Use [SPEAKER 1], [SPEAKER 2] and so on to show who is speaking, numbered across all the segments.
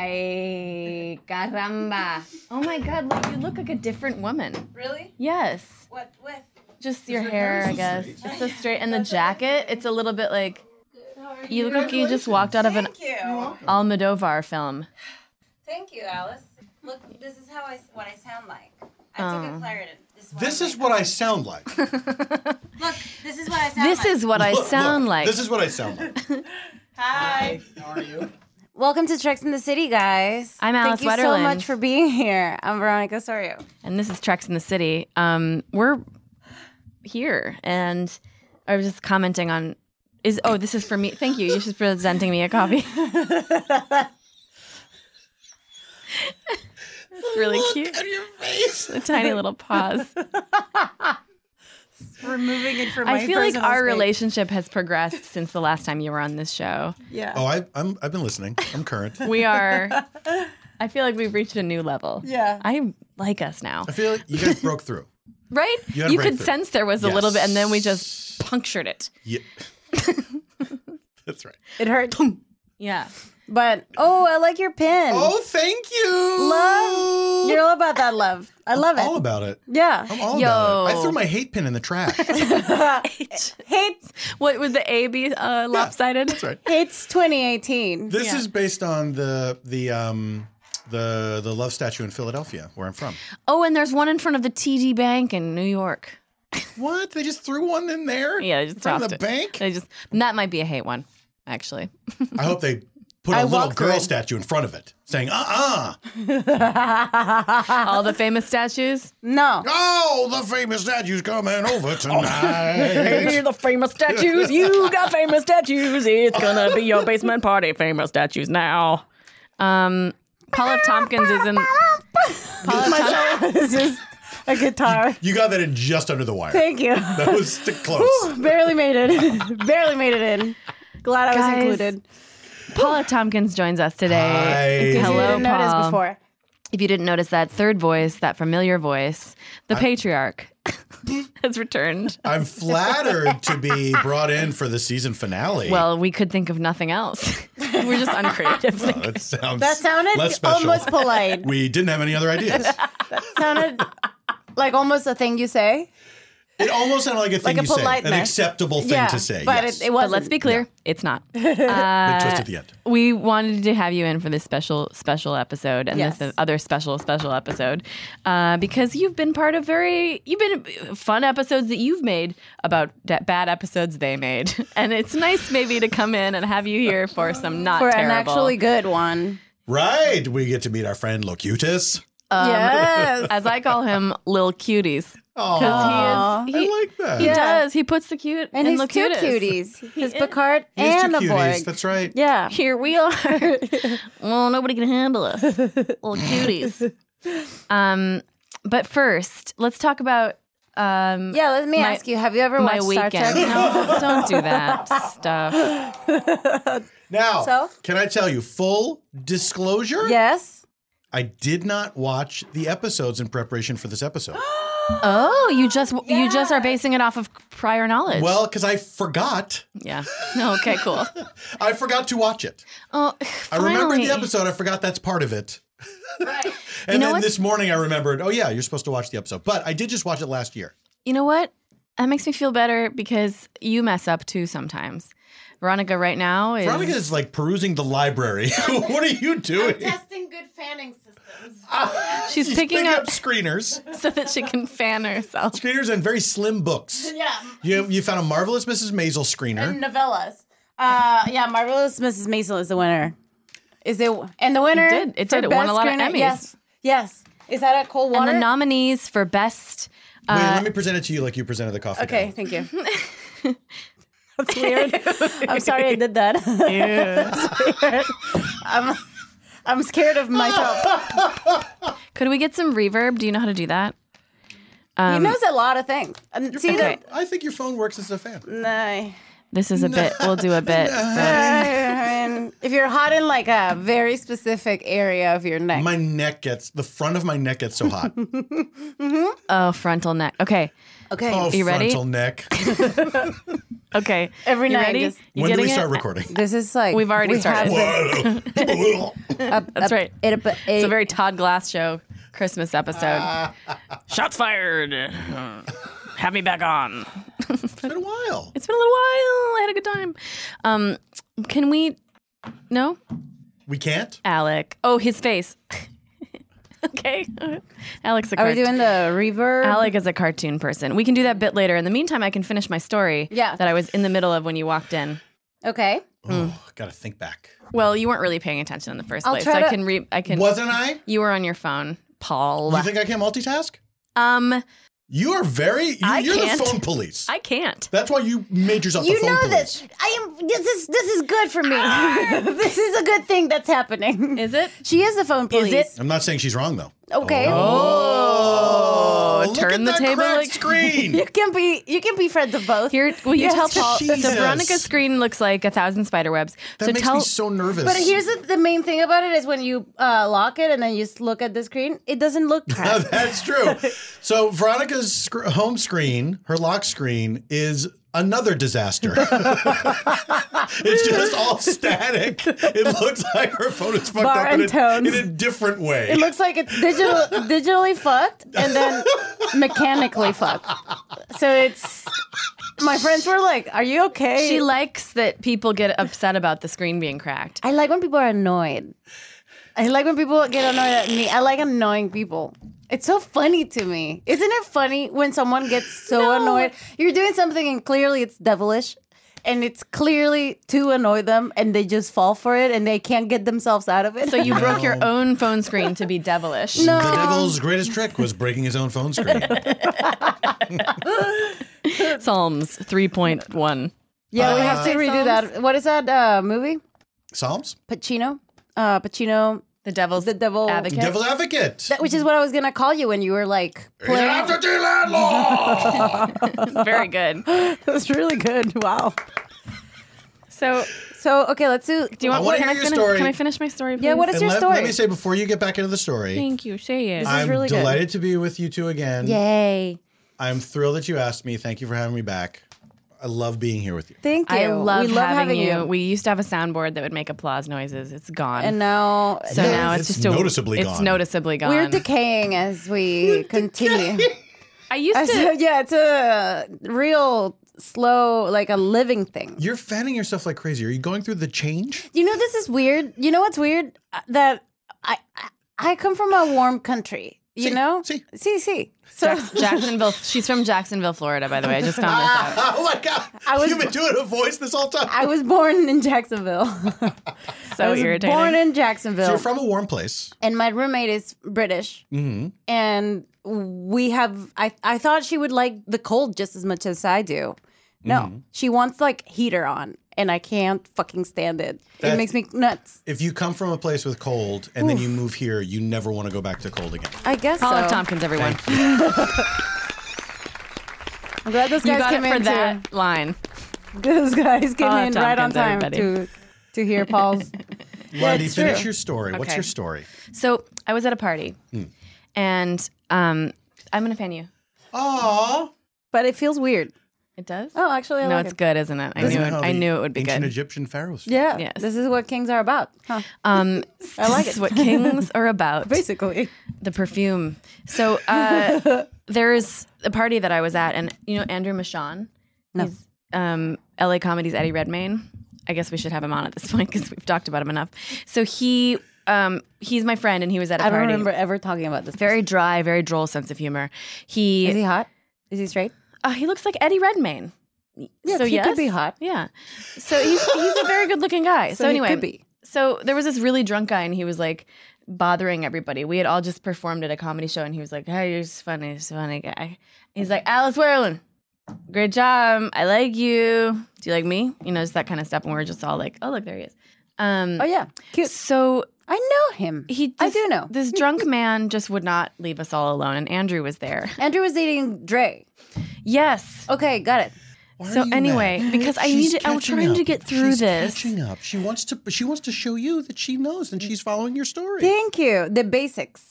[SPEAKER 1] Ay, caramba. Oh my god, look, you look like a different woman.
[SPEAKER 2] Really?
[SPEAKER 1] Yes.
[SPEAKER 2] What with?
[SPEAKER 1] Just your hair, I guess. It's so straight. And the jacket, it's a little bit like you look like you just walked out of an
[SPEAKER 2] Thank you.
[SPEAKER 1] Almodovar film.
[SPEAKER 2] Thank you, Alice. Look, this is how I s- what I sound like. I took
[SPEAKER 1] Oh.
[SPEAKER 2] a Claritin. This is what,
[SPEAKER 3] This
[SPEAKER 2] I
[SPEAKER 3] is what I sound like.
[SPEAKER 2] Look, this is what I sound
[SPEAKER 1] This
[SPEAKER 2] like.
[SPEAKER 1] is what I
[SPEAKER 3] Look,
[SPEAKER 1] sound
[SPEAKER 3] look,
[SPEAKER 1] like.
[SPEAKER 3] This is what I sound like.
[SPEAKER 2] Hi.
[SPEAKER 4] Welcome to Tricks in the City, guys.
[SPEAKER 1] I'm Alice
[SPEAKER 4] Thank you so
[SPEAKER 1] Wetterlin.
[SPEAKER 4] much for being here. I'm Veronica Osorio.
[SPEAKER 1] and this is Treks in the City. Um, we're here, and I was just commenting on is oh this is for me. Thank you. You're just presenting me a coffee. It's really cute. A tiny little pause.
[SPEAKER 4] Removing it from
[SPEAKER 1] I feel like our relationship has progressed since the last time you were on this show.
[SPEAKER 4] Yeah.
[SPEAKER 3] Oh, I, I'm, I've been listening. I'm current.
[SPEAKER 1] We are. I feel like we've reached a new level.
[SPEAKER 4] Yeah.
[SPEAKER 1] I like us now,
[SPEAKER 3] I feel like you guys broke through.
[SPEAKER 1] right?
[SPEAKER 3] You had a
[SPEAKER 1] You could
[SPEAKER 3] breakthrough.
[SPEAKER 1] sense there was a little bit, and then we
[SPEAKER 3] Yes.
[SPEAKER 1] just punctured it.
[SPEAKER 3] Yeah. That's right.
[SPEAKER 4] It hurt.
[SPEAKER 1] Yeah.
[SPEAKER 4] But oh, I like your pin.
[SPEAKER 3] Oh, thank you.
[SPEAKER 4] Love. You're all about that love. I love
[SPEAKER 3] All
[SPEAKER 4] it.
[SPEAKER 3] about it.
[SPEAKER 4] Yeah.
[SPEAKER 3] I'm all about it.
[SPEAKER 1] Yo.
[SPEAKER 3] I threw my hate pin in the trash.
[SPEAKER 4] Hates
[SPEAKER 1] What was the A B uh, lopsided?
[SPEAKER 3] That's right.
[SPEAKER 4] hates 2018.
[SPEAKER 3] This is based on the the um the the love statue in Philadelphia, where I'm from.
[SPEAKER 1] Oh, and there's one in front of the TD Bank in New York.
[SPEAKER 3] What? They just threw one in there?
[SPEAKER 1] Yeah, they just
[SPEAKER 3] From
[SPEAKER 1] tossed
[SPEAKER 3] the
[SPEAKER 1] it.
[SPEAKER 3] bank?
[SPEAKER 1] They just that might be a hate one, actually.
[SPEAKER 3] I hope they put a
[SPEAKER 4] I
[SPEAKER 3] little
[SPEAKER 4] walked through
[SPEAKER 3] girl
[SPEAKER 4] it.
[SPEAKER 3] statue in front of it, saying, "Uh-uh,
[SPEAKER 1] All the famous statues.
[SPEAKER 4] No.
[SPEAKER 3] oh, the famous statue's coming
[SPEAKER 1] Oh,
[SPEAKER 3] over tonight."
[SPEAKER 1] the famous statues. You got famous statues. It's gonna be your basement party. Famous statues now. Um, Paul F. Tompkins is in. Paul F. Tom-
[SPEAKER 4] it's just a guitar.
[SPEAKER 3] you got that in just under the wire.
[SPEAKER 4] Thank you.
[SPEAKER 3] that was t- close.
[SPEAKER 4] Barely made it. Barely made it in. Glad I was
[SPEAKER 1] Guys,
[SPEAKER 4] included.
[SPEAKER 1] Paul F. Tompkins joins us today.
[SPEAKER 3] Hi.
[SPEAKER 4] Because
[SPEAKER 1] Hello,
[SPEAKER 4] you didn't notice
[SPEAKER 1] Paul.
[SPEAKER 4] before.
[SPEAKER 1] If you didn't notice that third voice, that familiar voice, the patriarch has returned.
[SPEAKER 3] I'm flattered to be brought in for the season finale.
[SPEAKER 1] Well, we could think of nothing else. We're just uncreative.
[SPEAKER 3] that sounds less
[SPEAKER 4] That sounded
[SPEAKER 3] special.
[SPEAKER 4] almost polite.
[SPEAKER 3] we didn't have any other ideas.
[SPEAKER 4] sounded like almost a thing you say.
[SPEAKER 3] It almost sounded like a thing
[SPEAKER 4] Like a
[SPEAKER 3] you say, an
[SPEAKER 4] politeness.
[SPEAKER 3] acceptable thing to say.
[SPEAKER 4] but
[SPEAKER 3] yes.
[SPEAKER 4] it, it
[SPEAKER 1] but
[SPEAKER 4] wasn't.
[SPEAKER 1] let's be clear, it's not. Uh,
[SPEAKER 3] Big twist at the end.
[SPEAKER 1] We wanted to have you in for this special, special episode and this
[SPEAKER 4] Yes.
[SPEAKER 1] other special, special episode uh, because you've been part of very, you've been fun episodes that you've made about da- bad episodes they made, and it's nice maybe to come in and have you here for some not
[SPEAKER 4] for an
[SPEAKER 1] terrible.
[SPEAKER 4] actually good one.
[SPEAKER 3] Right. We get to meet our friend Locutus.
[SPEAKER 1] Uh,
[SPEAKER 4] yes.
[SPEAKER 1] um, as I call him, little cuties.
[SPEAKER 3] Aw.
[SPEAKER 1] Because he is, he,
[SPEAKER 3] I like that.
[SPEAKER 1] he
[SPEAKER 4] Yeah.
[SPEAKER 1] does. He puts the cute
[SPEAKER 4] And
[SPEAKER 1] in
[SPEAKER 4] he's
[SPEAKER 1] the
[SPEAKER 4] two
[SPEAKER 1] cutest.
[SPEAKER 4] cuties. His Picard
[SPEAKER 3] He has
[SPEAKER 4] and
[SPEAKER 3] two
[SPEAKER 4] the
[SPEAKER 3] cuties.
[SPEAKER 4] Borg.
[SPEAKER 3] That's right.
[SPEAKER 4] yeah.
[SPEAKER 1] Here we are. well, nobody can handle us. Little cuties. Um, but first, let's talk about um
[SPEAKER 4] Yeah, let me
[SPEAKER 1] My-
[SPEAKER 4] ask you, have you ever
[SPEAKER 1] my
[SPEAKER 4] watched
[SPEAKER 1] weekend.
[SPEAKER 4] Star Trek?
[SPEAKER 1] No, don't do that stuff.
[SPEAKER 3] Now,
[SPEAKER 4] So?
[SPEAKER 3] can I tell you full disclosure?
[SPEAKER 4] Yes.
[SPEAKER 3] I did not watch the episodes in preparation for this episode.
[SPEAKER 1] Oh, you just you just are basing it off of prior knowledge.
[SPEAKER 3] well, because I forgot.
[SPEAKER 1] yeah. No, okay, cool.
[SPEAKER 3] I forgot to watch it.
[SPEAKER 1] Oh,
[SPEAKER 3] I remembered
[SPEAKER 1] finally.
[SPEAKER 3] the episode. I forgot that's part of it.
[SPEAKER 2] Right.
[SPEAKER 3] And
[SPEAKER 1] know
[SPEAKER 3] then
[SPEAKER 1] what's-
[SPEAKER 3] this morning I remembered, oh yeah, you're supposed to watch the episode. But I did just watch it last year.
[SPEAKER 1] You know what? That makes me feel better because you mess up too sometimes. Veronica right now Oh, is
[SPEAKER 3] Veronica is like perusing the library. what are you doing?
[SPEAKER 2] Testing good fanning systems.
[SPEAKER 1] She's picking up-
[SPEAKER 3] screeners,
[SPEAKER 1] so that she can fan herself.
[SPEAKER 3] screeners, and very slim books.
[SPEAKER 2] Yeah.
[SPEAKER 3] You you found a marvelous Mrs. Maisel screener.
[SPEAKER 2] And novellas.
[SPEAKER 4] Uh, yeah, Marvelous Mrs. Maisel is the winner. Is it? And the winner
[SPEAKER 1] did. It
[SPEAKER 4] for
[SPEAKER 1] did. It won
[SPEAKER 4] best
[SPEAKER 1] a lot of
[SPEAKER 4] screener-
[SPEAKER 1] Emmys.
[SPEAKER 4] Yes. Yes. Is that a cold
[SPEAKER 1] And
[SPEAKER 4] water?
[SPEAKER 1] the nominees for best uh,
[SPEAKER 3] Wait, let me present it to you like you presented the coffee.
[SPEAKER 4] uh, okay,
[SPEAKER 3] cup.
[SPEAKER 4] thank you. That's weird. I'm sorry I did that. I'm, I'm scared of myself.
[SPEAKER 1] Could we get some reverb? Do you know how to do that?
[SPEAKER 4] he knows a lot of things. Um, see
[SPEAKER 1] okay.
[SPEAKER 4] the
[SPEAKER 3] I think your phone works as a fan.
[SPEAKER 4] Nah.
[SPEAKER 1] This is a bit. We'll do a bit. but-
[SPEAKER 4] And if you're hot in like a very specific area of your neck,
[SPEAKER 3] My neck gets the front of my neck gets so hot.
[SPEAKER 4] Mm-hmm.
[SPEAKER 1] oh, frontal neck. Okay.
[SPEAKER 4] okay,
[SPEAKER 3] Oh,
[SPEAKER 1] You ready?
[SPEAKER 3] frontal neck.
[SPEAKER 1] Okay.
[SPEAKER 4] every
[SPEAKER 1] You
[SPEAKER 4] night.
[SPEAKER 1] ready?
[SPEAKER 4] just-
[SPEAKER 1] You
[SPEAKER 3] when do we
[SPEAKER 1] getting
[SPEAKER 3] start
[SPEAKER 1] it?
[SPEAKER 3] recording?
[SPEAKER 4] This is like
[SPEAKER 1] We've already
[SPEAKER 4] we have
[SPEAKER 1] started.
[SPEAKER 4] been-
[SPEAKER 1] That's right.
[SPEAKER 4] It, it,
[SPEAKER 1] It's a very Todd Glass show Christmas episode.
[SPEAKER 3] Ah,
[SPEAKER 5] Shots fired. Have me back on.
[SPEAKER 3] it's been a while.
[SPEAKER 1] It's been a little while. I had a good time. Um, can we? No,
[SPEAKER 3] We can't.
[SPEAKER 1] Alec. Oh, his face. okay, Alec's a
[SPEAKER 4] Are we
[SPEAKER 1] cartoon.
[SPEAKER 4] doing the reverb?
[SPEAKER 1] Alec is a cartoon person. We can do that bit later. In the meantime, I can finish my story.
[SPEAKER 4] Yeah.
[SPEAKER 1] that I was in the middle of when you walked in.
[SPEAKER 4] Okay.
[SPEAKER 3] Oh, gotta think back.
[SPEAKER 1] Well, you weren't really paying attention in the 1st
[SPEAKER 4] I'll
[SPEAKER 1] place.
[SPEAKER 4] try
[SPEAKER 1] so I
[SPEAKER 4] to-
[SPEAKER 1] can re. I can.
[SPEAKER 3] Wasn't I?
[SPEAKER 1] You were on your phone, Paul.
[SPEAKER 3] You think I can't multitask?
[SPEAKER 1] um,
[SPEAKER 3] You are very. You,
[SPEAKER 1] I
[SPEAKER 3] you're
[SPEAKER 1] can't.
[SPEAKER 3] the phone police.
[SPEAKER 1] I can't.
[SPEAKER 3] That's why you made yourself the
[SPEAKER 4] You
[SPEAKER 3] phone
[SPEAKER 4] know
[SPEAKER 3] police.
[SPEAKER 4] this. I am. This is this is good for me. this is a good thing that's happening.
[SPEAKER 1] Ah! Is it?
[SPEAKER 4] She is the phone police.
[SPEAKER 1] it?
[SPEAKER 3] I'm not saying she's wrong though.
[SPEAKER 4] Okay.
[SPEAKER 3] Oh, look
[SPEAKER 1] turn
[SPEAKER 3] at
[SPEAKER 1] the
[SPEAKER 3] that
[SPEAKER 1] table
[SPEAKER 3] cracked
[SPEAKER 1] like-
[SPEAKER 3] screen.
[SPEAKER 4] You can be. You can be friends of both.
[SPEAKER 1] Here, will you
[SPEAKER 4] Yes.
[SPEAKER 1] tell Paul? So
[SPEAKER 3] Jesus.
[SPEAKER 1] Veronica's screen looks like a thousand spider webs.
[SPEAKER 3] That
[SPEAKER 1] so
[SPEAKER 3] makes
[SPEAKER 1] tell
[SPEAKER 3] me so nervous.
[SPEAKER 4] But here's the, the main thing about it is when you uh, lock it and then you s- look at the screen, it doesn't look.
[SPEAKER 3] Oh,
[SPEAKER 4] cracked.
[SPEAKER 3] that's true. So Veronica's sc- home screen, her lock screen, is another disaster. it's just all static. It looks like her phone is fucked
[SPEAKER 4] Bar
[SPEAKER 3] up in
[SPEAKER 4] and
[SPEAKER 3] a,
[SPEAKER 4] tones.
[SPEAKER 3] in a different way.
[SPEAKER 4] It looks like it's digital, digitally fucked and then mechanically fucked. So it's. My friends were like, "Are you okay?"
[SPEAKER 1] She likes that people get upset about the screen being cracked.
[SPEAKER 4] I like when people are annoyed. I like when people get annoyed at me. I like annoying people. It's so funny to me. Isn't it funny when someone gets so annoyed? You're doing something and clearly it's devilish and it's clearly to annoy them and they just fall for it and they can't get themselves out of it.
[SPEAKER 1] So you broke your
[SPEAKER 4] Oh.
[SPEAKER 1] own phone screen to be devilish.
[SPEAKER 4] No.
[SPEAKER 3] the devil's greatest trick was breaking his own phone screen.
[SPEAKER 1] Psalms 3.1.
[SPEAKER 4] yeah,
[SPEAKER 3] Uh,
[SPEAKER 4] we
[SPEAKER 1] Oh.
[SPEAKER 4] have to redo that. What is that uh, movie?
[SPEAKER 3] Psalms,
[SPEAKER 4] Pacino? Uh, Pacino,
[SPEAKER 1] The devil's
[SPEAKER 4] The devil-
[SPEAKER 1] advocate.
[SPEAKER 3] devil's advocate.
[SPEAKER 4] That- which is what I was going to call you when you were like
[SPEAKER 6] Get
[SPEAKER 4] playing.
[SPEAKER 6] after the landlord!
[SPEAKER 1] Very good.
[SPEAKER 4] That's really good. Wow.
[SPEAKER 1] So,
[SPEAKER 4] So, okay, let's do.
[SPEAKER 1] do you want
[SPEAKER 3] wanna
[SPEAKER 1] can
[SPEAKER 3] hear
[SPEAKER 1] I
[SPEAKER 3] your
[SPEAKER 1] finish,
[SPEAKER 3] story.
[SPEAKER 1] Can I finish my story? Please?
[SPEAKER 4] Yeah, what
[SPEAKER 3] And
[SPEAKER 4] is your
[SPEAKER 3] let,
[SPEAKER 4] story?
[SPEAKER 3] let me say before you get back into the story,
[SPEAKER 1] Thank you. Say it.
[SPEAKER 4] is
[SPEAKER 3] I'm
[SPEAKER 4] really good.
[SPEAKER 3] delighted to be with you two again.
[SPEAKER 4] Yay.
[SPEAKER 3] I'm thrilled that you asked me. Thank you for having me back. I love being here with you.
[SPEAKER 4] Thank you.
[SPEAKER 1] I love,
[SPEAKER 4] we love
[SPEAKER 1] having, you. We used to have a soundboard that would make applause noises. It's gone.
[SPEAKER 4] and now,
[SPEAKER 1] so
[SPEAKER 3] Yeah,
[SPEAKER 1] now it's,
[SPEAKER 3] it's
[SPEAKER 1] just a,
[SPEAKER 3] noticeably
[SPEAKER 1] it's
[SPEAKER 3] gone.
[SPEAKER 1] noticeably gone.
[SPEAKER 4] we're decaying as we continue.
[SPEAKER 1] I used
[SPEAKER 4] As-
[SPEAKER 1] to.
[SPEAKER 4] yeah, it's a real slow, like a living thing.
[SPEAKER 3] You're fanning yourself like crazy. Are you going through the change?
[SPEAKER 4] You know, this is weird. You know what's weird? Uh, That I I, I come from a warm country. You
[SPEAKER 3] See,
[SPEAKER 4] know,
[SPEAKER 3] see.
[SPEAKER 4] see, see. So
[SPEAKER 1] Jacksonville. She's from Jacksonville, Florida, by the way. I just found this out.
[SPEAKER 3] oh my god!
[SPEAKER 4] I was-
[SPEAKER 3] You've been doing a voice this whole time.
[SPEAKER 4] I was born in Jacksonville. I
[SPEAKER 1] So
[SPEAKER 4] was
[SPEAKER 1] irritating.
[SPEAKER 4] born in
[SPEAKER 3] so
[SPEAKER 4] Jacksonville,
[SPEAKER 3] you're from a warm place.
[SPEAKER 4] and my roommate is British.
[SPEAKER 3] Mm-hmm.
[SPEAKER 4] and we have I, I thought she would like the cold just as much as I do.
[SPEAKER 3] Mm-hmm.
[SPEAKER 4] No. She wants like heater on and I can't fucking stand it.
[SPEAKER 3] That-
[SPEAKER 4] it makes me nuts.
[SPEAKER 3] If you come from a place with cold and then you move here, you never want to go back to cold again.
[SPEAKER 4] I guess
[SPEAKER 1] Paul F.
[SPEAKER 4] so.
[SPEAKER 1] Tompkins, everyone.
[SPEAKER 4] I'm glad those
[SPEAKER 1] You
[SPEAKER 4] guys
[SPEAKER 1] got
[SPEAKER 4] came
[SPEAKER 1] it for
[SPEAKER 4] in
[SPEAKER 1] that line.
[SPEAKER 4] too. Those guys came
[SPEAKER 1] Paul F.
[SPEAKER 4] in right on
[SPEAKER 1] Tompkins,
[SPEAKER 4] time
[SPEAKER 1] everybody.
[SPEAKER 4] to to hear Paul's
[SPEAKER 3] Lundy,
[SPEAKER 4] it's
[SPEAKER 3] finish
[SPEAKER 4] true.
[SPEAKER 3] your story. What's
[SPEAKER 1] Okay.
[SPEAKER 3] your story?
[SPEAKER 1] So I was at a party, and um, I'm gonna fan you.
[SPEAKER 3] Aw.
[SPEAKER 4] but it feels weird.
[SPEAKER 1] It does?
[SPEAKER 4] Oh, actually, I
[SPEAKER 1] no,
[SPEAKER 4] like
[SPEAKER 1] it's
[SPEAKER 4] it.
[SPEAKER 1] good, isn't it? I
[SPEAKER 3] That's
[SPEAKER 1] knew it.
[SPEAKER 3] how
[SPEAKER 1] I
[SPEAKER 3] the
[SPEAKER 1] knew it would be
[SPEAKER 3] ancient
[SPEAKER 1] good.
[SPEAKER 3] Egyptian pharaohs.
[SPEAKER 4] Yeah.
[SPEAKER 1] Yes.
[SPEAKER 4] This is what kings are about. Huh.
[SPEAKER 1] Um, I
[SPEAKER 4] like
[SPEAKER 1] this is
[SPEAKER 4] it.
[SPEAKER 1] what kings are about.
[SPEAKER 4] Basically.
[SPEAKER 1] the perfume. So uh, there's a party that I was at, and you know Andrew Michon,
[SPEAKER 4] No.
[SPEAKER 1] he's um, LA Comedy's Eddie Redmayne. I guess we should have him on at this point because we've talked about him enough. So he um, he's my friend, and he was at a
[SPEAKER 4] I don't
[SPEAKER 1] party.
[SPEAKER 4] remember ever talking about this.
[SPEAKER 1] Very dry, very droll sense of humor. He
[SPEAKER 4] Is he hot? Is he straight?
[SPEAKER 1] uh, he looks like Eddie Redmayne.
[SPEAKER 4] Yes,
[SPEAKER 1] so
[SPEAKER 4] he
[SPEAKER 1] yes,
[SPEAKER 4] could be hot.
[SPEAKER 1] Yeah. So he's he's a very good looking guy. So,
[SPEAKER 4] he
[SPEAKER 1] anyway,
[SPEAKER 4] could be.
[SPEAKER 1] so there was this really drunk guy, and he was like bothering everybody. We had all just performed at a comedy show, and he was like, "Hey, you're just funny, just a funny guy." He's like, "Alice Werlin, great job. I like you. Do you like me? You know, just that kind of stuff." And we were just all like, "Oh, look, there he is." Um,
[SPEAKER 4] Oh yeah, cute.
[SPEAKER 1] So
[SPEAKER 4] I know him.
[SPEAKER 1] he,
[SPEAKER 4] I
[SPEAKER 1] this-
[SPEAKER 4] do know.
[SPEAKER 1] this drunk man just would not leave us all alone, and Andrew was there.
[SPEAKER 4] Andrew was dating Dre.
[SPEAKER 1] Yes.
[SPEAKER 4] Okay, got it.
[SPEAKER 3] Why are
[SPEAKER 1] So
[SPEAKER 3] you
[SPEAKER 1] anyway,
[SPEAKER 3] mad?
[SPEAKER 1] because I
[SPEAKER 3] She's
[SPEAKER 1] need to, I'm
[SPEAKER 3] catching
[SPEAKER 1] trying to
[SPEAKER 3] up.
[SPEAKER 1] get through
[SPEAKER 3] She's
[SPEAKER 1] this.
[SPEAKER 3] Catching up. She wants to. She wants to show you that she knows and she's following your story.
[SPEAKER 4] Thank you. The basics.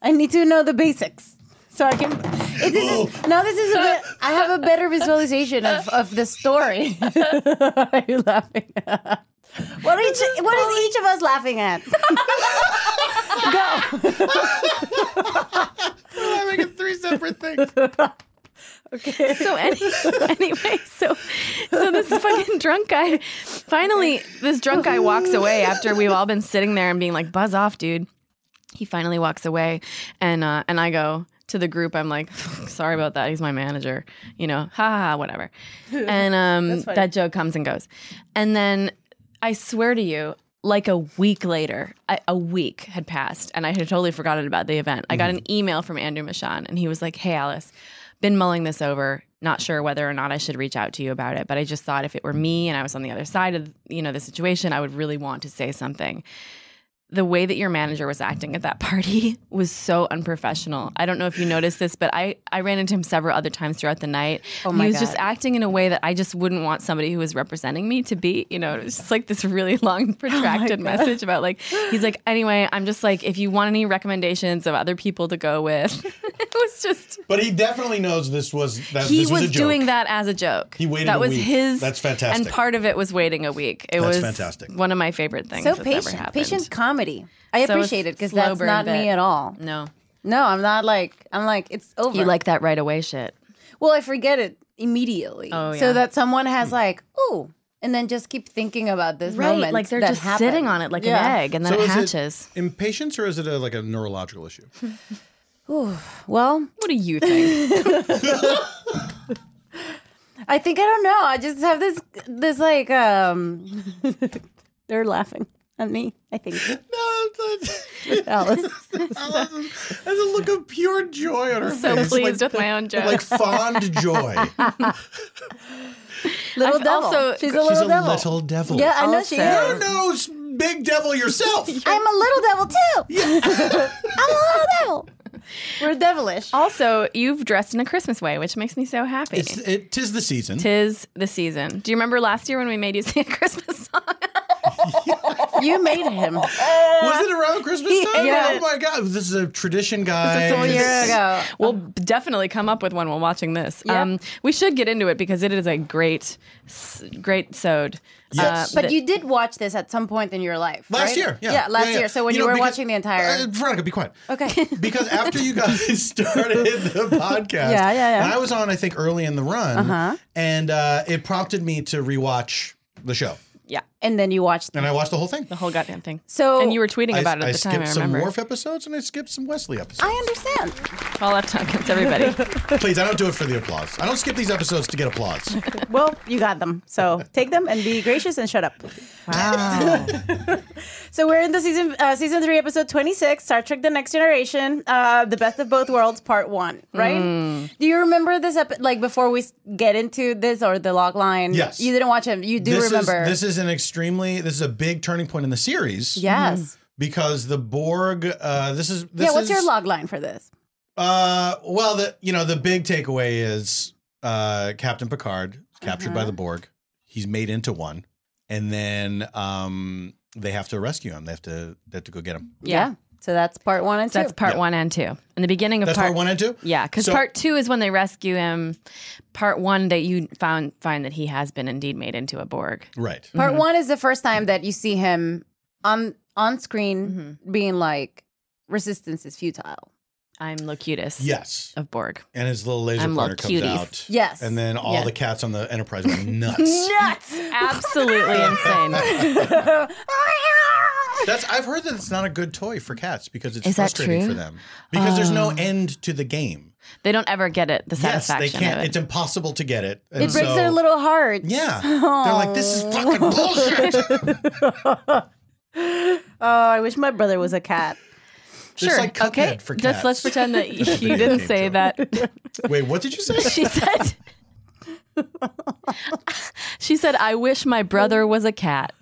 [SPEAKER 4] I need to know the basics. So I can. It, this is, now this is a bit. I have a better visualization of, of the story. are you laughing? at? what are each, What is each of us laughing at? Go.
[SPEAKER 3] I'm making three separate things.
[SPEAKER 4] Okay.
[SPEAKER 1] So any, anyway, so so this fucking drunk guy, finally, this drunk guy walks away after we've all been sitting there and being like, "Buzz off, dude." He finally walks away, and uh, and I go to the group. I'm like, "Sorry about that. He's my manager." You know, ha ha, ha whatever. And um, that joke comes and goes, and then I swear to you. Like a week later, I, a week had passed, and I had totally forgotten about the event. I got an email from Andrew Michon, and he was like, "Hey, Alice, been mulling this over not sure whether or not i should reach out to you about it but i just thought if it were me and i was on the other side of you know the situation i would really want to say something the way that your manager was acting at that party was so unprofessional i don't know if you noticed this but i i ran into him several other times throughout the night oh
[SPEAKER 4] my
[SPEAKER 1] he was
[SPEAKER 4] God.
[SPEAKER 1] just acting in a way that i just wouldn't want somebody who was representing me to be you know it was just like this really
[SPEAKER 4] Oh
[SPEAKER 1] long protracted message about like he's like anyway i'm just like if you want any recommendations of other people to go with it was just
[SPEAKER 3] But he definitely knows this was. That,
[SPEAKER 1] he
[SPEAKER 3] this was,
[SPEAKER 1] was,
[SPEAKER 3] a joke.
[SPEAKER 1] doing that as a joke.
[SPEAKER 3] He waited
[SPEAKER 1] That
[SPEAKER 3] a
[SPEAKER 1] was
[SPEAKER 3] week.
[SPEAKER 1] his.
[SPEAKER 3] That's fantastic.
[SPEAKER 1] And part of it was waiting a week. It
[SPEAKER 3] That's
[SPEAKER 1] was
[SPEAKER 3] fantastic.
[SPEAKER 1] One of my favorite things.
[SPEAKER 4] So
[SPEAKER 1] that's Ever
[SPEAKER 4] patient,
[SPEAKER 1] happened.
[SPEAKER 4] patient comedy. I
[SPEAKER 1] So
[SPEAKER 4] appreciate it because
[SPEAKER 1] slow
[SPEAKER 4] that's
[SPEAKER 1] burn
[SPEAKER 4] not me
[SPEAKER 1] bit.
[SPEAKER 4] at all.
[SPEAKER 1] No,
[SPEAKER 4] No, I'm not like I'm like it's over.
[SPEAKER 1] you like that right away shit.
[SPEAKER 4] Well, I forget it immediately.
[SPEAKER 1] Oh, yeah.
[SPEAKER 4] So that someone has like, ooh, and then just keep thinking about this moment.
[SPEAKER 1] like they're
[SPEAKER 4] that
[SPEAKER 1] just
[SPEAKER 4] happened.
[SPEAKER 1] sitting on it like
[SPEAKER 4] Yeah.
[SPEAKER 1] an egg, and then
[SPEAKER 3] So
[SPEAKER 1] it
[SPEAKER 3] is
[SPEAKER 1] hatches.
[SPEAKER 3] it impatience or is it a, like a neurological issue?
[SPEAKER 4] Well,
[SPEAKER 1] what do you think?
[SPEAKER 4] I think I don't know. I just have this this like um they're laughing at me, I think. Uh,
[SPEAKER 3] no, that's,
[SPEAKER 4] Alice.
[SPEAKER 3] that's a look of pure joy on her
[SPEAKER 1] so
[SPEAKER 3] face.
[SPEAKER 1] pleased
[SPEAKER 3] like,
[SPEAKER 1] with my own joke.
[SPEAKER 3] like fond joy.
[SPEAKER 4] little
[SPEAKER 1] I've
[SPEAKER 4] devil.
[SPEAKER 1] also-
[SPEAKER 4] She's a little
[SPEAKER 3] She's a
[SPEAKER 4] devil.
[SPEAKER 3] little devil.
[SPEAKER 4] yeah, I know she
[SPEAKER 1] Also-
[SPEAKER 4] is.
[SPEAKER 3] You know, s- big devil yourself.
[SPEAKER 4] I'm a little devil too. I'm a little devil. We're devilish.
[SPEAKER 1] also, you've dressed in a Christmas way, which makes me so happy.
[SPEAKER 3] It's it, tis the season.
[SPEAKER 1] Tis the season. Do you remember last year when we made you sing a Christmas song?
[SPEAKER 4] You made him.
[SPEAKER 3] Was it around Christmas time?
[SPEAKER 4] Yeah.
[SPEAKER 3] Oh my god, this is a tradition, guys.
[SPEAKER 4] a year ago.
[SPEAKER 1] We'll definitely come up with one while watching this.
[SPEAKER 4] Yeah.
[SPEAKER 1] Um, we should get into it because it is a great, s- great Uh, sode.
[SPEAKER 3] Yes.
[SPEAKER 4] But you did watch this at some point in your life.
[SPEAKER 3] Last
[SPEAKER 4] right?
[SPEAKER 3] year, yeah,
[SPEAKER 4] last year. So when you,
[SPEAKER 3] know,
[SPEAKER 4] were
[SPEAKER 3] because-
[SPEAKER 4] watching the entire.
[SPEAKER 3] uh, Veronica, be quiet.
[SPEAKER 4] okay.
[SPEAKER 3] Because after you guys started the podcast,
[SPEAKER 4] Yeah, yeah, yeah.
[SPEAKER 3] and I was on, I think, early in the run,
[SPEAKER 1] Uh-huh.
[SPEAKER 4] Uh-huh.
[SPEAKER 3] and uh, it prompted me to rewatch the show,
[SPEAKER 1] yeah,
[SPEAKER 4] and then you watched.
[SPEAKER 3] and I watched the whole thing.
[SPEAKER 1] the whole goddamn thing.
[SPEAKER 4] So-
[SPEAKER 1] and you were tweeting
[SPEAKER 3] I,
[SPEAKER 1] about it at
[SPEAKER 3] I
[SPEAKER 1] the
[SPEAKER 3] skipped
[SPEAKER 1] time. I
[SPEAKER 3] some
[SPEAKER 1] remember.
[SPEAKER 3] Worf episodes, and I skipped some Wesley episodes.
[SPEAKER 4] I understand.
[SPEAKER 1] All left against everybody.
[SPEAKER 3] Please, I don't do it for the applause. I don't skip these episodes to get applause.
[SPEAKER 4] Well, you got them. So take them and be gracious and shut up.
[SPEAKER 1] wow.
[SPEAKER 4] So we're in the season, uh, season three, episode twenty-six, Star Trek: The Next Generation, uh, the best of both worlds, part one. Right? Do you remember this? Epi- like before we s- get into this or the log line?
[SPEAKER 3] Yes.
[SPEAKER 4] You didn't watch it. You do
[SPEAKER 3] this
[SPEAKER 4] remember?
[SPEAKER 3] is this is an extremely this is a big turning point in the series.
[SPEAKER 4] yes.
[SPEAKER 3] because the Borg. Uh, this is this
[SPEAKER 4] Yeah. What's
[SPEAKER 3] is,
[SPEAKER 4] your log line for this?
[SPEAKER 3] Uh, well, the you know the big takeaway is uh, Captain Picard is captured
[SPEAKER 4] Uh-huh.
[SPEAKER 3] by the Borg. He's made into one, and then um, they have to rescue him. They have to they have to go get him.
[SPEAKER 1] Yeah.
[SPEAKER 4] So that's part one and two.
[SPEAKER 1] That's part one and two. In the beginning of
[SPEAKER 3] That's part one and two.
[SPEAKER 1] Yeah, because
[SPEAKER 3] So-
[SPEAKER 1] part two is when they rescue him. Part one that you found find that he has been indeed made into a Borg.
[SPEAKER 3] Right.
[SPEAKER 4] Part one is the first time that you see him on on screen being like, "Resistance is futile."
[SPEAKER 1] I'm Locutus
[SPEAKER 3] Yes.
[SPEAKER 1] of Borg.
[SPEAKER 3] And his little laser
[SPEAKER 1] I'm
[SPEAKER 3] pointer comes
[SPEAKER 1] little cuties.
[SPEAKER 3] out.
[SPEAKER 4] Yes.
[SPEAKER 3] And then all
[SPEAKER 1] Yeah.
[SPEAKER 3] the cats on the Enterprise went nuts.
[SPEAKER 1] Nuts! Absolutely insane.
[SPEAKER 3] That's I've heard that it's not a good toy for cats because it's
[SPEAKER 1] Is that
[SPEAKER 3] frustrating
[SPEAKER 1] true?
[SPEAKER 3] for them because there's no end to the game.
[SPEAKER 1] They don't ever get it. The
[SPEAKER 3] Yes,
[SPEAKER 1] satisfaction
[SPEAKER 3] they can't.
[SPEAKER 1] of it.
[SPEAKER 3] It's impossible to get it. And
[SPEAKER 4] it breaks
[SPEAKER 3] so-
[SPEAKER 4] their little hearts.
[SPEAKER 3] Yeah, they're like this is fucking bullshit.
[SPEAKER 4] Oh, I wish my brother was a cat.
[SPEAKER 3] It's like Cuphead
[SPEAKER 1] okay.
[SPEAKER 3] for
[SPEAKER 1] Just let's
[SPEAKER 3] cats.
[SPEAKER 1] pretend that you
[SPEAKER 3] video
[SPEAKER 1] didn't
[SPEAKER 3] game
[SPEAKER 1] say
[SPEAKER 3] joke.
[SPEAKER 1] that.
[SPEAKER 3] Wait, what did you say?
[SPEAKER 1] She said. she said, "I wish my brother was a cat."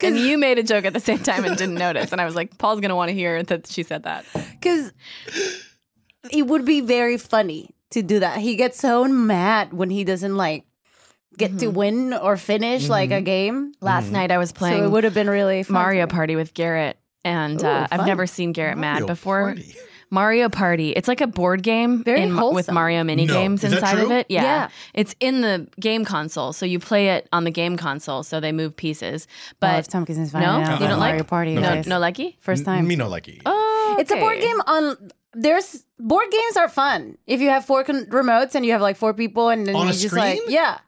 [SPEAKER 1] And you made a joke at the same time and didn't notice. And I was like, Paul's going to want to hear that she said that.
[SPEAKER 4] Because it would be very funny to do that. He gets so mad when he doesn't like get to
[SPEAKER 3] Mm-hmm.
[SPEAKER 4] win or finish like a game.
[SPEAKER 1] Last night I was playing
[SPEAKER 4] So it would have been really fun.
[SPEAKER 1] Mario Party with Garrett, and uh, I've
[SPEAKER 4] fun.
[SPEAKER 1] never seen Garrett
[SPEAKER 3] Mario
[SPEAKER 1] mad before.
[SPEAKER 3] Party.
[SPEAKER 1] Mario Party. It's like a board game
[SPEAKER 4] Very
[SPEAKER 1] in- with
[SPEAKER 4] wholesome.
[SPEAKER 1] Mario mini
[SPEAKER 3] No.
[SPEAKER 1] games
[SPEAKER 3] Is that
[SPEAKER 1] inside of
[SPEAKER 3] true?
[SPEAKER 1] it. Yeah.
[SPEAKER 4] Yeah.
[SPEAKER 1] It's in the game console. So you play it on the game console. So they move pieces.
[SPEAKER 4] But
[SPEAKER 1] But
[SPEAKER 4] Tompkins is fine.
[SPEAKER 1] no,
[SPEAKER 4] now,
[SPEAKER 1] you don't
[SPEAKER 4] Mario
[SPEAKER 1] like
[SPEAKER 4] Party.
[SPEAKER 1] No, no,
[SPEAKER 4] guys.
[SPEAKER 1] lucky.
[SPEAKER 4] First time.
[SPEAKER 3] Me no likey.
[SPEAKER 1] Oh,
[SPEAKER 4] It's a board
[SPEAKER 1] okay.
[SPEAKER 4] game on. There's board games are fun if you have four con- remotes and you have like four people and then
[SPEAKER 3] On a
[SPEAKER 4] you just
[SPEAKER 3] screen?
[SPEAKER 4] like yeah.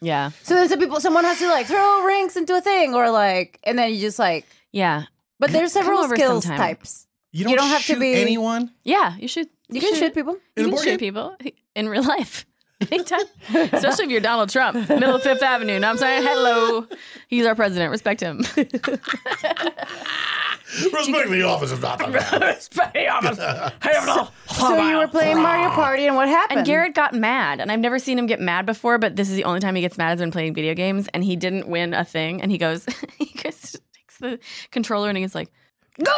[SPEAKER 1] Yeah,
[SPEAKER 4] So there's a people. Someone has to like throw rings into a thing or like, and then you just like.
[SPEAKER 1] yeah,
[SPEAKER 4] But there's
[SPEAKER 1] Come
[SPEAKER 4] several
[SPEAKER 1] over
[SPEAKER 4] skills
[SPEAKER 1] sometime.
[SPEAKER 4] types.
[SPEAKER 3] you don't,
[SPEAKER 4] don't have
[SPEAKER 3] have
[SPEAKER 4] to
[SPEAKER 3] to
[SPEAKER 4] be-
[SPEAKER 3] be anyone.
[SPEAKER 1] yeah. You should.
[SPEAKER 4] You can shoot people.
[SPEAKER 3] In a
[SPEAKER 1] You can
[SPEAKER 3] board
[SPEAKER 1] shoot
[SPEAKER 3] game?
[SPEAKER 1] people in real life. Anytime, especially if you're Donald Trump, middle of Fifth Avenue. No, I'm saying hello. He's our president. Respect him.
[SPEAKER 3] Respect the office of Dr. Brown.
[SPEAKER 5] Hey, I'm a- hey, I'm a-
[SPEAKER 4] So you were playing Mario Party, and what happened?
[SPEAKER 1] And Garrett got mad, and I've never seen him get mad before, but this is the only time he gets mad is when playing video games, and he didn't win a thing, and he goes, he goes, takes the controller, and he's like, go!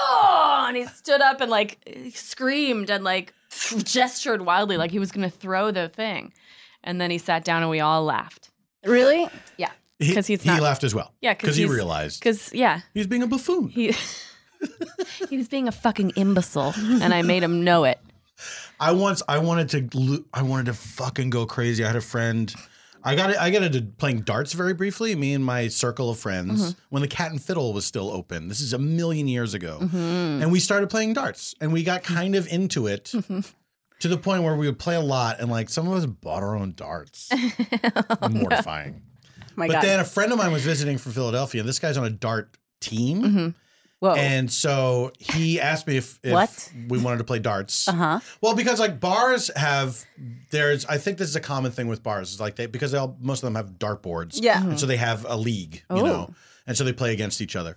[SPEAKER 1] And he stood up and like screamed and like gestured wildly, like he was gonna throw the thing, and then he sat down, and we all laughed
[SPEAKER 4] really?
[SPEAKER 1] Yeah,
[SPEAKER 3] He,
[SPEAKER 1] 'Cause he's
[SPEAKER 3] he
[SPEAKER 1] not-
[SPEAKER 3] laughed as well.
[SPEAKER 1] Yeah, 'cause
[SPEAKER 3] because he
[SPEAKER 1] he's-
[SPEAKER 3] realized
[SPEAKER 1] because yeah,
[SPEAKER 3] he was being a buffoon.
[SPEAKER 1] he he was being a fucking imbecile, and I made him know it.
[SPEAKER 3] I once I wanted to lo- I wanted to fucking go crazy. I had a friend. I got I got into playing darts very briefly. Me and my circle of friends when the Cat and Fiddle was still open. This is a million years ago,
[SPEAKER 1] Mm-hmm.
[SPEAKER 7] Mm-hmm.
[SPEAKER 3] and we started playing darts, and we got kind of into it to the point where we would play a lot, and like some of us bought our own darts. Mortifying.
[SPEAKER 4] My
[SPEAKER 3] But
[SPEAKER 4] God.
[SPEAKER 3] then a friend of mine was visiting from Philadelphia, and this guy's on a dart team.
[SPEAKER 4] Mm-hmm. Whoa.
[SPEAKER 3] And so he asked me if, if
[SPEAKER 4] What?
[SPEAKER 3] we wanted to play darts. Uh-huh. Well, because like bars have there's I think this is a common thing with bars is like they because they all most of them have dartboards.
[SPEAKER 4] Yeah.
[SPEAKER 3] And so they have a league, you
[SPEAKER 4] Oh.
[SPEAKER 3] know. And so they play against each other.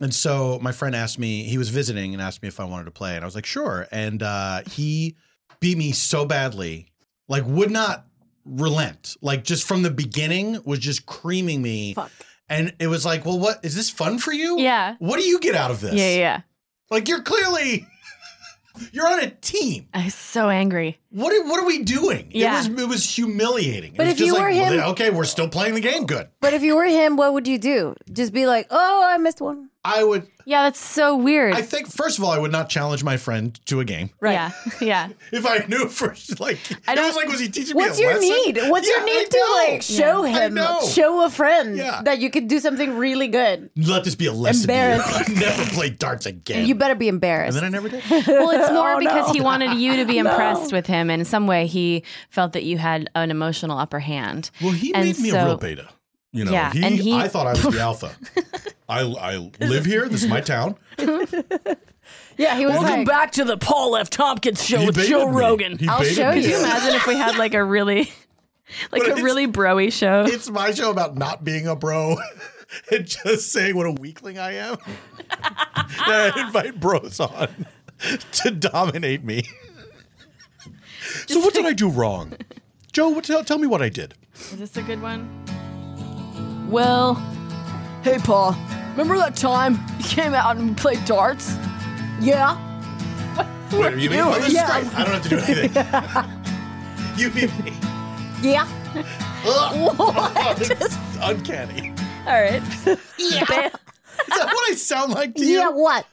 [SPEAKER 3] And so my friend asked me, he was visiting and asked me if I wanted to play. And I was like, sure. And uh, he beat me so badly, like would not relent. Like just from the beginning was just creaming me.
[SPEAKER 4] Fuck.
[SPEAKER 3] And it was like, well, what is this fun for you?
[SPEAKER 1] Yeah.
[SPEAKER 3] What do you get out of this?
[SPEAKER 1] Yeah, yeah.
[SPEAKER 3] Like you're clearly you're on a team.
[SPEAKER 1] I was so angry.
[SPEAKER 3] What are, what are we doing?
[SPEAKER 1] Yeah.
[SPEAKER 3] It was it was humiliating.
[SPEAKER 4] But
[SPEAKER 3] it was
[SPEAKER 4] if you were
[SPEAKER 3] well,
[SPEAKER 4] him-
[SPEAKER 3] then, okay, we're still playing the game. Good.
[SPEAKER 4] but if you were him, what would you do? Just be like, "Oh, I missed one."
[SPEAKER 3] I would.
[SPEAKER 1] Yeah, that's so weird.
[SPEAKER 3] I think first of all, I would not challenge my friend to a game
[SPEAKER 4] Right.
[SPEAKER 1] Yeah, yeah.
[SPEAKER 3] if I knew first. Like
[SPEAKER 1] I
[SPEAKER 3] it
[SPEAKER 1] don't-
[SPEAKER 3] was like, was he teaching
[SPEAKER 4] What's
[SPEAKER 3] me a
[SPEAKER 4] your
[SPEAKER 3] lesson?
[SPEAKER 4] need? What's
[SPEAKER 3] Yeah,
[SPEAKER 4] your need
[SPEAKER 3] I
[SPEAKER 4] to
[SPEAKER 3] know.
[SPEAKER 4] like show
[SPEAKER 3] I
[SPEAKER 4] him,
[SPEAKER 3] know.
[SPEAKER 4] show a friend
[SPEAKER 3] Yeah.
[SPEAKER 4] that you could do something really good?
[SPEAKER 3] Let this be a lesson. to you.
[SPEAKER 4] Embarrassed.
[SPEAKER 3] never play darts again.
[SPEAKER 4] You better be
[SPEAKER 3] and
[SPEAKER 4] embarrassed.
[SPEAKER 3] then I never did.
[SPEAKER 1] Well, it's more
[SPEAKER 4] Oh,
[SPEAKER 1] because
[SPEAKER 4] no.
[SPEAKER 1] he wanted you to be impressed with him. In some way, he felt that you had an emotional upper hand.
[SPEAKER 3] Well, he
[SPEAKER 1] And
[SPEAKER 3] made me
[SPEAKER 1] so-
[SPEAKER 3] a real beta. You know,
[SPEAKER 1] Yeah,
[SPEAKER 3] he,
[SPEAKER 1] and he-
[SPEAKER 3] I thought I was the alpha. I, I live here. This is my town.
[SPEAKER 4] yeah, he was
[SPEAKER 5] Welcome
[SPEAKER 4] like,
[SPEAKER 5] back to the Paul F. Tompkins show
[SPEAKER 3] He
[SPEAKER 5] with
[SPEAKER 3] baited
[SPEAKER 5] Joe
[SPEAKER 3] me.
[SPEAKER 5] Rogan.
[SPEAKER 3] He
[SPEAKER 4] I'll
[SPEAKER 3] baited
[SPEAKER 4] show
[SPEAKER 3] me.
[SPEAKER 1] Could you imagine if we had like a really, like a
[SPEAKER 3] it's-
[SPEAKER 1] really broy show?
[SPEAKER 3] It's my show about not being a bro and just saying what a weakling I am. and I invite bros on to dominate me. so what did I do wrong? Joe, what, tell, tell me what I did.
[SPEAKER 1] Is this a good one?
[SPEAKER 5] Well, hey, Paul, remember that time you came out and we played darts?
[SPEAKER 4] yeah,
[SPEAKER 3] Wait, are you being- oh, this is
[SPEAKER 4] Yeah.
[SPEAKER 3] great. I don't have to do anything. you mean me?
[SPEAKER 4] yeah.
[SPEAKER 3] Ugh. It's uncanny.
[SPEAKER 1] All right.
[SPEAKER 3] Is that what I sound like to you?
[SPEAKER 4] Yeah, what?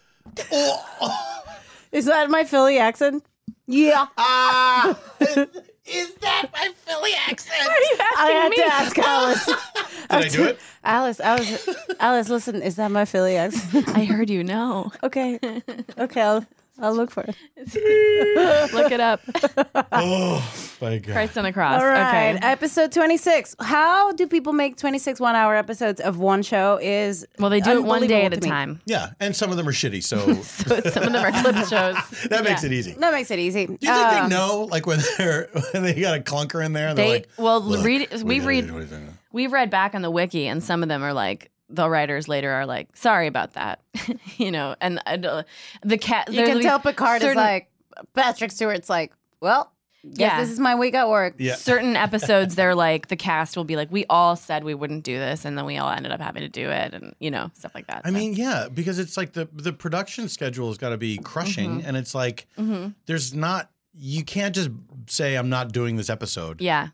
[SPEAKER 4] Is that my Philly accent? Yeah.
[SPEAKER 3] Ah, is that my Philly accent?
[SPEAKER 4] I had to ask Alice.
[SPEAKER 3] Did I do it?
[SPEAKER 4] Alice, Alice, Alice, listen, is that my Philly accent?
[SPEAKER 1] I heard you. No,
[SPEAKER 4] okay. Okay, I'll, I'll look for it.
[SPEAKER 1] look it up.
[SPEAKER 3] Oh my god!
[SPEAKER 1] Christ on a cross.
[SPEAKER 4] All right.
[SPEAKER 1] Okay.
[SPEAKER 4] Episode 26. How do people make 26 one hour episodes of one show is.
[SPEAKER 1] Well, they do it one day
[SPEAKER 4] unbelievable
[SPEAKER 1] at a
[SPEAKER 4] to me.
[SPEAKER 1] time.
[SPEAKER 3] Yeah, and some of them are shitty, so
[SPEAKER 1] So some of them are clip shows.
[SPEAKER 3] that makes it easy.
[SPEAKER 4] That makes it easy.
[SPEAKER 3] Do you think they know, like when they're when they got a clunker in there? and
[SPEAKER 1] They
[SPEAKER 3] they're like,
[SPEAKER 1] well
[SPEAKER 3] "Look,
[SPEAKER 1] read. We
[SPEAKER 3] gotta
[SPEAKER 1] read.
[SPEAKER 3] do everything."
[SPEAKER 1] We've read back on the wiki, and some of them are like the writers later are like, "Sorry about that," you know. And uh, the cat.
[SPEAKER 4] You can tell Picard is like, Patrick Stewart's like, well, guess
[SPEAKER 1] Yeah.
[SPEAKER 4] this is my week at work.
[SPEAKER 3] Yeah.
[SPEAKER 1] certain episodes they're like the cast will be like we all said we wouldn't do this and then we all ended up having to do it and you know stuff like that
[SPEAKER 3] I mean, yeah, because it's like the the production schedule has got to be crushing,
[SPEAKER 1] Mm-hmm.
[SPEAKER 3] and it's like
[SPEAKER 4] Mm-hmm.
[SPEAKER 1] hmm
[SPEAKER 3] there's not you can't just say I'm not doing this episode.
[SPEAKER 1] yeah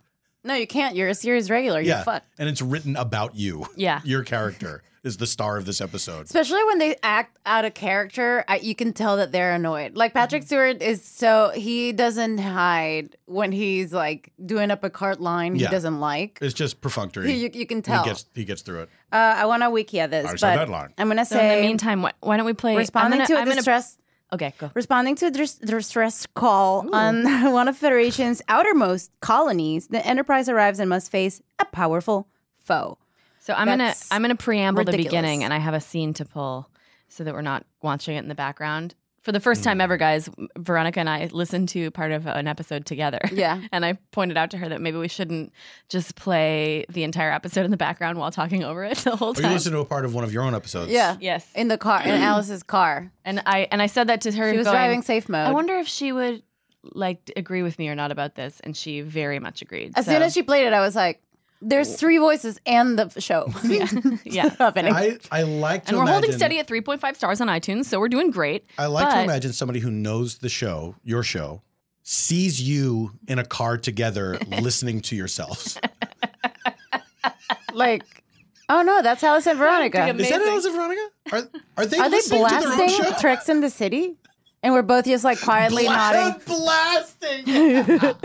[SPEAKER 4] No, you can't. You're a series regular. You're
[SPEAKER 3] Yeah.
[SPEAKER 4] fucked.
[SPEAKER 3] and it's written about you.
[SPEAKER 1] yeah
[SPEAKER 3] Your character is the star of this episode.
[SPEAKER 4] Especially when they act out of character, I, you can tell that they're annoyed. Like
[SPEAKER 3] Mm-hmm.
[SPEAKER 4] Patrick Stewart is so he doesn't hide when he's like doing up a cart line
[SPEAKER 3] Yeah.
[SPEAKER 4] he doesn't like.
[SPEAKER 3] It's just perfunctory.
[SPEAKER 4] You, you can
[SPEAKER 3] he
[SPEAKER 4] tell.
[SPEAKER 3] gets he gets through it.
[SPEAKER 4] uh, I want to wiki at this,
[SPEAKER 3] I
[SPEAKER 4] but
[SPEAKER 3] said that line.
[SPEAKER 4] I'm gonna
[SPEAKER 1] so
[SPEAKER 4] say
[SPEAKER 1] in the meantime why, why don't we play I'm
[SPEAKER 4] responding
[SPEAKER 1] gonna-
[SPEAKER 4] to a
[SPEAKER 1] I'm gonna-
[SPEAKER 4] distress
[SPEAKER 1] okay go
[SPEAKER 4] Responding to a dis- distress call on one of Federation's outermost colonies, the Enterprise arrives and must face a powerful foe.
[SPEAKER 1] so i'm gonna
[SPEAKER 4] That's
[SPEAKER 1] i'm gonna preamble the
[SPEAKER 4] ridiculous.
[SPEAKER 1] beginning and i have a scene to pull so that we're not watching it in the background for the first
[SPEAKER 3] Hmm.
[SPEAKER 1] time ever guys veronica and i listened to part of an episode together
[SPEAKER 4] Yeah.
[SPEAKER 1] and i pointed out to her that maybe we shouldn't just play the entire episode in the background while talking over it the whole
[SPEAKER 3] Or you
[SPEAKER 1] time
[SPEAKER 3] listen to a part of one of your own episodes.
[SPEAKER 4] Yeah.
[SPEAKER 1] yes
[SPEAKER 4] In the car, in Alice's car.
[SPEAKER 1] And I and I said that to her.
[SPEAKER 4] She was
[SPEAKER 1] going,
[SPEAKER 4] driving safe mode.
[SPEAKER 1] I wonder if she would like agree with me or not about this, and she very much agreed.
[SPEAKER 4] As
[SPEAKER 1] So-
[SPEAKER 4] soon as she played it, I was like, there's three voices and the show.
[SPEAKER 1] yeah.
[SPEAKER 4] happening.
[SPEAKER 3] I, I like to
[SPEAKER 1] And we're holding
[SPEAKER 3] imagine-
[SPEAKER 1] steady at 3.5 stars on iTunes, so we're doing great.
[SPEAKER 3] I like to
[SPEAKER 1] But-
[SPEAKER 3] imagine somebody who knows the show, your show, sees you in a car together listening to yourselves.
[SPEAKER 4] like, oh no, that's Alice and Veronica.
[SPEAKER 3] Is that Alice and Veronica? Are, are they
[SPEAKER 4] Are they
[SPEAKER 3] listening to their own
[SPEAKER 4] blasting
[SPEAKER 3] show?
[SPEAKER 4] Tricks in the City? And we're both just like quietly nodding.
[SPEAKER 3] Blasting.
[SPEAKER 4] We're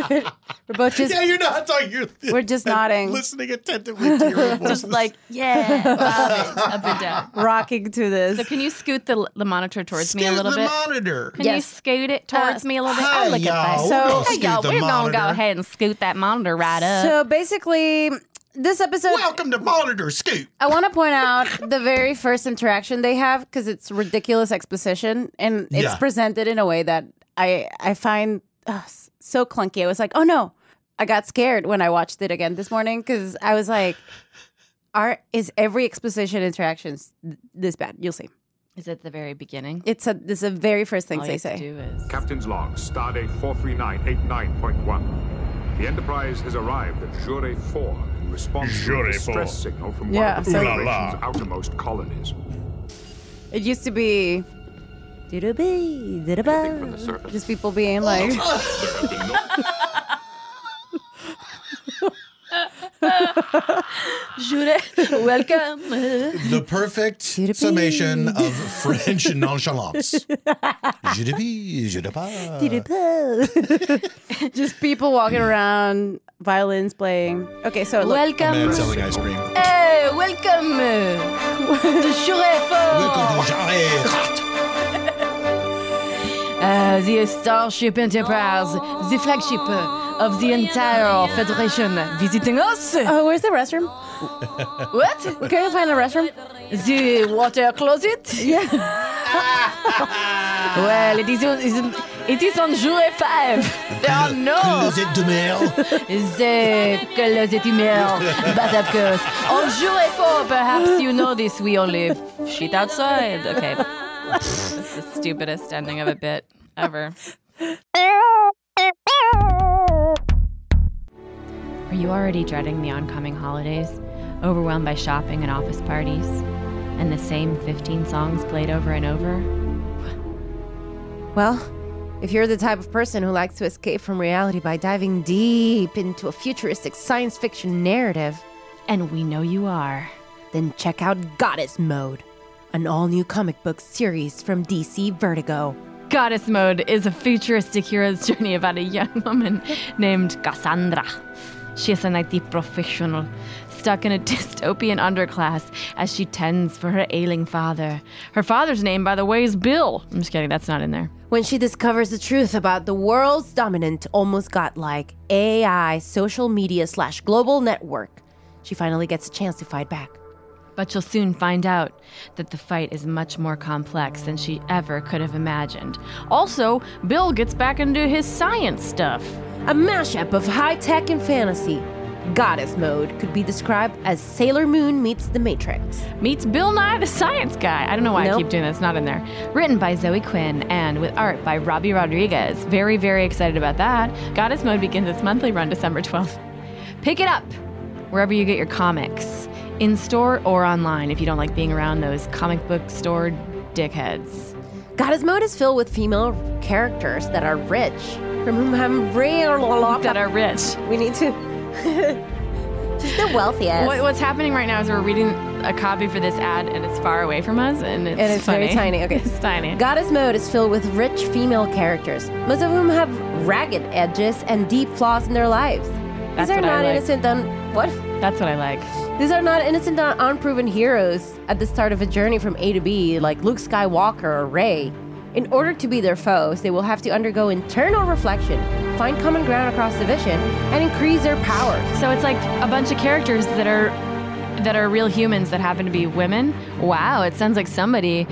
[SPEAKER 4] both just
[SPEAKER 3] yeah, you're not talking. You're
[SPEAKER 4] We're just nodding.
[SPEAKER 3] listening attentively to your own voices.
[SPEAKER 1] Just like, yeah, love it, up and down.
[SPEAKER 4] rocking to this.
[SPEAKER 1] So can you scoot the, the monitor towards me a
[SPEAKER 3] Scoot
[SPEAKER 1] little
[SPEAKER 3] the
[SPEAKER 1] bit?
[SPEAKER 3] monitor.
[SPEAKER 1] Can
[SPEAKER 4] Yes.
[SPEAKER 1] you scoot it towards me a little bit?
[SPEAKER 3] hi,
[SPEAKER 1] I look at
[SPEAKER 3] y'all.
[SPEAKER 1] that.
[SPEAKER 4] So-
[SPEAKER 3] We're gonna
[SPEAKER 1] hey,
[SPEAKER 3] scoot
[SPEAKER 1] y'all,
[SPEAKER 3] the
[SPEAKER 1] we're going to
[SPEAKER 3] monitor.
[SPEAKER 1] go ahead and scoot that monitor right up.
[SPEAKER 4] So basically, this episode,
[SPEAKER 3] Welcome to Monitor Scoot.
[SPEAKER 4] I want to point out the very first interaction they have because it's ridiculous exposition and it's
[SPEAKER 3] Yeah.
[SPEAKER 4] presented in a way that I I find uh, s- so clunky. I was like, oh no, I got scared when I watched it again this morning because I was like, are is every exposition interactions th- this bad? You'll see.
[SPEAKER 1] Is it the very beginning?
[SPEAKER 4] It's a this is the very first thing
[SPEAKER 1] All you
[SPEAKER 4] they
[SPEAKER 1] have to
[SPEAKER 4] say.
[SPEAKER 1] do is.
[SPEAKER 8] Captain's log, stardate 43989.1. The Enterprise has arrived at Jure 4 in response to a
[SPEAKER 6] Jure 4.
[SPEAKER 8] distress signal from
[SPEAKER 4] Yeah,
[SPEAKER 8] one of the
[SPEAKER 4] so-
[SPEAKER 6] Ooh la la.
[SPEAKER 8] Federation's outermost colonies.
[SPEAKER 4] It used to be. "Doo-doo-bee, doo-doo-boo," Just people being like,
[SPEAKER 1] welcome.
[SPEAKER 3] The perfect summation of French nonchalance. Je ne puis, je ne pas.
[SPEAKER 4] Uh. just people walking around, violins playing. Okay, so look.
[SPEAKER 3] Man
[SPEAKER 1] Welcome.
[SPEAKER 3] selling ice cream. Welcome
[SPEAKER 1] Hey, welcome. The
[SPEAKER 3] to
[SPEAKER 1] Jurefo.
[SPEAKER 3] Jarret.
[SPEAKER 1] Uh, the Starship Enterprise, the flagship of the entire Federation, visiting us.
[SPEAKER 4] Oh, where's the restroom?
[SPEAKER 1] What?
[SPEAKER 4] Can you find the restroom?
[SPEAKER 1] The water closet?
[SPEAKER 4] Yeah.
[SPEAKER 1] Well, it is on, is on- it is on Jure 5. There are no
[SPEAKER 3] Closet de mer.
[SPEAKER 1] the closet email, but of course, on Jure 4, perhaps you know this, we only shit outside. Okay. That's the stupidest ending of a bit ever. Are you already dreading the oncoming holidays, overwhelmed by shopping and office parties, and the same 15 songs played over and over?
[SPEAKER 4] Well, if you're the type of person who likes to escape from reality by diving deep into a futuristic science fiction narrative,
[SPEAKER 1] And we know you are.
[SPEAKER 4] then check out Goddess Mode.
[SPEAKER 9] an all new comic book series from DC Vertigo.
[SPEAKER 1] Goddess Mode is a futuristic hero's journey about a young woman named Cassandra. She is an IT professional stuck in a dystopian underclass as she tends for her ailing father. Her father's name, by the way, is Bill. I'm just kidding, that's not in there.
[SPEAKER 9] When she discovers the truth about the world's dominant, almost godlike AI social media slash global network, she finally gets a chance to fight back.
[SPEAKER 1] But you'll soon find out that the fight is much more complex than she ever could have imagined. Also, Bill gets back into his science stuff.
[SPEAKER 9] A mashup of high tech and fantasy. Goddess mode could be described as Sailor Moon meets The Matrix.
[SPEAKER 1] Meets Bill Nye the Science Guy. I don't know why I
[SPEAKER 9] Nope.
[SPEAKER 1] keep doing that, it's not in there. Written by Zoe Quinn and with art by Robbie Rodriguez. Very, very excited about that. Goddess Mode begins its monthly run December 12th. Pick it up wherever you get your comics, in store or online if you don't like being around those comic book store dickheads.
[SPEAKER 9] Goddess mode is filled with female characters that are rich, from whom I'm real.
[SPEAKER 1] That are rich.
[SPEAKER 9] We need to. She's the wealthiest.
[SPEAKER 1] What, what's happening right now is we're reading a copy for this ad, and it's far away from us, and it's,
[SPEAKER 9] And it's very
[SPEAKER 1] funny.
[SPEAKER 9] tiny, okay.
[SPEAKER 1] it's tiny.
[SPEAKER 9] Goddess mode is filled with rich female characters, most of whom have ragged edges and deep flaws in their lives.
[SPEAKER 1] That's
[SPEAKER 9] These are
[SPEAKER 1] what I
[SPEAKER 9] not
[SPEAKER 1] like.
[SPEAKER 9] innocent un what?
[SPEAKER 1] That's what I like.
[SPEAKER 9] These are not innocent un- unproven heroes at the start of a journey from A to B, like Luke Skywalker or Rey. In order to be their foes, they will have to undergo internal reflection, find common ground across the vision, and increase their powers.
[SPEAKER 1] So it's like a bunch of characters that are that are real humans that happen to be women. Wow, it sounds like somebody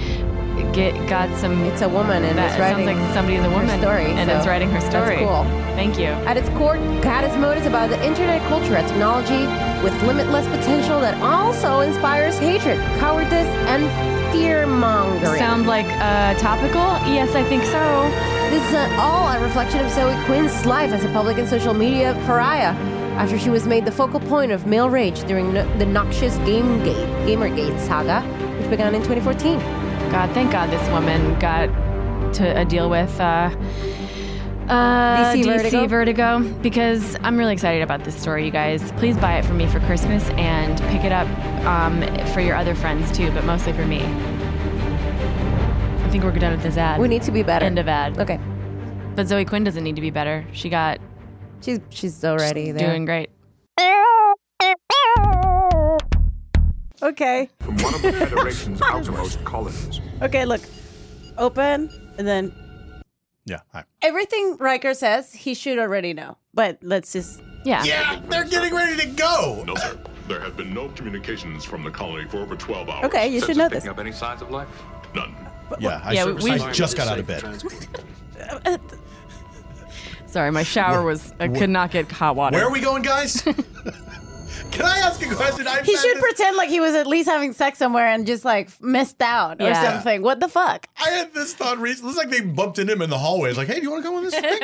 [SPEAKER 1] get got some.
[SPEAKER 9] It's a woman and
[SPEAKER 1] that
[SPEAKER 9] it's
[SPEAKER 1] sounds
[SPEAKER 9] writing
[SPEAKER 1] like somebody is a woman
[SPEAKER 9] story,
[SPEAKER 1] and
[SPEAKER 9] so
[SPEAKER 1] is writing her
[SPEAKER 9] that's
[SPEAKER 1] story.
[SPEAKER 9] cool.
[SPEAKER 1] Thank you.
[SPEAKER 9] At its core, Goddess Mode is about the internet culture and technology with limitless potential that also inspires hatred, cowardice, and fear mongering.
[SPEAKER 1] Sounds like uh, topical. Yes, I think so.
[SPEAKER 9] This is uh, all a reflection of Zoe Quinn's life as a public and social media pariah after she was made the focal point of male rage during no- the noxious Game Gate, Gamergate saga, which began in 2014.
[SPEAKER 1] God, thank God this woman got to a deal with uh, uh,
[SPEAKER 9] DC Vertigo?
[SPEAKER 1] Vertigo, because I'm really excited about this story, you guys. Please buy it for me for Christmas and pick it up um, for your other friends too, but mostly for me. I think we're done with this ad.
[SPEAKER 9] We need to be better.
[SPEAKER 1] end of ad.
[SPEAKER 9] Okay.
[SPEAKER 1] But Zoe Quinn doesn't need to be better. She got
[SPEAKER 9] She's, she's already there.
[SPEAKER 1] doing great.
[SPEAKER 4] Okay.
[SPEAKER 10] From one of the Federation's outermost colonies,
[SPEAKER 4] Okay, look. Open and then
[SPEAKER 3] Yeah. Hi.
[SPEAKER 4] everything Riker says, he should already know. But let's just
[SPEAKER 1] Yeah.
[SPEAKER 3] Yeah, they're getting ready to go.
[SPEAKER 10] No, sir. There have been no communications from the colony for over 12 hours.
[SPEAKER 4] Okay, you should know this.
[SPEAKER 11] up any signs of life?
[SPEAKER 10] None.
[SPEAKER 3] Yeah, I,
[SPEAKER 1] Yeah,
[SPEAKER 3] sure-
[SPEAKER 1] we-
[SPEAKER 3] I just got out of bed.
[SPEAKER 1] Sorry, my shower was. I could not get hot water.
[SPEAKER 3] Where are we going, guys? Can I ask a question? I
[SPEAKER 4] He should pretend like he was at least having sex somewhere and just like missed out or
[SPEAKER 1] Yeah.
[SPEAKER 4] something. What the fuck?
[SPEAKER 3] I had this thought recently. Looks like they bumped into him in the hallway. It's like, hey, do you want to come on this thing?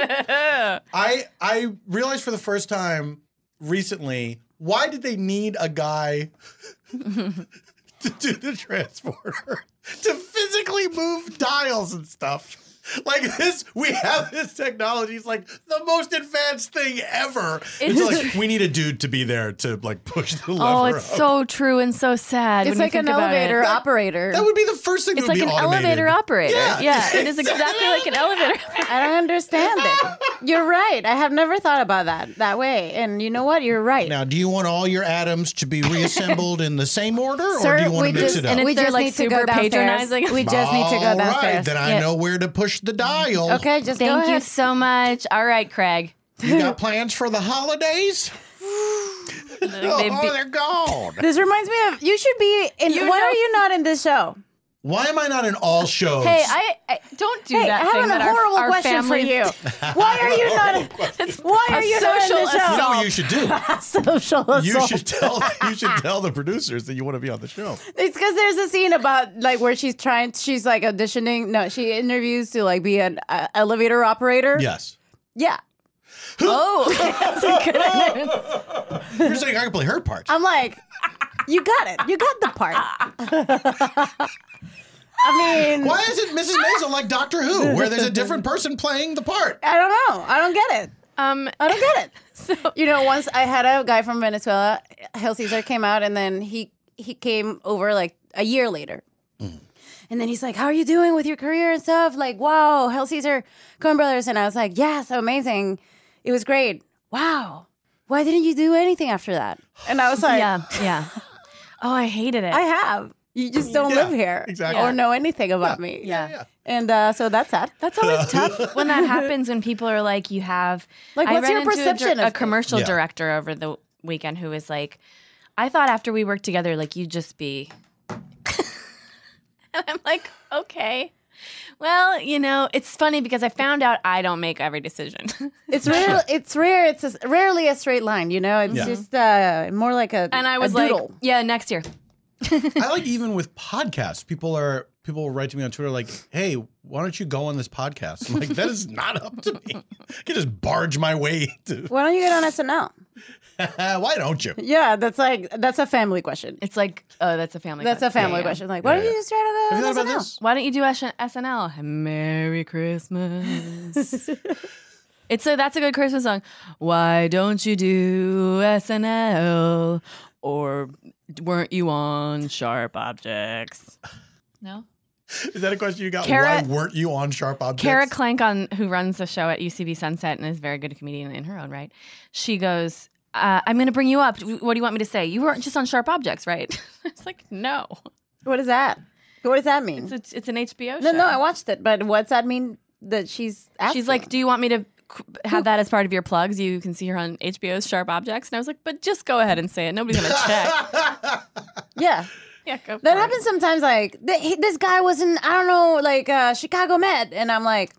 [SPEAKER 3] I I realized for the first time recently why did they need a guy to do the transporter to physically move dials and stuff. Like this, we have this technology. It's like the most advanced thing ever. It's,
[SPEAKER 1] It's-
[SPEAKER 3] like we need a dude to be there to like push the lever.
[SPEAKER 1] Oh, it's
[SPEAKER 3] up.
[SPEAKER 1] so true and so sad.
[SPEAKER 4] It's
[SPEAKER 1] when you
[SPEAKER 4] like
[SPEAKER 1] think
[SPEAKER 4] an
[SPEAKER 1] about it.
[SPEAKER 4] elevator operator.
[SPEAKER 3] That would be the first thing.
[SPEAKER 1] It's
[SPEAKER 3] that would
[SPEAKER 1] like
[SPEAKER 3] be
[SPEAKER 1] an
[SPEAKER 3] automated.
[SPEAKER 1] elevator operator.
[SPEAKER 3] Yeah.
[SPEAKER 1] yeah, it is exactly like an elevator.
[SPEAKER 4] I don't understand it. You're right. I have never thought about that that way. And you know what? You're right.
[SPEAKER 3] Now, do you want all your atoms to be reassembled in the same order, or
[SPEAKER 4] Sir,
[SPEAKER 3] do you want
[SPEAKER 4] we
[SPEAKER 3] to mix
[SPEAKER 4] just-
[SPEAKER 3] it up?
[SPEAKER 4] and
[SPEAKER 1] it's
[SPEAKER 4] We
[SPEAKER 1] they're,
[SPEAKER 4] just
[SPEAKER 1] like,
[SPEAKER 4] need to
[SPEAKER 1] super
[SPEAKER 4] go downstairs.
[SPEAKER 1] patronizing.
[SPEAKER 4] We just need to
[SPEAKER 3] All
[SPEAKER 4] go
[SPEAKER 3] right,
[SPEAKER 4] downstairs.
[SPEAKER 3] then I
[SPEAKER 1] Yeah.
[SPEAKER 3] know where to push the dial.
[SPEAKER 4] okay, just go
[SPEAKER 1] Thank you
[SPEAKER 4] ahead.
[SPEAKER 1] so much. All right, Craig.
[SPEAKER 3] You got plans for the holidays?
[SPEAKER 1] They
[SPEAKER 3] oh,
[SPEAKER 1] be-
[SPEAKER 3] they're gone.
[SPEAKER 4] This reminds me of you should be in.
[SPEAKER 1] You
[SPEAKER 4] why
[SPEAKER 1] know-
[SPEAKER 4] are you not in this show?
[SPEAKER 3] Why am I not in all shows?
[SPEAKER 1] hey, I, I don't do
[SPEAKER 4] Hey,
[SPEAKER 1] that.
[SPEAKER 4] I have
[SPEAKER 1] thing
[SPEAKER 4] an
[SPEAKER 1] that our-
[SPEAKER 4] horrible
[SPEAKER 1] our
[SPEAKER 4] question for
[SPEAKER 1] families-
[SPEAKER 4] you. Why are you not? Why are
[SPEAKER 1] A
[SPEAKER 4] you not in
[SPEAKER 1] social
[SPEAKER 4] the show?
[SPEAKER 3] you know what you should do?
[SPEAKER 4] social
[SPEAKER 3] You
[SPEAKER 4] assault.
[SPEAKER 3] should tell you should tell the producers that you want to be on the show.
[SPEAKER 4] It's because there's a scene about like where she's trying, she's like auditioning. No, she interviews to like be an uh, elevator operator.
[SPEAKER 3] Yes.
[SPEAKER 4] Yeah. Oh.
[SPEAKER 3] You're saying I can play her part.
[SPEAKER 4] I'm like, Um, you got it. You got the part. I mean,
[SPEAKER 3] Why isn't Mrs. Maisel like Doctor Who, where there's a different person playing the part?
[SPEAKER 4] I don't know. I don't get it.
[SPEAKER 1] Um,
[SPEAKER 4] I don't get it. you know, once I had a guy from Venezuela, Hail Caesar came out, and then he he came over like a year later.
[SPEAKER 3] Mm.
[SPEAKER 4] And then he's like, How are you doing with your career and stuff? Like, wow, Hell Caesar, Coen Brothers. And I was like, Yes, amazing. It was great. Wow. Why didn't you do anything after that? And I was like,
[SPEAKER 1] Yeah, yeah. Oh, I hated it.
[SPEAKER 4] I have. You just don't
[SPEAKER 3] Yeah,
[SPEAKER 4] live here
[SPEAKER 3] exactly.
[SPEAKER 4] or know anything about me.
[SPEAKER 1] Yeah. Yeah.
[SPEAKER 4] And uh, so that's sad.
[SPEAKER 1] That's always tough when that happens when people are like, you have.
[SPEAKER 4] Like,
[SPEAKER 1] I
[SPEAKER 4] what's
[SPEAKER 1] ran
[SPEAKER 4] your
[SPEAKER 1] into a dir-
[SPEAKER 4] perception
[SPEAKER 1] A,
[SPEAKER 4] of this?
[SPEAKER 1] commercial
[SPEAKER 3] Yeah.
[SPEAKER 1] director over the weekend who was like, I thought after we worked together, like, you'd just be. and I'm like, okay. Well, you know, it's funny because I found out I don't make every decision.
[SPEAKER 4] It's rare. It's rare. It's a, rarely a straight line, you know? It's
[SPEAKER 3] Yeah.
[SPEAKER 4] just uh, more like a.
[SPEAKER 1] and I was
[SPEAKER 4] a
[SPEAKER 1] like,
[SPEAKER 4] doodle.
[SPEAKER 1] yeah, next year.
[SPEAKER 3] I like even with podcasts, people are people will write to me on Twitter like, "Hey, why don't you go on this podcast?" I'm like, that is not up to me. I can just barge my way to.
[SPEAKER 4] Why don't you get on SNL?
[SPEAKER 3] why don't you?
[SPEAKER 4] Yeah, that's like, that's a family question.
[SPEAKER 1] It's like, oh, that's a family
[SPEAKER 4] That's a
[SPEAKER 1] question. Yeah,
[SPEAKER 4] family
[SPEAKER 1] yeah.
[SPEAKER 4] question. Like, why don't you just try to
[SPEAKER 3] Have you
[SPEAKER 4] go
[SPEAKER 3] thought
[SPEAKER 4] on
[SPEAKER 3] about
[SPEAKER 4] SNL?
[SPEAKER 3] this?
[SPEAKER 1] Why don't you do S- SNL? Merry Christmas. it's a that's a good Christmas song. Why don't you do SNL? Or weren't you on Sharp Objects? No.
[SPEAKER 3] Is that a question you got?
[SPEAKER 1] Kara-
[SPEAKER 3] why weren't you on Sharp Objects?
[SPEAKER 1] Kara Clank, on who runs the show at UCB Sunset and is a very good comedian in her own right, she goes, uh, "I'm going to bring you up. What do you want me to say? You weren't just on Sharp Objects, right?" it's like, no,
[SPEAKER 4] What is that? What does that mean?
[SPEAKER 1] it's, it's an HBO show.
[SPEAKER 4] No, no, I watched it, but what's that mean that she's asking?
[SPEAKER 1] She's like, "Do you want me to qu- have that as part of your plugs? You can see her on HBO's Sharp Objects." And I was like, "But just go ahead and say it. Nobody's gonna check."
[SPEAKER 4] yeah.
[SPEAKER 1] yeah, go
[SPEAKER 4] That
[SPEAKER 1] for it.
[SPEAKER 4] happens sometimes. Like th- he, this guy was in, I don't know, like uh, Chicago Med, and I'm like,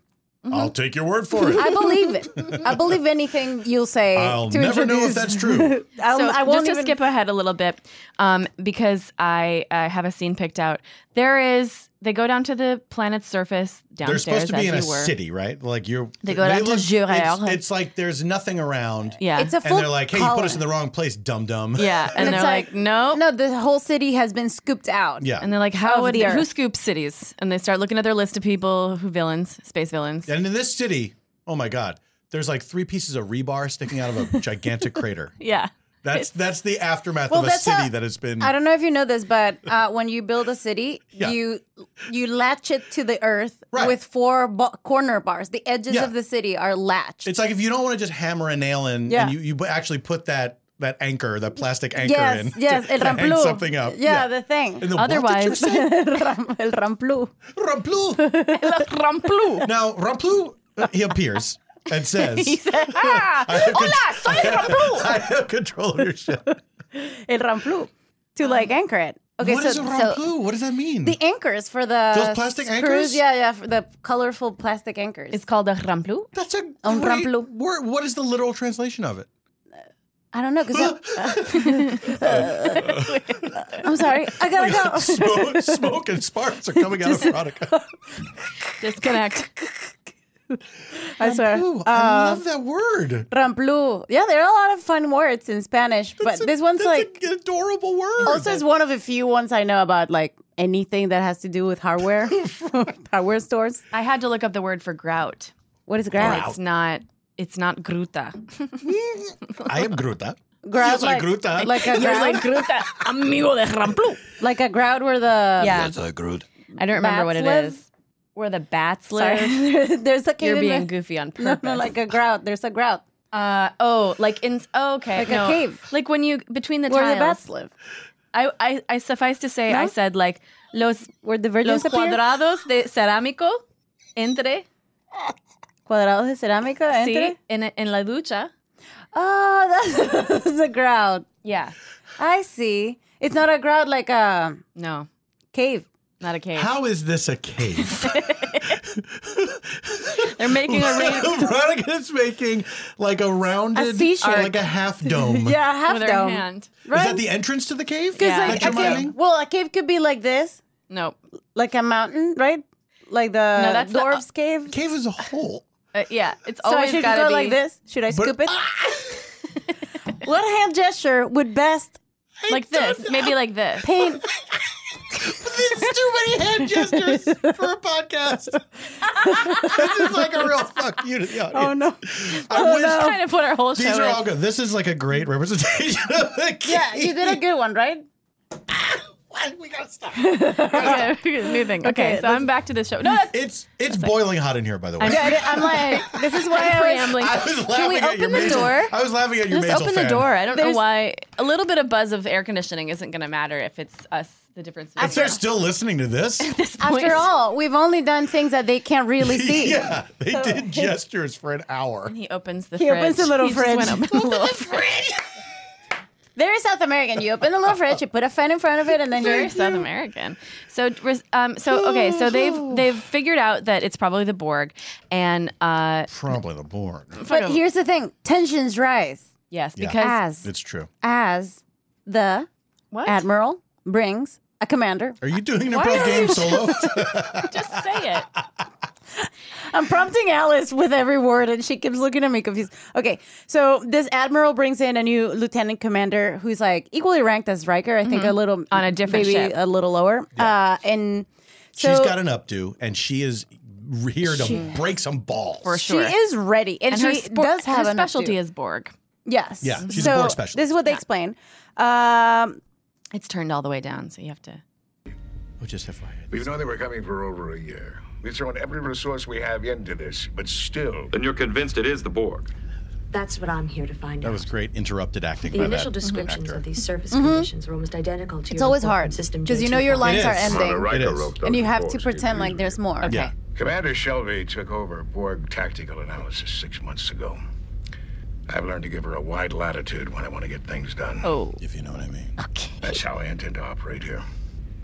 [SPEAKER 3] I'll take your word for
[SPEAKER 4] Mm-hmm. I
[SPEAKER 3] it.
[SPEAKER 4] believe it. I believe anything you'll say.
[SPEAKER 3] I'll
[SPEAKER 4] to
[SPEAKER 3] never know if
[SPEAKER 4] introduce-
[SPEAKER 3] that's true.
[SPEAKER 4] I'll-
[SPEAKER 1] So
[SPEAKER 4] Um, I won't
[SPEAKER 1] just
[SPEAKER 4] even-
[SPEAKER 1] to skip ahead a little bit, um, because I uh, have a scene picked out. There is they go down to the planet's surface
[SPEAKER 3] They're
[SPEAKER 1] downstairs
[SPEAKER 3] supposed to be in
[SPEAKER 1] as
[SPEAKER 3] a
[SPEAKER 1] you were.
[SPEAKER 3] city, right? Like you're.
[SPEAKER 1] They go down to
[SPEAKER 3] look-
[SPEAKER 1] Jurel.
[SPEAKER 3] It's, it's like there's nothing around.
[SPEAKER 1] Yeah,
[SPEAKER 4] It's a full
[SPEAKER 3] And they're like, "Hey, you put
[SPEAKER 4] colony.
[SPEAKER 3] us in the wrong place, dum dum."
[SPEAKER 1] yeah, and, they're
[SPEAKER 4] it's
[SPEAKER 1] like,
[SPEAKER 4] like-
[SPEAKER 1] "No."
[SPEAKER 4] No, the whole city has been scooped out.
[SPEAKER 3] Yeah.
[SPEAKER 1] And they're like, how
[SPEAKER 4] Of
[SPEAKER 1] would
[SPEAKER 4] the
[SPEAKER 1] who
[SPEAKER 4] earth.
[SPEAKER 1] scoops cities? And they start looking at their list of people who villains, space villains.
[SPEAKER 3] And in this city, oh my god, there's like three pieces of rebar sticking out of a gigantic crater.
[SPEAKER 1] Yeah.
[SPEAKER 3] That's that's the aftermath
[SPEAKER 4] Well,
[SPEAKER 3] of a
[SPEAKER 4] that's
[SPEAKER 3] city
[SPEAKER 4] how-
[SPEAKER 3] that has been.
[SPEAKER 4] I don't know if you know this, but uh, when you build a city,
[SPEAKER 3] Yeah.
[SPEAKER 4] you you latch it to the earth
[SPEAKER 3] Right.
[SPEAKER 4] with four ba- corner bars. The edges
[SPEAKER 3] Yeah.
[SPEAKER 4] of the city are latched.
[SPEAKER 3] It's like if you don't want to just hammer a nail in,
[SPEAKER 4] Yeah.
[SPEAKER 3] and you, you actually put that that anchor, that plastic anchor
[SPEAKER 4] yes,
[SPEAKER 3] in,
[SPEAKER 4] yes,
[SPEAKER 3] to,
[SPEAKER 4] el
[SPEAKER 3] to hang
[SPEAKER 4] ramplu.
[SPEAKER 3] something up.
[SPEAKER 4] Yeah, the thing.
[SPEAKER 3] And the
[SPEAKER 1] Otherwise-
[SPEAKER 3] what did you say?
[SPEAKER 4] Ram- el ramplu.
[SPEAKER 3] Ramplu.
[SPEAKER 1] Ramplu.
[SPEAKER 3] now Ramplu, uh, he appears and says, I
[SPEAKER 4] "Ah!"
[SPEAKER 3] have
[SPEAKER 4] Hola, soy el ramplu.
[SPEAKER 3] "I have control of your ship."
[SPEAKER 4] Oh, El ramplu to like anchor it. Okay,
[SPEAKER 3] What
[SPEAKER 4] so
[SPEAKER 3] is a
[SPEAKER 4] so
[SPEAKER 3] Ramplu? what does that mean?
[SPEAKER 4] the anchors for the
[SPEAKER 3] Those plastic
[SPEAKER 4] screws,
[SPEAKER 3] anchors?
[SPEAKER 4] Yeah, yeah, for the colorful plastic anchors.
[SPEAKER 1] It's called a ramplu.
[SPEAKER 3] that's a
[SPEAKER 4] Un
[SPEAKER 3] great
[SPEAKER 4] ramplu.
[SPEAKER 3] word. What is the literal translation of it?
[SPEAKER 4] I don't know because I'm sorry, I gotta go.
[SPEAKER 3] smoke, smoke and sparks are coming out of Veronica.
[SPEAKER 1] Disconnect.
[SPEAKER 4] I swear.
[SPEAKER 3] Ooh, I
[SPEAKER 4] Uh,
[SPEAKER 3] love that word.
[SPEAKER 4] Ramplu. Yeah, there are a lot of fun words in Spanish, but
[SPEAKER 3] That's a-
[SPEAKER 4] this one's
[SPEAKER 3] that's
[SPEAKER 4] like
[SPEAKER 3] an adorable word.
[SPEAKER 4] also is one of the few ones I know about like anything that has to do with hardware, hardware stores.
[SPEAKER 1] I had to look up the word for grout.
[SPEAKER 4] What is grout?
[SPEAKER 1] It's not. It's not gruta.
[SPEAKER 3] I am Gruta. Yes,
[SPEAKER 4] Grout
[SPEAKER 3] I Gruta.
[SPEAKER 4] like a grout, like,
[SPEAKER 1] gruta, amigo de ramplu.
[SPEAKER 4] a grout where the
[SPEAKER 1] Yeah,
[SPEAKER 3] I Groot.
[SPEAKER 1] I don't remember what it
[SPEAKER 4] Bats
[SPEAKER 1] is.
[SPEAKER 4] live?
[SPEAKER 1] Where the bats live.
[SPEAKER 4] sorry, there's a kid
[SPEAKER 1] You're
[SPEAKER 4] in
[SPEAKER 1] being
[SPEAKER 4] the-
[SPEAKER 1] goofy on
[SPEAKER 4] no,
[SPEAKER 1] purpose.
[SPEAKER 4] no, like a grout. There's a grout
[SPEAKER 1] uh, oh, like in oh, okay,
[SPEAKER 4] Like a
[SPEAKER 1] no.
[SPEAKER 4] cave.
[SPEAKER 1] like when you between the
[SPEAKER 4] where
[SPEAKER 1] tiles.
[SPEAKER 4] the bats live,
[SPEAKER 1] I, I, I suffice to say, I said like los
[SPEAKER 4] where the virgins
[SPEAKER 1] los
[SPEAKER 4] appear.
[SPEAKER 1] cuadrados de cerámico entre
[SPEAKER 4] Cuadrados de cerámica.
[SPEAKER 1] sí
[SPEAKER 4] entre.
[SPEAKER 1] en en la ducha.
[SPEAKER 4] Oh, that's, that's a grout.
[SPEAKER 1] Yeah,
[SPEAKER 4] I see. It's not a grout like a
[SPEAKER 1] no,
[SPEAKER 4] cave.
[SPEAKER 1] not a cave.
[SPEAKER 3] How is this a cave?
[SPEAKER 1] They're making a rain.
[SPEAKER 3] Veronica's making like a rounded,
[SPEAKER 4] A seashell.
[SPEAKER 3] like a half dome.
[SPEAKER 4] Yeah, half
[SPEAKER 1] With her
[SPEAKER 4] dome.
[SPEAKER 1] hand.
[SPEAKER 3] Is
[SPEAKER 4] Right?
[SPEAKER 3] that the entrance to the cave?
[SPEAKER 4] Because
[SPEAKER 1] Yeah.
[SPEAKER 4] like
[SPEAKER 3] That
[SPEAKER 4] a
[SPEAKER 3] you're
[SPEAKER 4] cave,
[SPEAKER 3] mining?
[SPEAKER 4] well, a cave could be like this,
[SPEAKER 1] No,
[SPEAKER 4] like a mountain, right? Like the
[SPEAKER 1] that's the-
[SPEAKER 4] dwarf's cave.
[SPEAKER 3] Cave is a hole.
[SPEAKER 1] Uh, yeah, it's
[SPEAKER 4] So I
[SPEAKER 1] always
[SPEAKER 4] should
[SPEAKER 1] gotta
[SPEAKER 4] go
[SPEAKER 1] be
[SPEAKER 4] like this. Should I
[SPEAKER 3] But-
[SPEAKER 4] scoop it? what hand gesture would best
[SPEAKER 1] like this, maybe like this.
[SPEAKER 4] paint?
[SPEAKER 3] There's too many hand gestures for a podcast. this is like a real fuck you to the audience.
[SPEAKER 4] Oh no!
[SPEAKER 3] I wish-
[SPEAKER 1] That's kind of what our whole show
[SPEAKER 3] These are
[SPEAKER 1] is.
[SPEAKER 3] all good. This is like a great representation of the cave.
[SPEAKER 4] Yeah, you did a good one, right?
[SPEAKER 3] What? We gotta stop.
[SPEAKER 1] okay, new thing. Okay,
[SPEAKER 3] Okay,
[SPEAKER 1] so I'm back to this show. No, that's,
[SPEAKER 3] It's it's boiling hot in here, by the way.
[SPEAKER 1] I'm,
[SPEAKER 4] I'm like, this is why
[SPEAKER 1] I'm
[SPEAKER 4] I was-
[SPEAKER 1] preambling.
[SPEAKER 3] I was laughing
[SPEAKER 1] Can we
[SPEAKER 3] at your
[SPEAKER 1] open the
[SPEAKER 3] nasal-
[SPEAKER 1] door?
[SPEAKER 3] I was laughing at your
[SPEAKER 1] Just
[SPEAKER 3] nasal
[SPEAKER 1] open
[SPEAKER 3] fan.
[SPEAKER 1] the door. I don't
[SPEAKER 3] There's-
[SPEAKER 1] know why. A little bit of buzz of air conditioning isn't going to matter if it's us. The difference.
[SPEAKER 3] If they're still listening to this,
[SPEAKER 4] After all, we've only done things that they can't really see.
[SPEAKER 3] yeah, they did gestures for an hour.
[SPEAKER 1] He opens the
[SPEAKER 4] He
[SPEAKER 1] fridge.
[SPEAKER 4] opens the little
[SPEAKER 1] He just
[SPEAKER 4] fridge.
[SPEAKER 1] went up in the little
[SPEAKER 4] Very South American. You open the little fridge, you put a fan in front of it, and then
[SPEAKER 1] very
[SPEAKER 4] you're
[SPEAKER 1] South American. So, um, so okay, so they've they've figured out that it's probably the Borg, and uh,
[SPEAKER 3] Probably the board.
[SPEAKER 4] But here's the thing: tensions rise
[SPEAKER 1] yes,
[SPEAKER 3] Yeah.
[SPEAKER 1] because
[SPEAKER 4] As.
[SPEAKER 3] It's true.
[SPEAKER 4] as the
[SPEAKER 1] What?
[SPEAKER 4] admiral brings a commander.
[SPEAKER 3] Are you doing an
[SPEAKER 4] Why
[SPEAKER 3] improv
[SPEAKER 4] are
[SPEAKER 3] game
[SPEAKER 4] you
[SPEAKER 3] solo?
[SPEAKER 1] just say it.
[SPEAKER 4] I'm prompting Alice with every word, and she keeps looking at me confused. Okay, so this admiral brings in a new lieutenant commander who's like equally ranked as Riker. I think Mm-hmm. a little
[SPEAKER 1] On a different
[SPEAKER 4] maybe
[SPEAKER 1] ship.
[SPEAKER 4] a little lower. Uh, and so
[SPEAKER 3] She's got an updo, and she is here to break some balls.
[SPEAKER 1] For
[SPEAKER 4] she
[SPEAKER 1] sure.
[SPEAKER 4] is ready, and,
[SPEAKER 1] and her,
[SPEAKER 4] she
[SPEAKER 1] spor-
[SPEAKER 4] does have
[SPEAKER 1] her
[SPEAKER 4] an
[SPEAKER 1] specialty
[SPEAKER 4] updo.
[SPEAKER 1] is Borg.
[SPEAKER 4] yes,
[SPEAKER 3] Yeah, she's a
[SPEAKER 4] so
[SPEAKER 3] Borg specialist.
[SPEAKER 4] This is what they explain. Um,
[SPEAKER 1] It's turned all the way down, so you have to.
[SPEAKER 3] Oh, just FYI.
[SPEAKER 8] We've known they were coming for over a year. We've thrown every resource we have into this, but still.
[SPEAKER 12] Then you're convinced it is the Borg.
[SPEAKER 13] That's what I'm here to find
[SPEAKER 3] That
[SPEAKER 13] out.
[SPEAKER 3] was great interrupted acting.
[SPEAKER 13] the
[SPEAKER 3] by
[SPEAKER 13] initial
[SPEAKER 3] that Mm-hmm.
[SPEAKER 13] descriptions
[SPEAKER 3] actor.
[SPEAKER 13] of these surface conditions were almost identical to
[SPEAKER 4] Mm-hmm. It's
[SPEAKER 13] your
[SPEAKER 4] always
[SPEAKER 13] report
[SPEAKER 4] hard
[SPEAKER 13] from system
[SPEAKER 4] because you know your
[SPEAKER 13] J2.
[SPEAKER 4] lines
[SPEAKER 3] It
[SPEAKER 4] are
[SPEAKER 3] is.
[SPEAKER 4] ending,
[SPEAKER 8] Riker
[SPEAKER 3] It is.
[SPEAKER 8] wrote those
[SPEAKER 4] and you have to
[SPEAKER 8] reports.
[SPEAKER 4] pretend like there's more.
[SPEAKER 3] Uh, Yeah.
[SPEAKER 8] Commander Shelby took over Borg tactical analysis six months ago. I've learned to give her a wide latitude when I want to get things done.
[SPEAKER 1] Oh,
[SPEAKER 3] If you know what I mean.
[SPEAKER 8] That's how I intend to operate here.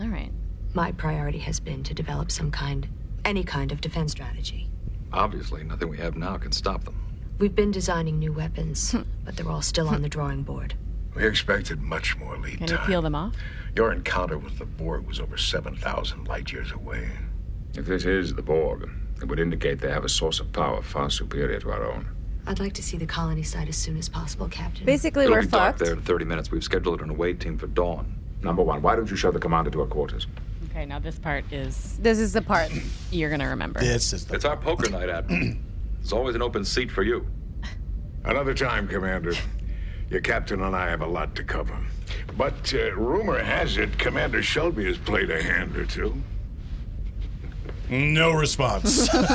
[SPEAKER 1] all right.
[SPEAKER 13] My priority has been to develop some kind, any kind of defense strategy.
[SPEAKER 12] Obviously, nothing we have now can stop them.
[SPEAKER 13] We've been designing new weapons,
[SPEAKER 4] Hmm.
[SPEAKER 13] but they're all still on the drawing board.
[SPEAKER 8] We expected much more lead
[SPEAKER 1] Can you
[SPEAKER 8] time.
[SPEAKER 1] peel them off?
[SPEAKER 8] Your encounter with the Borg was over 7,000 light years away.
[SPEAKER 12] If this is the Borg, it would indicate they have a source of power far superior to our own.
[SPEAKER 13] I'd like to see the colony site as soon as possible, Captain.
[SPEAKER 4] Basically,
[SPEAKER 12] It'll
[SPEAKER 4] we're
[SPEAKER 12] be dark
[SPEAKER 4] fucked.
[SPEAKER 12] there in 30 minutes. We've scheduled an away team for dawn. Number one, why don't you show the commander to our quarters?
[SPEAKER 1] Okay, now this part is
[SPEAKER 4] This is the part.
[SPEAKER 1] you're gonna remember.
[SPEAKER 3] This is the
[SPEAKER 12] It's our poker night, Admiral. There's always an open seat for you.
[SPEAKER 8] Another time, Commander. Your captain and I have a lot to cover. But uh, rumor has it Commander Shelby has played a hand or two.
[SPEAKER 3] No response.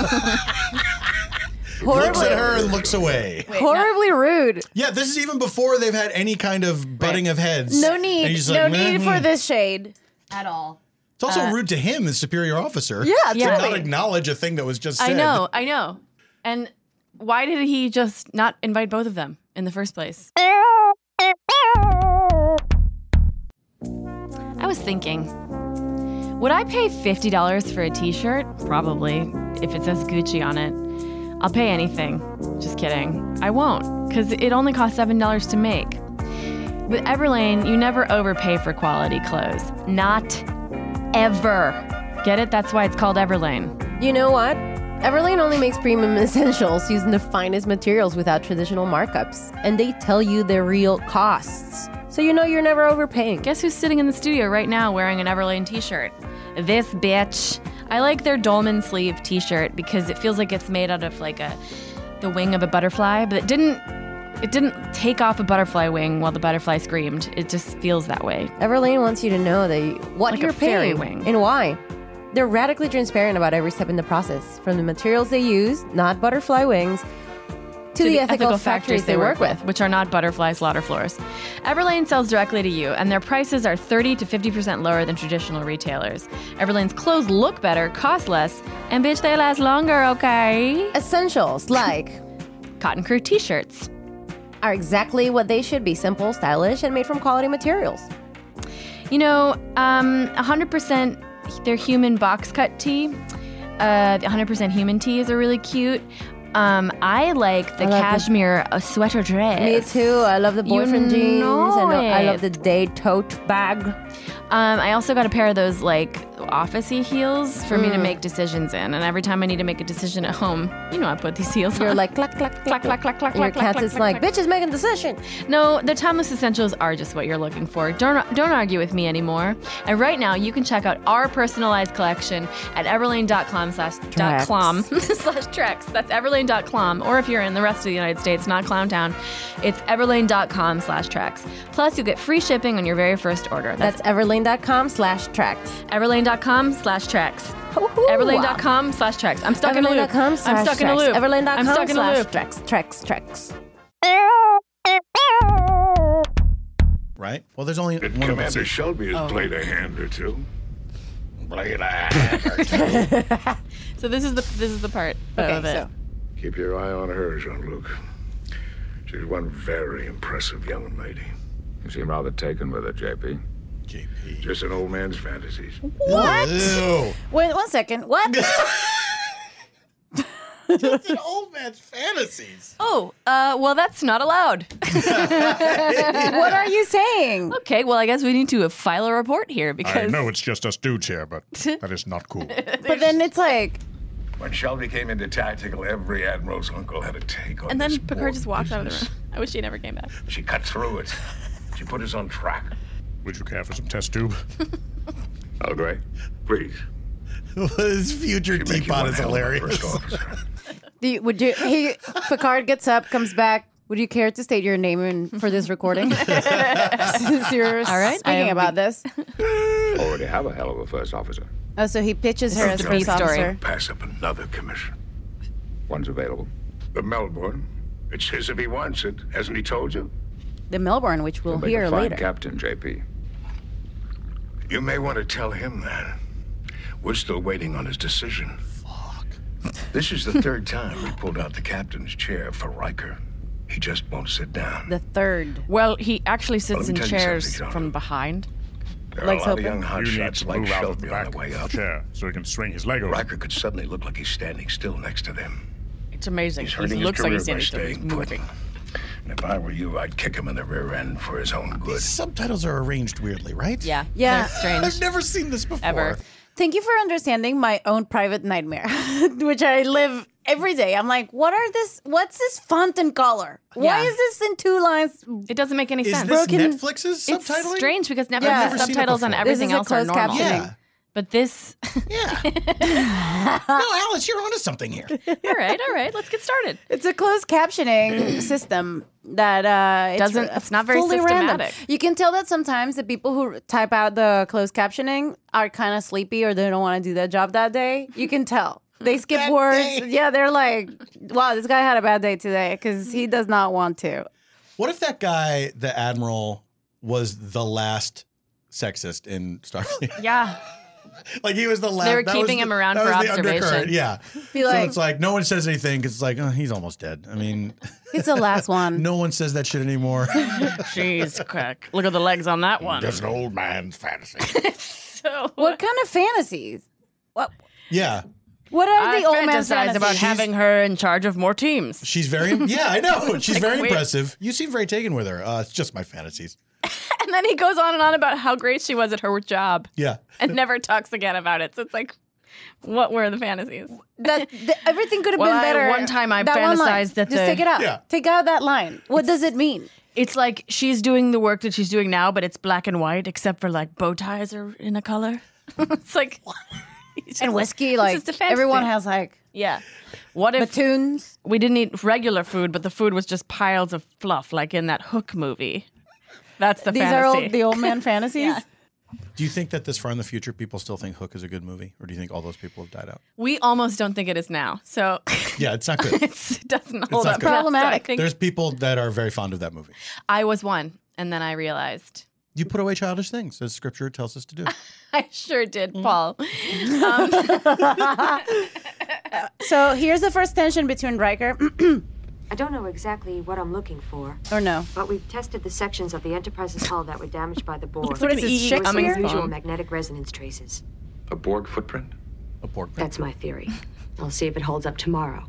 [SPEAKER 3] looks at her and looks away.
[SPEAKER 4] Horribly rude.
[SPEAKER 3] Yeah, this is even before they've had any kind of butting of heads.
[SPEAKER 4] No
[SPEAKER 3] And
[SPEAKER 4] need.
[SPEAKER 3] he's
[SPEAKER 4] No
[SPEAKER 3] like,
[SPEAKER 4] need
[SPEAKER 3] "Mhm."
[SPEAKER 4] for this shade at all.
[SPEAKER 3] It's also rude to him, as superior officer.
[SPEAKER 4] Yeah,
[SPEAKER 3] to
[SPEAKER 1] Yeah.
[SPEAKER 3] not acknowledge a thing that was just said.
[SPEAKER 1] I know, I know. And why did he just not invite both of them in the first place? I was thinking, would I pay $50 for a t shirt? Probably, if it says Gucci on it. I'll pay anything. Just kidding. I won't, because it only costs $7 to make. With Everlane, you never overpay for quality clothes. Not ever. Get it? That's why it's called Everlane.
[SPEAKER 9] You know what? Everlane only makes premium essentials using the finest materials without traditional markups, and they tell you their real costs. So you know you're never overpaying.
[SPEAKER 1] Guess who's sitting in the studio right now wearing an Everlane t shirt? This bitch. I like their dolman sleeve t shirt because it feels like it's made out of like a the wing of a butterfly, but it didn't it didn't take off a butterfly wing while the butterfly screamed. It just feels that way.
[SPEAKER 9] Everlane wants you to know that you, what
[SPEAKER 1] Like a
[SPEAKER 9] you're
[SPEAKER 1] fairy
[SPEAKER 9] paying
[SPEAKER 1] wing.
[SPEAKER 9] and why. They're radically transparent about every step in the process, from the materials they use, not butterfly wings, to, the, ethical, factories, they work with.
[SPEAKER 1] which are not butterfly slaughter floors. Everlane sells directly to you, and their prices are 30 to 50% lower than traditional retailers. Everlane's clothes look better, cost less, and bitch, they last longer, okay?
[SPEAKER 9] Essentials like
[SPEAKER 1] Cotton Crew t shirts.
[SPEAKER 9] are exactly what they should be: simple, stylish, and made from quality materials.
[SPEAKER 1] You know, um, 100% their human box cut tea. Uh, the 100% human teas are really cute. Um, I like the
[SPEAKER 9] I love the-
[SPEAKER 1] cashmere uh, sweater dress.
[SPEAKER 9] Me too. I love the
[SPEAKER 1] You
[SPEAKER 9] boyfriend jeans,
[SPEAKER 1] know
[SPEAKER 9] and I
[SPEAKER 1] it.
[SPEAKER 9] love the day tote bag.
[SPEAKER 1] Um, I also got a pair of those like office he heels for me to
[SPEAKER 9] Mm.
[SPEAKER 1] make decisions in. And every time I need to make a decision at home, you know, I put these heels
[SPEAKER 9] You're
[SPEAKER 1] on.
[SPEAKER 9] like clack clack
[SPEAKER 1] clack clack clack clack.
[SPEAKER 9] And your
[SPEAKER 1] clack,
[SPEAKER 9] cat's
[SPEAKER 1] clack,
[SPEAKER 9] is
[SPEAKER 1] clack,
[SPEAKER 9] like,
[SPEAKER 1] clack.
[SPEAKER 9] "Bitch is making a decision."
[SPEAKER 1] No, the timeless essentials are just what you're looking for. Don't don't argue with me anymore. And right now, you can check out our personalized collection at everlane.com slash dot
[SPEAKER 9] Tracks.
[SPEAKER 1] clom slash treks. That's everlane.com. Or if you're in the rest of the United States, not Clowntown, it's everlane.com slash treks. Plus, you get free shipping on your very first order.
[SPEAKER 9] That's everlane.com slash tracks.
[SPEAKER 1] Everlane.com slash tracks. Everlane.com slash tracks. I'm stuck in a loop.
[SPEAKER 9] Everlane.com
[SPEAKER 1] I'm
[SPEAKER 9] slash
[SPEAKER 1] stuck in a
[SPEAKER 9] tracks.
[SPEAKER 1] loop. I'm
[SPEAKER 9] Everlane.com
[SPEAKER 1] stuck in a
[SPEAKER 9] slash
[SPEAKER 1] loop.
[SPEAKER 9] tracks. Tracks. Tracks.
[SPEAKER 3] Right? Well, there's only one of us.
[SPEAKER 8] Commander Shelby has
[SPEAKER 1] Oh.
[SPEAKER 8] played a hand or two. Played a hand or two.
[SPEAKER 1] So this is the this is the part
[SPEAKER 8] Okay,
[SPEAKER 1] of it.
[SPEAKER 8] so- Keep your eye on her, Jean Luc. She's one very impressive young lady.
[SPEAKER 12] You seem rather taken with her, JP.
[SPEAKER 3] JP.
[SPEAKER 8] Just an old man's fantasies.
[SPEAKER 4] What? Wait one second. What?
[SPEAKER 3] Just an old man's fantasies.
[SPEAKER 1] Oh, uh, well, that's not allowed.
[SPEAKER 4] What are you saying?
[SPEAKER 1] Okay, well, I guess we need to file a report here
[SPEAKER 14] I
[SPEAKER 1] because
[SPEAKER 14] know it's just us dudes here, but that is not cool.
[SPEAKER 4] But then it's like,
[SPEAKER 8] When Shelby came into tactical, every admiral's uncle had a take on
[SPEAKER 1] and
[SPEAKER 8] this
[SPEAKER 1] then Picard
[SPEAKER 8] war
[SPEAKER 1] just walks out of the
[SPEAKER 8] business.
[SPEAKER 1] room. I wish he never came back.
[SPEAKER 8] She cut through it. She put us on track.
[SPEAKER 14] Would you care for some test tube?
[SPEAKER 12] Oh,
[SPEAKER 8] Algray, please.
[SPEAKER 3] His future teapot is hilarious.
[SPEAKER 4] do you, would you? He Picard gets up, comes back. Would you care to state your name in, for this recording? Since you're
[SPEAKER 9] All right, I
[SPEAKER 4] speaking
[SPEAKER 9] am
[SPEAKER 4] about this.
[SPEAKER 12] Already have a hell of a first officer.
[SPEAKER 4] Oh, so he pitches her as
[SPEAKER 8] Don't
[SPEAKER 4] first officer.
[SPEAKER 8] Pass up another commission.
[SPEAKER 12] One's available.
[SPEAKER 8] The Melbourne. It's his if he wants it. Hasn't he told you?
[SPEAKER 4] The Melbourne, which we'll
[SPEAKER 12] Make
[SPEAKER 4] hear
[SPEAKER 12] a fine
[SPEAKER 4] later.
[SPEAKER 12] captain, JP.
[SPEAKER 8] You may want to tell him that. We're still waiting on his decision. Fuck. This is the third time we pulled out the captain's chair for Riker. He just won't sit down.
[SPEAKER 4] The third.
[SPEAKER 1] Well, he actually
[SPEAKER 8] Well,
[SPEAKER 1] sits
[SPEAKER 8] let me
[SPEAKER 1] in
[SPEAKER 8] tell you
[SPEAKER 1] chairs
[SPEAKER 8] something, John.
[SPEAKER 1] from behind.
[SPEAKER 8] There are a lot of young hot
[SPEAKER 14] you
[SPEAKER 8] shots
[SPEAKER 14] need to
[SPEAKER 8] like
[SPEAKER 14] move out of
[SPEAKER 8] Shelby
[SPEAKER 14] the
[SPEAKER 8] on
[SPEAKER 14] back
[SPEAKER 8] the way
[SPEAKER 14] of
[SPEAKER 8] up.
[SPEAKER 14] the chair so he can swing his leg over.
[SPEAKER 8] Riker could suddenly look like he's standing still next to them.
[SPEAKER 1] It's amazing.
[SPEAKER 8] He's
[SPEAKER 1] He
[SPEAKER 8] hurting his
[SPEAKER 1] looks like
[SPEAKER 8] career
[SPEAKER 1] he's
[SPEAKER 8] by
[SPEAKER 1] standing still. He's
[SPEAKER 8] staying put.
[SPEAKER 1] moving.
[SPEAKER 8] And if I were you, I'd kick him in the rear end for his own good.
[SPEAKER 3] Subtitles are arranged weirdly, right?
[SPEAKER 1] Yeah.
[SPEAKER 4] Yeah.
[SPEAKER 3] I've never seen this before.
[SPEAKER 4] Ever. Thank you for understanding my own private nightmare, which I live every day. I'm like, what are this? What's this font and color? Why
[SPEAKER 1] Yeah.
[SPEAKER 4] is this in two lines?
[SPEAKER 1] It doesn't make any
[SPEAKER 4] Is
[SPEAKER 1] sense.
[SPEAKER 4] this Broken-
[SPEAKER 3] Netflix's
[SPEAKER 1] It's
[SPEAKER 4] subtitling?
[SPEAKER 1] strange because Netflix's
[SPEAKER 4] Yeah. I've never seen it
[SPEAKER 1] subtitles on
[SPEAKER 4] before.
[SPEAKER 1] everything
[SPEAKER 4] This is a
[SPEAKER 1] else are
[SPEAKER 4] closed
[SPEAKER 1] normal.
[SPEAKER 4] captioning. Yeah.
[SPEAKER 1] But this.
[SPEAKER 3] no, Alice, you're onto something here.
[SPEAKER 1] all right, all right. Let's get started.
[SPEAKER 4] It's a closed captioning system that uh, it's
[SPEAKER 1] Doesn't-
[SPEAKER 4] r-
[SPEAKER 1] it's not very
[SPEAKER 4] fully random.
[SPEAKER 1] systematic.
[SPEAKER 4] You can tell that sometimes the people who type out the closed captioning are kind of sleepy or they don't want to do their job that day. You can tell. They skip words. Yeah, they're like, wow, this guy had a bad day today because he does not want to.
[SPEAKER 3] What if that guy, the admiral, was the last sexist in Starfleet?
[SPEAKER 1] Yeah.
[SPEAKER 3] like he was the last.
[SPEAKER 1] They were
[SPEAKER 3] that was
[SPEAKER 1] keeping
[SPEAKER 3] the-
[SPEAKER 1] him around
[SPEAKER 3] that
[SPEAKER 1] for
[SPEAKER 3] was the
[SPEAKER 1] observation.
[SPEAKER 3] undercurrent, Yeah.
[SPEAKER 4] Be
[SPEAKER 3] so
[SPEAKER 4] like-
[SPEAKER 3] it's like no one says anything because it's like oh, he's almost dead. I mean,
[SPEAKER 4] It's the last one.
[SPEAKER 3] no one says that shit anymore.
[SPEAKER 1] Jeez, crack. Look at the legs on that one.
[SPEAKER 14] Just an old man's fantasy.
[SPEAKER 1] So
[SPEAKER 4] What kind of fantasies? What
[SPEAKER 3] yeah.
[SPEAKER 4] What are the old man's
[SPEAKER 1] fantasize about
[SPEAKER 4] fantasies?
[SPEAKER 1] having her in charge of more teams.
[SPEAKER 3] She's very yeah, I know.
[SPEAKER 1] It's
[SPEAKER 3] She's
[SPEAKER 1] like,
[SPEAKER 3] very
[SPEAKER 1] wait.
[SPEAKER 3] impressive. You seem very taken with her. Uh, it's just my fantasies.
[SPEAKER 1] And then he goes on and on about how great she was at her job
[SPEAKER 3] Yeah.
[SPEAKER 1] and never talks again about it. So it's like, what were the fantasies?
[SPEAKER 4] that, that everything could have
[SPEAKER 1] Well,
[SPEAKER 4] been
[SPEAKER 1] I-
[SPEAKER 4] better.
[SPEAKER 1] one time I
[SPEAKER 4] that one line.
[SPEAKER 1] fantasized that
[SPEAKER 4] Just
[SPEAKER 1] the-
[SPEAKER 4] take it out.
[SPEAKER 1] Yeah.
[SPEAKER 4] Take out that line. What does it mean?
[SPEAKER 1] It's like she's doing the work that she's doing now, but it's black and white, except for like bow ties are in a color. it's like,
[SPEAKER 4] and whiskey,
[SPEAKER 1] it's
[SPEAKER 4] like
[SPEAKER 1] just a fantasy.
[SPEAKER 4] everyone has like
[SPEAKER 1] yeah. What if
[SPEAKER 4] Batoons?
[SPEAKER 1] we didn't eat regular food, but the food was just piles of fluff, like in that Hook movie? That's the
[SPEAKER 4] these are
[SPEAKER 1] fantasy.
[SPEAKER 4] old, the old man fantasies.
[SPEAKER 3] Do you think that this far in the future people still think Hook is a good movie? Or do you think all those people have died out?
[SPEAKER 1] we almost don't think it is now, so
[SPEAKER 3] Yeah, it's not good. it's
[SPEAKER 1] it doesn't hold
[SPEAKER 3] not
[SPEAKER 1] up.
[SPEAKER 3] good.
[SPEAKER 1] now, so I think-
[SPEAKER 3] There's people that are very fond of that movie.
[SPEAKER 1] I was one, and then I realized
[SPEAKER 3] You put away childish things, as scripture tells us to do.
[SPEAKER 1] I sure did,
[SPEAKER 4] Mm-hmm.
[SPEAKER 1] Paul.
[SPEAKER 4] Um, So here's the first tension between Riker
[SPEAKER 13] I don't know exactly what I'm looking for,
[SPEAKER 4] or no.
[SPEAKER 13] but we've tested the sections of the Enterprise's hull that were damaged by the Borg.
[SPEAKER 4] Looks like What an E is this, E.E.
[SPEAKER 13] With some
[SPEAKER 4] Cummings
[SPEAKER 13] unusual
[SPEAKER 4] bomb.
[SPEAKER 13] magnetic resonance traces.
[SPEAKER 12] A Borg footprint?
[SPEAKER 3] A Borg
[SPEAKER 13] That's my theory. I'll see if it holds up tomorrow.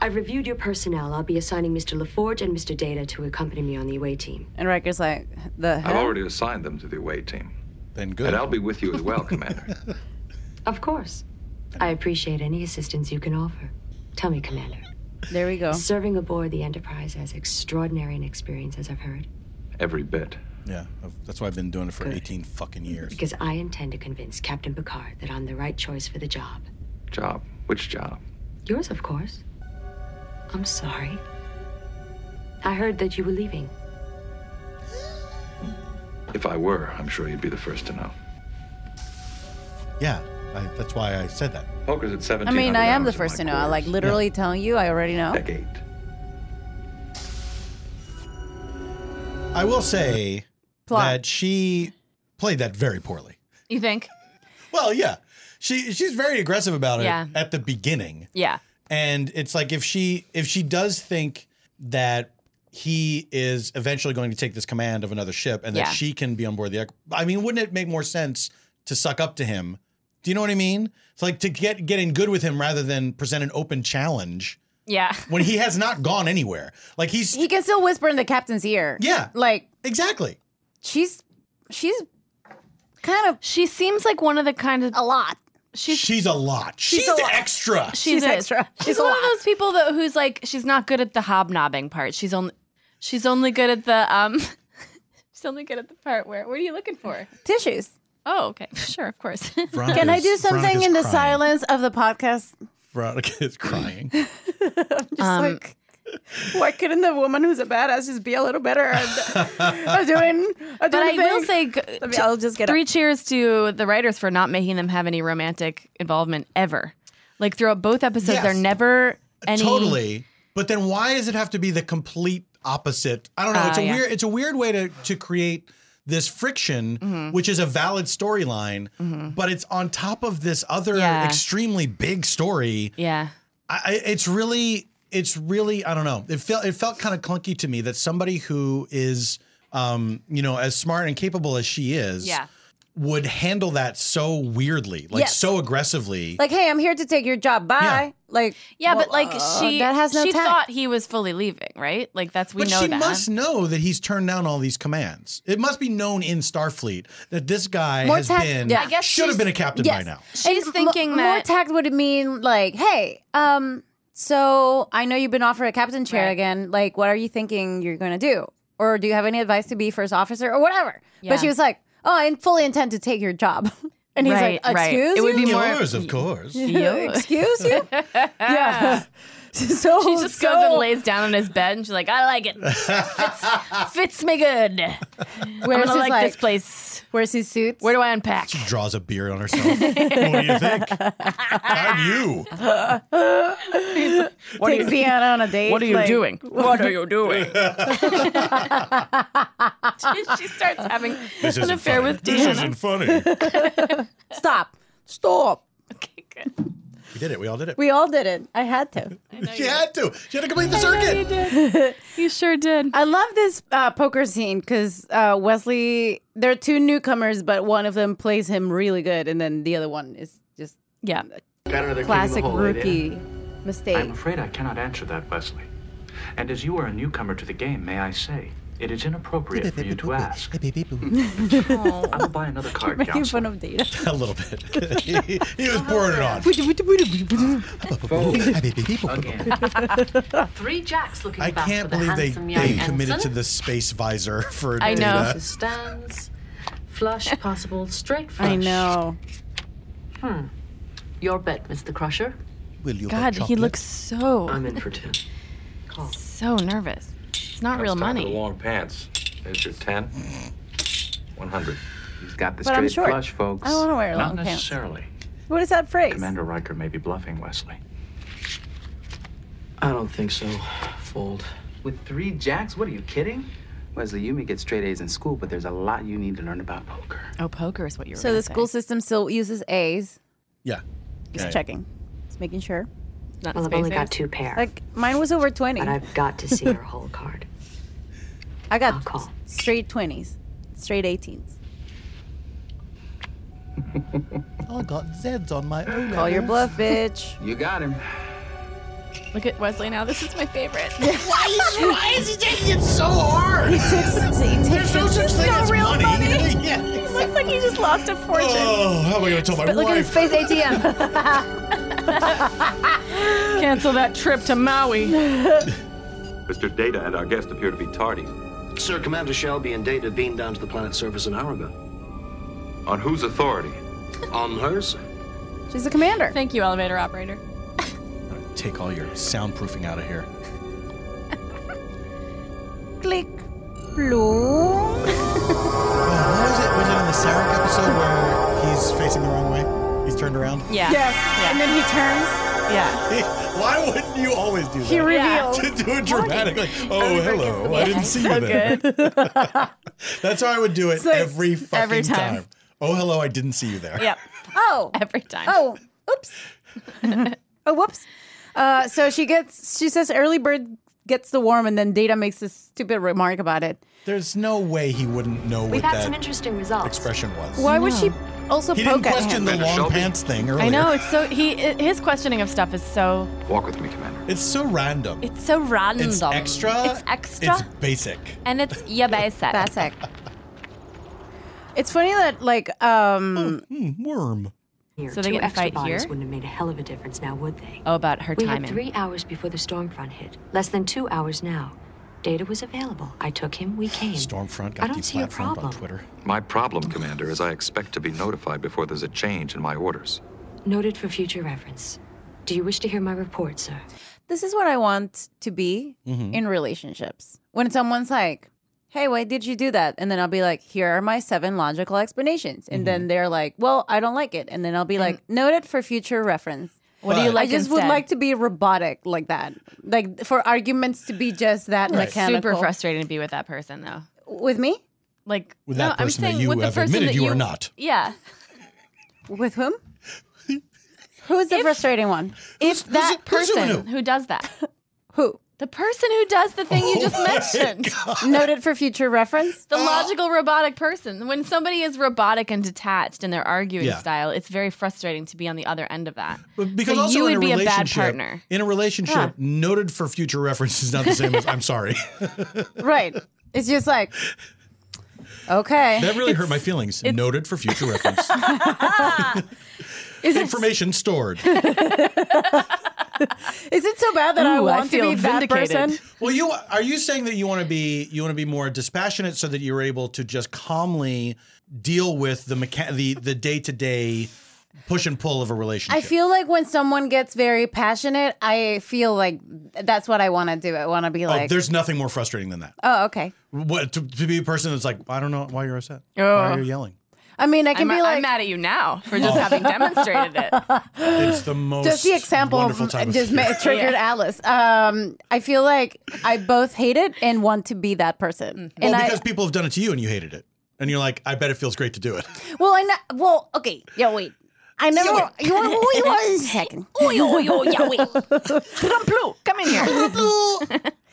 [SPEAKER 13] I've reviewed your personnel. I'll be assigning Mr. LaForge and Mr. Data to accompany me on the away team.
[SPEAKER 4] And Riker's like the
[SPEAKER 15] I've already assigned them to the away team.
[SPEAKER 3] Then good.
[SPEAKER 15] And I'll be with you as well, Commander.
[SPEAKER 13] Of course. I appreciate any assistance you can offer. Tell me, Commander.
[SPEAKER 4] There we go.
[SPEAKER 13] Serving aboard the Enterprise as extraordinary an experience as I've heard,
[SPEAKER 15] Every bit.
[SPEAKER 3] Yeah, I've- that's why I've been doing it for 18 fucking years.
[SPEAKER 13] because I intend to convince Captain Picard that I'm the right choice for the job.
[SPEAKER 15] Job. Which job?
[SPEAKER 13] Yours, of course. I'm sorry. I heard that you were leaving.
[SPEAKER 15] If I were, I'm sure you'd be the first to know.
[SPEAKER 3] Yeah, I, that's why I said that.
[SPEAKER 15] Poker's at
[SPEAKER 4] I
[SPEAKER 15] 17.
[SPEAKER 4] mean, I am the first to know. I like literally telling you, I already know.
[SPEAKER 3] I will say that she played that very poorly.
[SPEAKER 1] You think?
[SPEAKER 3] Well, yeah. She she's very aggressive about it
[SPEAKER 1] Yeah.
[SPEAKER 3] at the beginning.
[SPEAKER 1] Yeah.
[SPEAKER 3] And it's like if she if she does think that he is eventually going to take this command of another ship and
[SPEAKER 1] Yeah.
[SPEAKER 3] that she can be on board the Ec- I mean, wouldn't it make more sense to suck up to him? Do you know what I mean? It's like to get get in good with him rather than present an open challenge
[SPEAKER 1] Yeah.
[SPEAKER 3] when he has not gone anywhere. Like he's
[SPEAKER 4] He can still whisper in the captain's ear.
[SPEAKER 3] Yeah.
[SPEAKER 4] Like
[SPEAKER 3] exactly.
[SPEAKER 4] she's she's
[SPEAKER 1] kind of. She seems like one of the kind of a
[SPEAKER 4] lot.
[SPEAKER 1] She's
[SPEAKER 3] she's a lot. She's,
[SPEAKER 1] a lot.
[SPEAKER 3] extra.
[SPEAKER 1] She's, extra. She's,
[SPEAKER 4] a
[SPEAKER 1] one of those people that who's like she's not good at the hobnobbing part. She's only she's only good at the um she's only good at the part where what are you looking for?
[SPEAKER 4] tissues.
[SPEAKER 1] Oh, okay. Sure, of course.
[SPEAKER 4] Can I do something in the
[SPEAKER 3] crying.
[SPEAKER 4] silence of the podcast?
[SPEAKER 3] Veronica is crying.
[SPEAKER 4] Just
[SPEAKER 1] Um,
[SPEAKER 4] like why couldn't the woman who's a badass just be a little better at at doing, at doing
[SPEAKER 1] But I will
[SPEAKER 4] things?
[SPEAKER 1] say, g-
[SPEAKER 4] I mean, I'll just get
[SPEAKER 1] three
[SPEAKER 4] up.
[SPEAKER 1] cheers to the writers for not making them have any romantic involvement ever. Like throughout both episodes,
[SPEAKER 3] Yes.
[SPEAKER 1] they're never any
[SPEAKER 3] Totally. But then why does it have to be the complete opposite? I don't know.
[SPEAKER 1] Ah,
[SPEAKER 3] it's a
[SPEAKER 1] yeah.
[SPEAKER 3] weird it's a weird way to to create this friction,
[SPEAKER 1] Mm-hmm.
[SPEAKER 3] which is a valid storyline, but it's on top of this other
[SPEAKER 1] Yeah.
[SPEAKER 3] extremely big story.
[SPEAKER 1] Yeah.
[SPEAKER 3] I, I- it's really it's really I don't know. It felt it felt kind of clunky to me that somebody who is um, you know, as smart and capable as she is
[SPEAKER 4] Yeah.
[SPEAKER 3] would handle that so weirdly, like
[SPEAKER 4] Yes.
[SPEAKER 3] so aggressively.
[SPEAKER 4] Like, hey, I'm here to take your job. Bye. Like
[SPEAKER 1] Yeah, but
[SPEAKER 4] well,
[SPEAKER 1] like
[SPEAKER 4] uh,
[SPEAKER 1] she
[SPEAKER 4] that has no
[SPEAKER 1] she
[SPEAKER 4] tact.
[SPEAKER 1] thought he was fully leaving, right? Like that's we
[SPEAKER 3] but
[SPEAKER 1] know
[SPEAKER 3] she
[SPEAKER 1] that.
[SPEAKER 3] must know that he's turned down all these commands. It must be known in Starfleet that this guy
[SPEAKER 4] More
[SPEAKER 3] has
[SPEAKER 4] tact-
[SPEAKER 3] been
[SPEAKER 4] yeah. I guess
[SPEAKER 3] should have
[SPEAKER 4] she's-
[SPEAKER 3] been a captain by
[SPEAKER 4] yes.
[SPEAKER 3] now.
[SPEAKER 1] She's
[SPEAKER 4] And
[SPEAKER 1] thinking
[SPEAKER 4] mo- more
[SPEAKER 1] that-
[SPEAKER 4] tact would mean like, hey, um, so I know you've been offered a captain chair again. Like, what are you thinking you're going to do? Or do you have any advice to be first officer or whatever?
[SPEAKER 1] Yeah.
[SPEAKER 4] But she was like, oh, I fully intend to take your job. And he's
[SPEAKER 1] Right,
[SPEAKER 4] like,
[SPEAKER 1] right.
[SPEAKER 4] excuse
[SPEAKER 1] It would
[SPEAKER 4] you?
[SPEAKER 1] be more-
[SPEAKER 3] Yours, of course.
[SPEAKER 4] excuse you? yeah. So
[SPEAKER 1] she just goes and lays down on his bed and she's like, I like it. Fits, fits me good. I'm
[SPEAKER 4] Where's
[SPEAKER 1] gonna
[SPEAKER 4] his,
[SPEAKER 1] like, this
[SPEAKER 4] like-
[SPEAKER 1] place.
[SPEAKER 4] Where's his suits?
[SPEAKER 1] Where do I unpack?
[SPEAKER 3] She draws a beer on herself. what do you think? I'm you.
[SPEAKER 1] What are
[SPEAKER 4] Takes
[SPEAKER 1] you-
[SPEAKER 4] Deanna on a date.
[SPEAKER 1] What are you
[SPEAKER 4] like-
[SPEAKER 1] doing? What are you doing? she starts having
[SPEAKER 14] This
[SPEAKER 1] an
[SPEAKER 14] isn't
[SPEAKER 1] affair
[SPEAKER 14] funny.
[SPEAKER 1] with
[SPEAKER 14] This
[SPEAKER 1] Deanna.
[SPEAKER 14] isn't funny.
[SPEAKER 4] Stop. Stop.
[SPEAKER 3] We did it. We all did it.
[SPEAKER 4] We all did it. I had to.
[SPEAKER 3] she had to. She had to complete the circuit.
[SPEAKER 1] you sure did.
[SPEAKER 4] I love this uh, poker scene because uh, Wesley, there are two newcomers, but one of them plays him really good, and then the other one is just
[SPEAKER 1] yeah,
[SPEAKER 16] Got another king in the
[SPEAKER 4] classic
[SPEAKER 16] hole, Lydia.
[SPEAKER 4] rookie mistake.
[SPEAKER 16] I'm afraid I cannot answer that, Wesley. And as you are a newcomer to the game, may I say, it is inappropriate for you to ask. I will buy another
[SPEAKER 4] You're
[SPEAKER 16] card,
[SPEAKER 4] making
[SPEAKER 16] Counselor.
[SPEAKER 4] fun of Data.
[SPEAKER 3] a little bit. he, he was pouring it on.
[SPEAKER 7] Three jacks looking
[SPEAKER 3] I
[SPEAKER 7] back
[SPEAKER 3] can't
[SPEAKER 7] for the
[SPEAKER 3] believe they,
[SPEAKER 7] handsome young
[SPEAKER 3] they committed to
[SPEAKER 7] ensign.
[SPEAKER 3] the space visor for
[SPEAKER 7] I know.
[SPEAKER 3] Data.
[SPEAKER 7] Stands flush, possible, straight flush.
[SPEAKER 4] I know.
[SPEAKER 7] Hmm. Your bet, Mr. Crusher.
[SPEAKER 3] Will you
[SPEAKER 1] God, he looks
[SPEAKER 4] Oh.
[SPEAKER 1] so. I'm
[SPEAKER 7] in for two.
[SPEAKER 1] so nervous. It's not
[SPEAKER 15] Comes
[SPEAKER 1] real
[SPEAKER 15] time for The
[SPEAKER 1] money.
[SPEAKER 15] long pants. There's your 10.
[SPEAKER 3] Mm.
[SPEAKER 15] 100.
[SPEAKER 16] He's got the
[SPEAKER 4] But I'm
[SPEAKER 16] straight
[SPEAKER 4] short.
[SPEAKER 16] flush, folks.
[SPEAKER 4] I don't wanna wear long
[SPEAKER 16] Not
[SPEAKER 4] pants.
[SPEAKER 16] necessarily.
[SPEAKER 4] What is that phrase?
[SPEAKER 16] Commander Riker may be bluffing Wesley.
[SPEAKER 17] I don't think so. Fold. With three jacks? What are you kidding? Wesley, you may get straight A's in school, but there's a lot you need to learn about poker.
[SPEAKER 1] Oh, poker is what you're.
[SPEAKER 4] So the school system still uses A's.
[SPEAKER 3] Yeah.
[SPEAKER 4] Just
[SPEAKER 15] Yeah.
[SPEAKER 4] checking, just making sure.
[SPEAKER 1] Not
[SPEAKER 13] Well, I've only got two pair.
[SPEAKER 4] Like mine was over twenty.
[SPEAKER 13] But I've got to see her whole card.
[SPEAKER 4] I got straight twenties, straight eighteens.
[SPEAKER 3] I got Zeds on my own.
[SPEAKER 4] Call your bluff, bitch.
[SPEAKER 16] You got him.
[SPEAKER 1] Look at Wesley now. This is my favorite.
[SPEAKER 6] Why is, why is he taking it so hard? There's no such thing as money.
[SPEAKER 1] yeah. It looks like he just lost a fortune.
[SPEAKER 3] Oh, how am I going to tell my
[SPEAKER 1] But look at his
[SPEAKER 3] wife?
[SPEAKER 1] face ATM. Cancel that trip to Maui.
[SPEAKER 15] Mr. Data and our guest appear to be tardy.
[SPEAKER 18] Sir, Commander Shelby and Data beamed down to the planet's surface an hour ago.
[SPEAKER 15] On whose authority?
[SPEAKER 18] On hers?
[SPEAKER 4] She's the commander.
[SPEAKER 1] Thank you, elevator operator.
[SPEAKER 19] Take all your soundproofing out of here.
[SPEAKER 4] Click. Bloom.
[SPEAKER 3] Oh, Was it, was it in the Sarek episode where he's facing the wrong way? He's turned around?
[SPEAKER 1] Yeah.
[SPEAKER 4] Yes. And then he turns.
[SPEAKER 1] Yeah.
[SPEAKER 3] Why wouldn't you always do that?
[SPEAKER 4] He reveals.
[SPEAKER 3] To do it dramatic. Like, oh, hello. I
[SPEAKER 4] Yeah,
[SPEAKER 3] didn't
[SPEAKER 4] it's
[SPEAKER 3] see
[SPEAKER 4] so
[SPEAKER 3] you there. That's how I would do it every fucking
[SPEAKER 1] every
[SPEAKER 3] time.
[SPEAKER 1] time.
[SPEAKER 3] Oh, hello. I didn't see you there.
[SPEAKER 1] Yep.
[SPEAKER 4] Oh.
[SPEAKER 1] Every time.
[SPEAKER 4] Oh. Oops. oh, whoops. Uh, so she gets. She says early bird gets the worm, and then Data makes this stupid remark about it.
[SPEAKER 3] There's no way he wouldn't know what
[SPEAKER 4] We've had
[SPEAKER 3] that
[SPEAKER 4] some
[SPEAKER 13] interesting results.
[SPEAKER 3] expression was.
[SPEAKER 4] Why would she also
[SPEAKER 3] He
[SPEAKER 4] poke
[SPEAKER 3] didn't question
[SPEAKER 4] at
[SPEAKER 3] the
[SPEAKER 4] him?
[SPEAKER 3] long pants thing earlier.
[SPEAKER 1] I know it's so he i- his questioning of stuff is so
[SPEAKER 15] Walk with me, Commander.
[SPEAKER 3] It's so random.
[SPEAKER 1] it's so random.
[SPEAKER 3] It's extra.
[SPEAKER 1] It's extra.
[SPEAKER 3] It's basic.
[SPEAKER 1] and it's yeah basic.
[SPEAKER 4] Basic. It's funny that like um
[SPEAKER 3] Oh, hmm, worm.
[SPEAKER 13] Here,
[SPEAKER 1] So they
[SPEAKER 13] two
[SPEAKER 1] get to
[SPEAKER 13] extra
[SPEAKER 1] fight
[SPEAKER 13] bodies
[SPEAKER 1] here?
[SPEAKER 13] wouldn't have made a hell of a difference now, would they?
[SPEAKER 1] Oh, about her
[SPEAKER 13] we
[SPEAKER 1] timing.
[SPEAKER 13] had three hours before the storm front hit. Less than two hours now. Data was available. I took him. We came.
[SPEAKER 3] Stormfront
[SPEAKER 13] I don't see a problem.
[SPEAKER 15] My problem, Commander, is I expect to be notified before there's a change in my orders.
[SPEAKER 13] Noted for future reference. Do you wish to hear my report, sir?
[SPEAKER 4] this is what I want to be
[SPEAKER 3] Mm-hmm.
[SPEAKER 13] Mhm.
[SPEAKER 4] in relationships. When someone's like, "Hey, why did you do that?" and then I'll be like, "Here are my seven logical explanations," and
[SPEAKER 1] Mm-hmm.
[SPEAKER 4] then they're like, "Well, I don't like it," and then I'll be like, "Noted for future reference."
[SPEAKER 1] What do you like
[SPEAKER 4] I just would
[SPEAKER 1] instead?
[SPEAKER 4] like to be robotic like that, like for arguments to be just that
[SPEAKER 1] It's
[SPEAKER 4] mechanical.
[SPEAKER 1] super frustrating to be with that person though.
[SPEAKER 4] With me?
[SPEAKER 1] Like
[SPEAKER 3] With
[SPEAKER 1] no,
[SPEAKER 3] that
[SPEAKER 1] I'm
[SPEAKER 3] person that
[SPEAKER 1] saying
[SPEAKER 3] you
[SPEAKER 1] with the
[SPEAKER 3] have
[SPEAKER 1] person
[SPEAKER 3] admitted
[SPEAKER 1] that
[SPEAKER 3] you are not.
[SPEAKER 1] Yeah.
[SPEAKER 4] With whom? Who's the frustrating one? If that
[SPEAKER 1] Who's the one
[SPEAKER 4] person
[SPEAKER 1] who? who does that.
[SPEAKER 4] who?
[SPEAKER 1] The person who does the thing
[SPEAKER 3] Oh
[SPEAKER 1] you just mentioned.
[SPEAKER 4] Noted for future reference.
[SPEAKER 3] Uh.
[SPEAKER 1] The logical robotic person. When somebody is robotic and detached in their arguing
[SPEAKER 3] Yeah.
[SPEAKER 1] style, it's very frustrating to be on the other end of that.
[SPEAKER 3] But Because
[SPEAKER 1] so
[SPEAKER 3] also
[SPEAKER 1] you
[SPEAKER 3] in
[SPEAKER 1] would
[SPEAKER 3] a
[SPEAKER 1] be a bad
[SPEAKER 3] relationship,
[SPEAKER 1] partner.
[SPEAKER 3] in a relationship,
[SPEAKER 1] Yeah.
[SPEAKER 3] noted for future reference is not the same as I'm sorry.
[SPEAKER 4] Right. It's just like, okay.
[SPEAKER 3] That really hurt my feelings. Noted for future reference.
[SPEAKER 4] Is it-
[SPEAKER 3] Information stored.
[SPEAKER 4] Is it so bad that I
[SPEAKER 3] Ooh, I
[SPEAKER 4] want to
[SPEAKER 3] feel
[SPEAKER 4] be that person?
[SPEAKER 3] Well, you are you saying that you want to be you want to be more dispassionate so that you're able to just calmly deal with the mecha- the the day to day push and pull of a
[SPEAKER 4] I
[SPEAKER 3] relationship.
[SPEAKER 4] feel like when someone gets very passionate, I feel like that's what I want to do. I want to be
[SPEAKER 3] Oh,
[SPEAKER 4] like,
[SPEAKER 3] there's nothing more frustrating than that.
[SPEAKER 4] oh, okay.
[SPEAKER 3] What to, to be a person that's like, I don't know why you're upset. Why
[SPEAKER 4] Oh.
[SPEAKER 3] are you yelling?
[SPEAKER 4] I mean, I can
[SPEAKER 1] I'm,
[SPEAKER 4] be like,
[SPEAKER 1] I'm mad at you now for just having demonstrated it.
[SPEAKER 3] It's the most
[SPEAKER 4] just the example
[SPEAKER 3] wonderful
[SPEAKER 4] of,
[SPEAKER 3] time of
[SPEAKER 4] just
[SPEAKER 3] year.
[SPEAKER 4] ma- triggered Alice. Um, I feel like I both hate it and want to be that person.
[SPEAKER 3] Well,
[SPEAKER 1] Mm-hmm.
[SPEAKER 4] And I,
[SPEAKER 3] because people have done it to you and you hated it, and you're like, I bet it feels great to do it.
[SPEAKER 4] Well, I know. Well, okay. Yeah, wait. I never.
[SPEAKER 6] Yeah,
[SPEAKER 4] You want? Oh, you want a second? Oh,
[SPEAKER 6] yeah, oh, yeah, yeah, wait.
[SPEAKER 4] Come blue. Come in here. Come blue.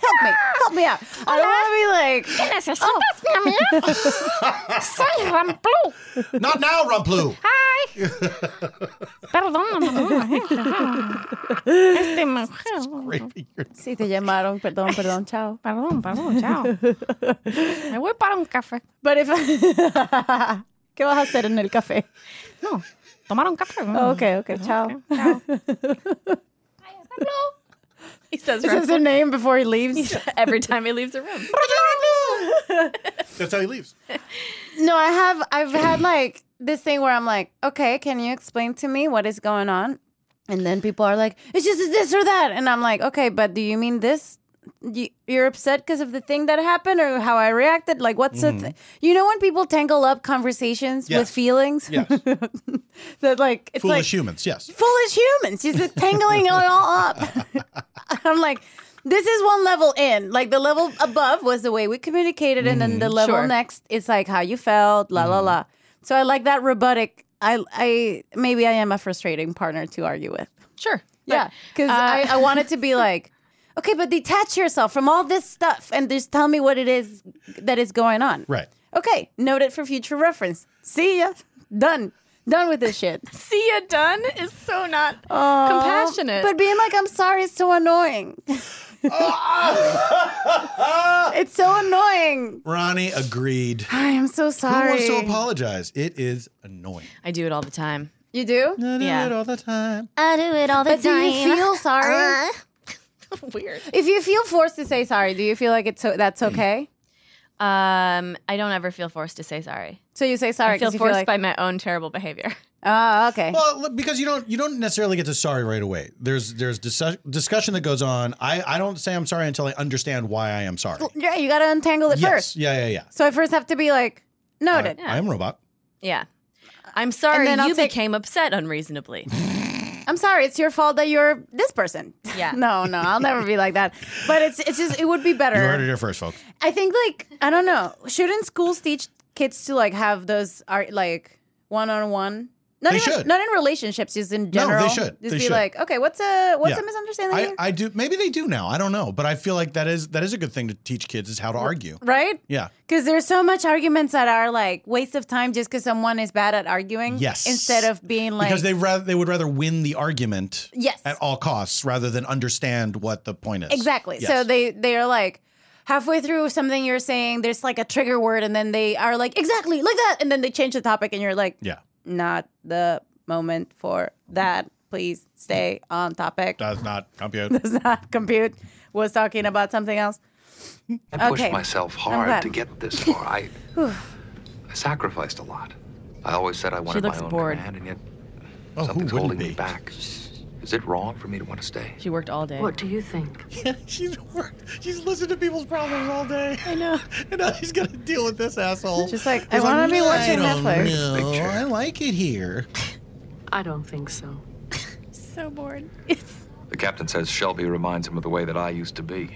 [SPEAKER 4] Help me. Help me out. I don't want to be like. "Oh, Can I
[SPEAKER 13] Oh.
[SPEAKER 4] say
[SPEAKER 6] Say I'm blue.
[SPEAKER 3] Not now, Rumplu.
[SPEAKER 6] Hi. Perdón. Este
[SPEAKER 4] Mm-hmm. Sí, te llamaron. Perdón, perdón. Chao.
[SPEAKER 1] Perdón, perdón. Chao. Me voy para un café.
[SPEAKER 4] But if I... ¿Qué vas a hacer en el café?
[SPEAKER 1] No. Tomar un café.
[SPEAKER 4] Oh, okay, okay. Chao.
[SPEAKER 1] He says,
[SPEAKER 4] He says
[SPEAKER 1] her
[SPEAKER 4] her name before he leaves.
[SPEAKER 1] every time he leaves the room.
[SPEAKER 3] That's how he leaves.
[SPEAKER 4] No, I have. I've had like this thing where I'm like, okay, can you explain to me what is going on? And then people are like, it's just this or that, and I'm like, okay, but do you mean this? You- You're upset because of the thing that happened or how I reacted? Like, what's the?
[SPEAKER 6] Mhm.
[SPEAKER 4] Th- you know when people tangle up conversations
[SPEAKER 3] Yes.
[SPEAKER 4] with feelings?
[SPEAKER 3] Yes.
[SPEAKER 4] that like it's
[SPEAKER 3] Foolish
[SPEAKER 4] like
[SPEAKER 3] humans, yes.
[SPEAKER 4] foolish humans. She's just tangling it all up. I'm like, this is one level in. Like the level above was the way we communicated, and then the
[SPEAKER 1] Mhm.
[SPEAKER 4] level
[SPEAKER 1] Sure.
[SPEAKER 4] next is like how you felt, la la la. So I like that robotic. I I maybe I am a frustrating partner to argue with.
[SPEAKER 1] Sure.
[SPEAKER 4] Yeah, because
[SPEAKER 1] uh,
[SPEAKER 4] I, I want it to be like, okay, but detach yourself from all this stuff and just tell me what it is that is going on.
[SPEAKER 3] Right.
[SPEAKER 4] Okay, note it for future reference. See ya. Done. Done with this shit.
[SPEAKER 1] See ya done is so not
[SPEAKER 4] Aw,
[SPEAKER 1] compassionate.
[SPEAKER 4] But being like, I'm sorry is so annoying. it's so annoying.
[SPEAKER 3] Ronnie agreed.
[SPEAKER 4] I am so
[SPEAKER 3] Who
[SPEAKER 4] sorry.
[SPEAKER 3] wants to apologize? It is annoying.
[SPEAKER 1] I do it all the time.
[SPEAKER 4] You do?
[SPEAKER 3] I do it all the time.
[SPEAKER 4] I do it all the Uh. but Do you
[SPEAKER 1] time.
[SPEAKER 4] feel sorry?
[SPEAKER 1] Weird.
[SPEAKER 4] if you feel forced to say sorry, do you feel like it's o- that's
[SPEAKER 3] Mm.
[SPEAKER 4] okay?
[SPEAKER 1] Um, I don't ever feel forced to say sorry.
[SPEAKER 4] So you say sorry
[SPEAKER 1] I feel
[SPEAKER 4] 'cause you
[SPEAKER 1] forced
[SPEAKER 4] like-
[SPEAKER 1] by my own terrible behavior.
[SPEAKER 4] Oh, okay.
[SPEAKER 3] Well, look, because you don't you don't necessarily get to sorry right away. There's there's discuss- discussion that goes on. I I don't say I'm sorry until I understand why I am sorry.
[SPEAKER 4] yeah, you got to untangle it
[SPEAKER 3] yes.
[SPEAKER 4] first.
[SPEAKER 3] Yeah, yeah, yeah.
[SPEAKER 4] So I first have to be like, noted.
[SPEAKER 3] I am robot.
[SPEAKER 1] Yeah. I'm sorry
[SPEAKER 4] then I'll
[SPEAKER 1] you
[SPEAKER 4] take-
[SPEAKER 1] became upset unreasonably.
[SPEAKER 4] I'm sorry, it's your fault that you're this person.
[SPEAKER 1] Yeah.
[SPEAKER 4] no, no, I'll never be like that. But it's it's just it would be
[SPEAKER 3] You heard
[SPEAKER 4] better.
[SPEAKER 3] it here first, folks.
[SPEAKER 4] I think like I don't know. Shouldn't schools teach kids to like have those art like one on one? Not
[SPEAKER 3] They
[SPEAKER 4] even,
[SPEAKER 3] should.
[SPEAKER 4] Not in relationships, just in
[SPEAKER 3] they
[SPEAKER 4] general.
[SPEAKER 3] should.
[SPEAKER 4] Just
[SPEAKER 3] They
[SPEAKER 4] be
[SPEAKER 3] should.
[SPEAKER 4] like, okay, what's a what's
[SPEAKER 3] Yeah.
[SPEAKER 4] a misunderstanding?
[SPEAKER 3] I,
[SPEAKER 4] here?
[SPEAKER 3] I do maybe they do now. I don't know, but I feel like that is that is a good thing to teach kids is how to argue.
[SPEAKER 4] right?
[SPEAKER 3] Yeah.
[SPEAKER 4] Because there's so much arguments that are like waste of time just because someone is bad at arguing.
[SPEAKER 3] Yes.
[SPEAKER 4] Instead of being like
[SPEAKER 3] because they rather they would rather win the argument
[SPEAKER 4] Yes.
[SPEAKER 3] at all costs rather than understand what the point is.
[SPEAKER 4] Exactly.
[SPEAKER 3] Yes.
[SPEAKER 4] So they they are like halfway through something you're saying, there's like a trigger word, and then they are like exactly like that, and then they change the topic, and you're like,
[SPEAKER 3] Yeah.
[SPEAKER 4] not the moment for that. Please stay on topic.
[SPEAKER 3] Does not compute.
[SPEAKER 4] Does not compute. Was talking about something else.
[SPEAKER 8] I pushed
[SPEAKER 4] Okay.
[SPEAKER 8] myself
[SPEAKER 4] I'm glad.
[SPEAKER 8] hard to get this far. I,
[SPEAKER 4] Whew.
[SPEAKER 8] I sacrificed a lot. I always said I wanted
[SPEAKER 1] looks
[SPEAKER 8] my own
[SPEAKER 1] bored.
[SPEAKER 8] command, and yet something's holding me back. Is it wrong for me to want to stay?
[SPEAKER 1] She worked all day.
[SPEAKER 8] What
[SPEAKER 1] do you think?
[SPEAKER 3] she's worked. She's listened to people's problems all day. I
[SPEAKER 4] know.
[SPEAKER 3] And now she's gonna deal with this asshole.
[SPEAKER 4] Just like,
[SPEAKER 3] Who's
[SPEAKER 4] I wanna be
[SPEAKER 3] "No,
[SPEAKER 4] watching
[SPEAKER 3] I don't
[SPEAKER 4] Netflix."
[SPEAKER 3] know. I like it here.
[SPEAKER 7] I don't think so.
[SPEAKER 1] so bored.
[SPEAKER 15] The captain says Shelby reminds him of the way that I used to be.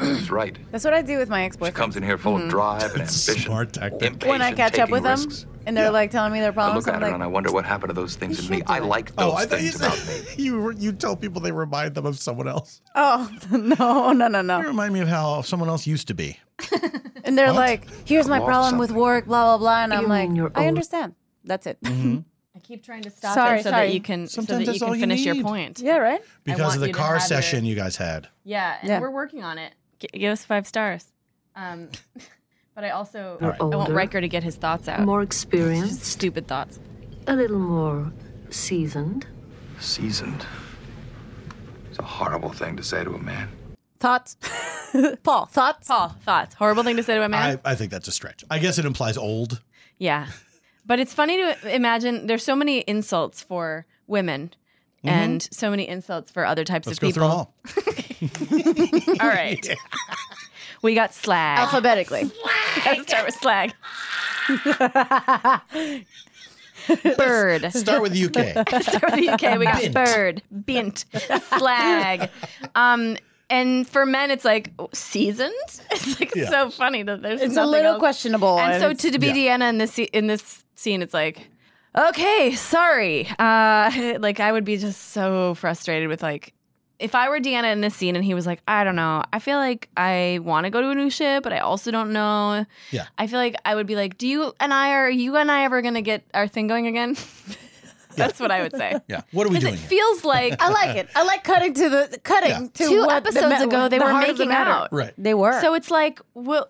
[SPEAKER 15] He's right.
[SPEAKER 4] That's what I do with my ex
[SPEAKER 15] She
[SPEAKER 4] boyfriend.
[SPEAKER 15] comes in here full of drive and ambition.
[SPEAKER 3] Mm-hmm. Smart tactic.
[SPEAKER 4] When I catch up with them, and they're like telling me their
[SPEAKER 15] I
[SPEAKER 4] problems,
[SPEAKER 15] look
[SPEAKER 4] I'm
[SPEAKER 15] at her and I
[SPEAKER 4] like,
[SPEAKER 15] wonder what happened to those things in me. I like
[SPEAKER 3] Oh,
[SPEAKER 15] those
[SPEAKER 3] I thought you
[SPEAKER 15] things
[SPEAKER 3] said
[SPEAKER 15] about me.
[SPEAKER 3] you you tell people they remind them of someone else.
[SPEAKER 4] oh no, no, no, no.
[SPEAKER 3] You remind me of how someone else used to be.
[SPEAKER 4] And they're
[SPEAKER 3] What?
[SPEAKER 4] like, here's my
[SPEAKER 3] Lost
[SPEAKER 4] problem
[SPEAKER 3] something.
[SPEAKER 4] with work, blah blah blah, and I'm
[SPEAKER 3] You
[SPEAKER 4] like,
[SPEAKER 3] mean your
[SPEAKER 4] I
[SPEAKER 3] old-
[SPEAKER 4] understand. That's it.
[SPEAKER 3] Mm-hmm.
[SPEAKER 1] I keep trying to stop
[SPEAKER 4] Sorry,
[SPEAKER 1] it so
[SPEAKER 4] sorry.
[SPEAKER 1] that you can so that
[SPEAKER 4] Sometimes
[SPEAKER 1] you
[SPEAKER 4] that's
[SPEAKER 1] can
[SPEAKER 4] all you
[SPEAKER 1] finish your
[SPEAKER 4] need.
[SPEAKER 1] point.
[SPEAKER 4] Yeah, right?
[SPEAKER 3] Because of
[SPEAKER 1] want
[SPEAKER 3] the
[SPEAKER 1] you to
[SPEAKER 3] car
[SPEAKER 1] have your-
[SPEAKER 3] session you guys had.
[SPEAKER 1] Yeah, and
[SPEAKER 4] Yeah.
[SPEAKER 1] we're working on it. G- give us five stars. Um, but I also
[SPEAKER 7] You're
[SPEAKER 1] I want
[SPEAKER 7] older.
[SPEAKER 1] Riker to get his thoughts out.
[SPEAKER 7] More experienced.
[SPEAKER 1] Stupid thoughts.
[SPEAKER 7] A little more seasoned.
[SPEAKER 8] Seasoned. It's a horrible thing to say to a man.
[SPEAKER 4] Thoughts? Paul, thoughts?
[SPEAKER 1] Paul, thoughts. Horrible thing to say to a man.
[SPEAKER 3] I, I think that's a stretch. I guess it implies old.
[SPEAKER 1] Yeah. But it's funny to imagine there's so many insults for women
[SPEAKER 3] Mhm.
[SPEAKER 1] and so many insults for other types
[SPEAKER 3] Let's
[SPEAKER 1] of
[SPEAKER 3] go
[SPEAKER 1] people.
[SPEAKER 3] through them all.
[SPEAKER 1] all right. We got slag.
[SPEAKER 4] Alphabetically.
[SPEAKER 1] Gotta start with slag. bird.
[SPEAKER 3] Start with UK.
[SPEAKER 1] start with the UK. We got
[SPEAKER 3] Bint.
[SPEAKER 1] bird, bint, slag. Um, and for men, it's like oh, seasoned. It's like
[SPEAKER 4] Yeah.
[SPEAKER 1] so funny that there's
[SPEAKER 4] It's a
[SPEAKER 1] nothing
[SPEAKER 4] little
[SPEAKER 1] else.
[SPEAKER 4] questionable,
[SPEAKER 1] And,
[SPEAKER 4] and
[SPEAKER 1] so
[SPEAKER 4] it's-
[SPEAKER 1] to, to be Deanna in this sce- in this scene, it's like, okay, sorry. Uh, like I would be just so frustrated with like. If I were Deanna in this scene and he was like, I don't know, I feel like I want to go to a new ship, but I also don't know.
[SPEAKER 3] Yeah.
[SPEAKER 1] I feel like I would be like, Do you and I are you and I ever gonna get our thing going again? That's what I would say.
[SPEAKER 3] Yeah. What are we doing?
[SPEAKER 1] It feels like
[SPEAKER 4] I like it. I like cutting to the cutting
[SPEAKER 3] Yeah.
[SPEAKER 4] to
[SPEAKER 1] Two
[SPEAKER 4] what the
[SPEAKER 1] episodes
[SPEAKER 4] ma-
[SPEAKER 1] ago, they
[SPEAKER 4] the
[SPEAKER 1] were
[SPEAKER 4] heart of the
[SPEAKER 1] making
[SPEAKER 4] matter.
[SPEAKER 1] out.
[SPEAKER 3] Right.
[SPEAKER 4] They were.
[SPEAKER 1] So it's like, well,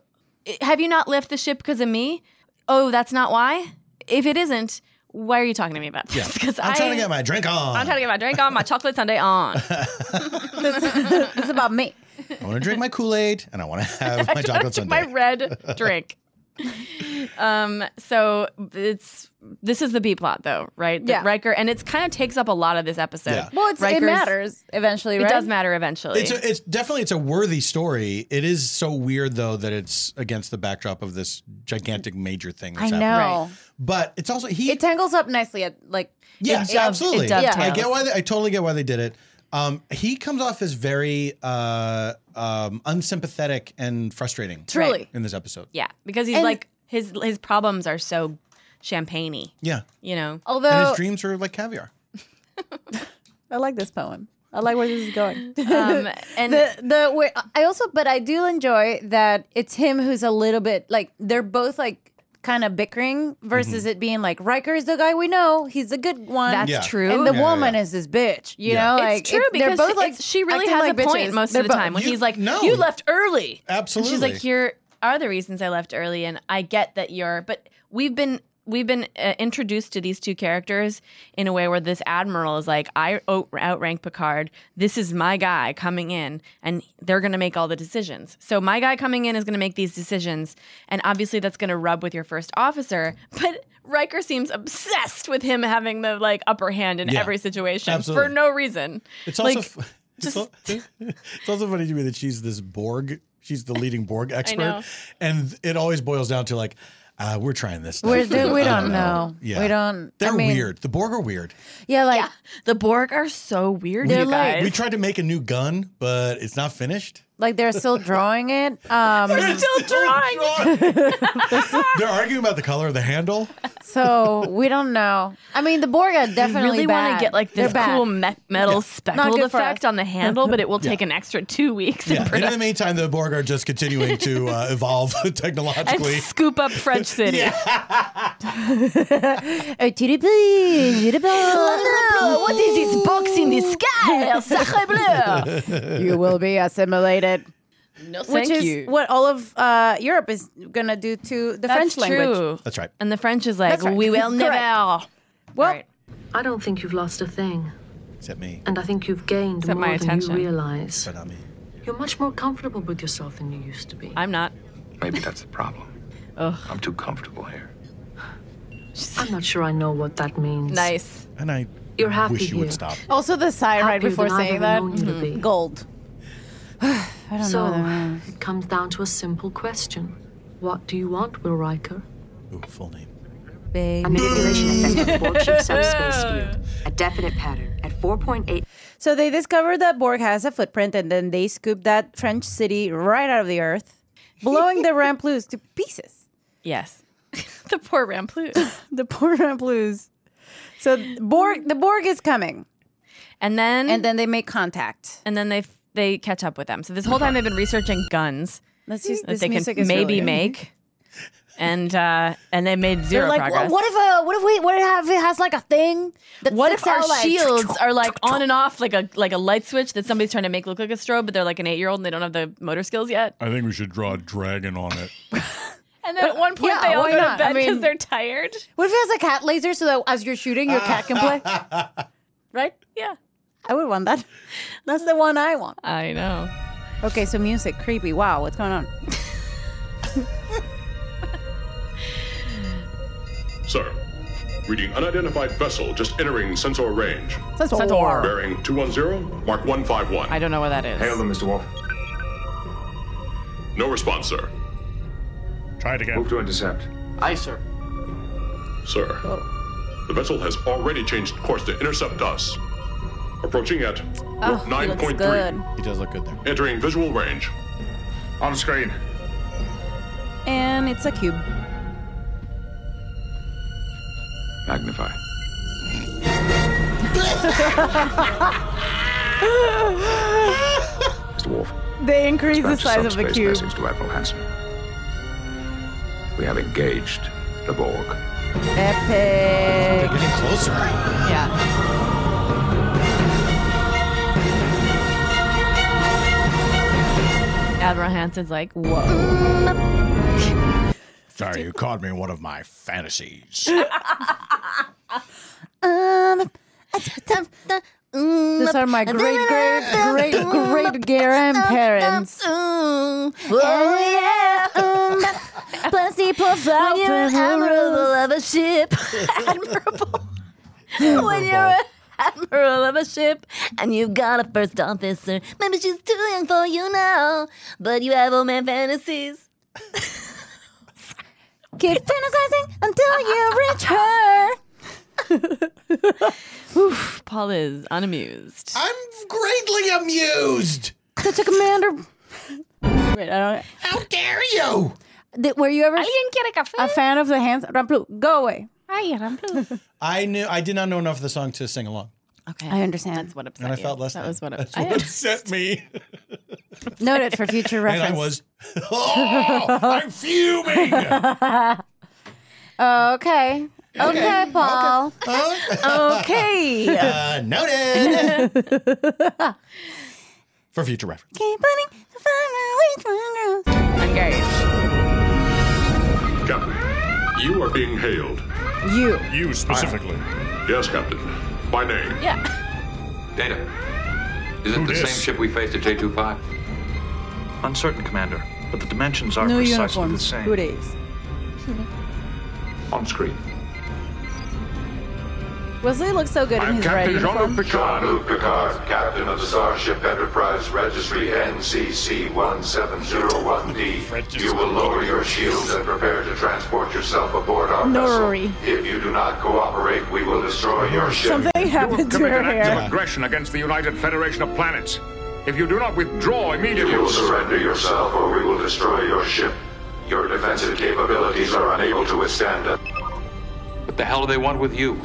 [SPEAKER 1] have you not left the ship because of me? Oh, that's not why. If it isn't, why are you talking to me about
[SPEAKER 3] Yeah.
[SPEAKER 1] this? Because
[SPEAKER 3] I'm trying to get my drink on.
[SPEAKER 1] I'm trying to get my drink on, my chocolate sundae on.
[SPEAKER 4] it's about me.
[SPEAKER 3] I want to drink my Kool Aid and I want to have my chocolate sundae.
[SPEAKER 1] my red drink. um. So it's this is the B plot though, right? The
[SPEAKER 4] Yeah.
[SPEAKER 1] Riker, and it's kind of takes up a lot of this episode.
[SPEAKER 3] Yeah.
[SPEAKER 4] Well, it's, it
[SPEAKER 1] Riker's-
[SPEAKER 4] matters eventually,
[SPEAKER 1] It
[SPEAKER 4] right?
[SPEAKER 1] does matter eventually.
[SPEAKER 3] It's a, it's definitely it's a worthy story. It is so weird though that it's against the backdrop of this gigantic major thing. That's
[SPEAKER 4] I
[SPEAKER 3] happening.
[SPEAKER 4] know.
[SPEAKER 3] but it's also he.
[SPEAKER 4] It tangles up nicely at like.
[SPEAKER 3] yes,
[SPEAKER 4] it dove-
[SPEAKER 3] absolutely.
[SPEAKER 4] it dovetails.
[SPEAKER 3] I get why they, I totally get why they did it. Um, he comes off as very uh, um, unsympathetic and frustrating.
[SPEAKER 1] Truly.
[SPEAKER 3] in this episode.
[SPEAKER 1] yeah, because he's
[SPEAKER 3] And-
[SPEAKER 1] like his his problems are so champagne
[SPEAKER 3] Yeah,
[SPEAKER 1] you know.
[SPEAKER 3] and his
[SPEAKER 4] Although
[SPEAKER 3] dreams are like caviar.
[SPEAKER 4] I like this poem. I like where this is going.
[SPEAKER 1] Um, and-
[SPEAKER 4] the the where, I also, but I do enjoy that it's him who's a little bit like they're both like kind of bickering versus it being like Riker is the guy we know. He's the good one.
[SPEAKER 1] That's Mm-hmm. Yeah. true.
[SPEAKER 4] And the
[SPEAKER 1] Yeah, yeah,
[SPEAKER 4] woman is this bitch. You
[SPEAKER 1] Yeah. It's
[SPEAKER 4] know, like
[SPEAKER 1] true because it's- she really
[SPEAKER 4] acting
[SPEAKER 1] has
[SPEAKER 4] like
[SPEAKER 1] a point
[SPEAKER 4] bitches.
[SPEAKER 1] most of
[SPEAKER 4] They're
[SPEAKER 1] the
[SPEAKER 4] both-
[SPEAKER 1] time when he's like, "You left early."
[SPEAKER 3] Absolutely.
[SPEAKER 1] And she's like, "Here are the reasons I left early, and I get that you're." But we've been we've been uh, introduced to these two characters in a way where this admiral is like, "I out- outrank Picard. This is my guy coming in, and they're going to make all the decisions. So my guy coming in is going to make these decisions, and obviously that's going to rub with your first officer, but." Riker seems obsessed with him having the like upper hand in
[SPEAKER 3] Yeah.
[SPEAKER 1] every situation for
[SPEAKER 3] Absolutely.
[SPEAKER 1] no reason.
[SPEAKER 3] It's also
[SPEAKER 1] Like,
[SPEAKER 3] f- it's, al- it's also funny to me that she's this Borg. She's the leading Borg
[SPEAKER 1] know.
[SPEAKER 3] expert, and it always boils down to like, uh, we're trying this. Stuff.
[SPEAKER 4] We're- dude, we
[SPEAKER 3] I
[SPEAKER 4] don't know.
[SPEAKER 3] Yeah.
[SPEAKER 4] We don't- I
[SPEAKER 3] They're
[SPEAKER 4] mean-
[SPEAKER 3] weird. The Borg are weird.
[SPEAKER 4] Yeah, like
[SPEAKER 1] the Borg are so weird.
[SPEAKER 3] we, we tried to make a new gun, but it's not finished.
[SPEAKER 4] like they're still drawing it. Um,
[SPEAKER 3] They're
[SPEAKER 1] still
[SPEAKER 4] drawing.
[SPEAKER 3] They're arguing about the color of the handle.
[SPEAKER 4] so we don't know. I mean, the Borg are definitely
[SPEAKER 1] really wanna
[SPEAKER 4] bad.
[SPEAKER 1] get, like, this
[SPEAKER 4] They're bad.
[SPEAKER 1] cool me- metal Yeah. speckled
[SPEAKER 4] Not good for
[SPEAKER 1] effect
[SPEAKER 4] us.
[SPEAKER 1] on the handle, but it will
[SPEAKER 3] Yeah.
[SPEAKER 1] take an extra two weeks in
[SPEAKER 3] Yeah. And in the
[SPEAKER 1] production.
[SPEAKER 3] meantime, the Borg are just continuing to uh, evolve
[SPEAKER 1] And
[SPEAKER 3] technologically.
[SPEAKER 1] scoop up French City.
[SPEAKER 4] Oh, titty please, titty please.
[SPEAKER 1] What is this box in the sky? Sacre
[SPEAKER 4] bleu. You will be assimilated.
[SPEAKER 1] No,
[SPEAKER 4] Which
[SPEAKER 1] thank
[SPEAKER 4] is
[SPEAKER 1] you.
[SPEAKER 4] what all of uh, Europe is going to do to the
[SPEAKER 1] That's
[SPEAKER 4] French
[SPEAKER 1] true.
[SPEAKER 4] language.
[SPEAKER 3] That's right.
[SPEAKER 1] And the French is like,
[SPEAKER 4] That's right.
[SPEAKER 1] we will
[SPEAKER 4] Correct.
[SPEAKER 1] never.
[SPEAKER 4] Well,
[SPEAKER 7] I don't think you've lost a thing,
[SPEAKER 3] Except me.
[SPEAKER 7] and I think you've gained
[SPEAKER 1] Except
[SPEAKER 7] more
[SPEAKER 1] my
[SPEAKER 7] than you
[SPEAKER 1] attention.
[SPEAKER 7] realize.
[SPEAKER 3] But not me.
[SPEAKER 7] You're much more comfortable with yourself than you used to be.
[SPEAKER 1] I'm not.
[SPEAKER 8] Maybe that's the problem.
[SPEAKER 1] Ugh.
[SPEAKER 8] I'm too comfortable here.
[SPEAKER 7] I'm not sure I know what that means.
[SPEAKER 1] Nice.
[SPEAKER 3] And I
[SPEAKER 7] You're happy here.
[SPEAKER 4] Also, the sigh right
[SPEAKER 7] Happier
[SPEAKER 4] before
[SPEAKER 7] than I've
[SPEAKER 4] saying
[SPEAKER 7] ever
[SPEAKER 4] that.
[SPEAKER 7] known
[SPEAKER 4] Mm-hmm.
[SPEAKER 7] you to be.
[SPEAKER 4] Gold. I don't
[SPEAKER 7] so,
[SPEAKER 4] know. that.
[SPEAKER 7] it comes down to a simple question. What do you want, Will Riker?
[SPEAKER 3] Ooh, full name.
[SPEAKER 7] Baby.
[SPEAKER 13] A manipulation effect of the Borg ship subspace field. A definite pattern at 4.8
[SPEAKER 4] So they discovered that Borg has a footprint, and then they scooped that French city right out of the earth, blowing the Ramplus to pieces.
[SPEAKER 1] Yes. the poor Ramplus.
[SPEAKER 4] the poor Ramplus. So Borg, the Borg is coming,
[SPEAKER 1] and then
[SPEAKER 4] and then they make contact,
[SPEAKER 1] and then they they catch up with them. So this whole time they've been researching guns
[SPEAKER 4] Let's use
[SPEAKER 1] that
[SPEAKER 4] this
[SPEAKER 1] they can
[SPEAKER 4] music is
[SPEAKER 1] maybe
[SPEAKER 4] really-
[SPEAKER 1] make, and uh, and they made
[SPEAKER 4] They're
[SPEAKER 1] zero
[SPEAKER 4] like,
[SPEAKER 1] progress.
[SPEAKER 4] "Well, what if uh, what if we what if it has like a thing that
[SPEAKER 1] What if
[SPEAKER 4] sticks
[SPEAKER 1] our
[SPEAKER 4] out, like,
[SPEAKER 1] shields are like on and off, like a like a light switch that somebody's trying to make look like a strobe, but they're like an eight year old and they don't have the motor skills yet?
[SPEAKER 14] I think we should draw a dragon on it.
[SPEAKER 1] And then at one point
[SPEAKER 4] yeah,
[SPEAKER 1] they all
[SPEAKER 4] why
[SPEAKER 1] go
[SPEAKER 4] not?
[SPEAKER 1] to
[SPEAKER 4] I
[SPEAKER 1] bed because
[SPEAKER 4] mean-
[SPEAKER 1] they're tired.
[SPEAKER 4] What if it has a cat laser so that as you're shooting, your cat can play? right?
[SPEAKER 1] Yeah.
[SPEAKER 4] I would want that. That's the one I want.
[SPEAKER 1] I know.
[SPEAKER 4] Okay, so music, creepy. Wow, what's going on?
[SPEAKER 10] Sir, reading unidentified vessel just entering sensor range.
[SPEAKER 4] Sensor.
[SPEAKER 10] Bearing 210, mark 151.
[SPEAKER 1] I don't know what that is.
[SPEAKER 10] them, Mr. Wolf. No response, sir.
[SPEAKER 14] Try it again. Move
[SPEAKER 10] to intercept.
[SPEAKER 18] Aye, sir.
[SPEAKER 10] Sir, the vessel has already changed course to intercept us. Approaching at
[SPEAKER 4] Oh,
[SPEAKER 10] warp
[SPEAKER 4] he looks
[SPEAKER 10] 9.3.
[SPEAKER 3] He does look good there.
[SPEAKER 10] Entering visual range. On screen.
[SPEAKER 4] And it's a cube.
[SPEAKER 12] Magnify.
[SPEAKER 15] Mr. Wolf.
[SPEAKER 4] they increase the
[SPEAKER 15] dispatch a
[SPEAKER 4] size of the
[SPEAKER 15] subspace
[SPEAKER 4] cube.
[SPEAKER 15] message to Admiral Hanson. We have engaged the Borg.
[SPEAKER 4] Epic.
[SPEAKER 3] Getting closer.
[SPEAKER 1] Yeah. Admiral Hanson's like, whoa.
[SPEAKER 14] Sorry, you caught me in one of my fantasies.
[SPEAKER 4] Um,
[SPEAKER 6] um,
[SPEAKER 4] these are my great, great, great, great grandparents. Oh yeah. Um, Plenty
[SPEAKER 6] When you're an admiral
[SPEAKER 4] of a ship,
[SPEAKER 6] Admirable. When you're an
[SPEAKER 4] admiral of a ship,
[SPEAKER 6] and you've got a first officer. Maybe she's too young for you now, but you have old man fantasies.
[SPEAKER 4] Keep fantasizing until you reach her.
[SPEAKER 1] Oof, Paul is unamused.
[SPEAKER 3] I'm greatly amused.
[SPEAKER 4] Such a commander. Wait, I don't.
[SPEAKER 3] How dare you?
[SPEAKER 4] Did, were you ever
[SPEAKER 1] a,
[SPEAKER 4] fan of the hands? Ramplu, go away.
[SPEAKER 1] Hi, Ramplu.
[SPEAKER 3] I knew I did not know enough of the song to sing along,
[SPEAKER 1] Okay,
[SPEAKER 4] I understand. That's
[SPEAKER 1] what upset
[SPEAKER 3] and I
[SPEAKER 1] you.
[SPEAKER 3] felt less.
[SPEAKER 1] That
[SPEAKER 3] than.
[SPEAKER 1] was what
[SPEAKER 3] That's
[SPEAKER 1] upset.
[SPEAKER 3] what upset me.
[SPEAKER 4] Noted for future
[SPEAKER 3] And I
[SPEAKER 4] reference.
[SPEAKER 3] was, oh, I'm fuming.
[SPEAKER 4] Okay. Okay, Paul. okay.
[SPEAKER 3] Uh, noted. Uh, For future reference.
[SPEAKER 4] Keep running to find my way to my
[SPEAKER 10] Captain, you are being hailed.
[SPEAKER 20] You.
[SPEAKER 10] You specifically. Yes, Captain. By name.
[SPEAKER 1] Yeah.
[SPEAKER 15] Data. Is it the same ship we faced at J25?
[SPEAKER 21] Uncertain, Commander, but the dimensions are
[SPEAKER 15] No
[SPEAKER 21] precisely the
[SPEAKER 15] uniforms.
[SPEAKER 21] same.
[SPEAKER 15] Who
[SPEAKER 20] days?
[SPEAKER 10] On screen.
[SPEAKER 20] Wesley looks so good in his red uniform.
[SPEAKER 8] Jean-Luc Picard, Captain of the Starship Enterprise Registry NCC1701D. You will lower your shields and prepare to transport yourself aboard our
[SPEAKER 20] Nori.
[SPEAKER 8] vessel. If you do not cooperate, we will destroy your ship.
[SPEAKER 20] Something happened to her
[SPEAKER 8] committed
[SPEAKER 20] hair.
[SPEAKER 8] active
[SPEAKER 22] Aggression against the United Federation of Planets. If you do not withdraw immediately.
[SPEAKER 8] You will surrender yourself or we will destroy your ship. Your defensive capabilities are unable to withstand us.
[SPEAKER 15] What the hell do they want with you?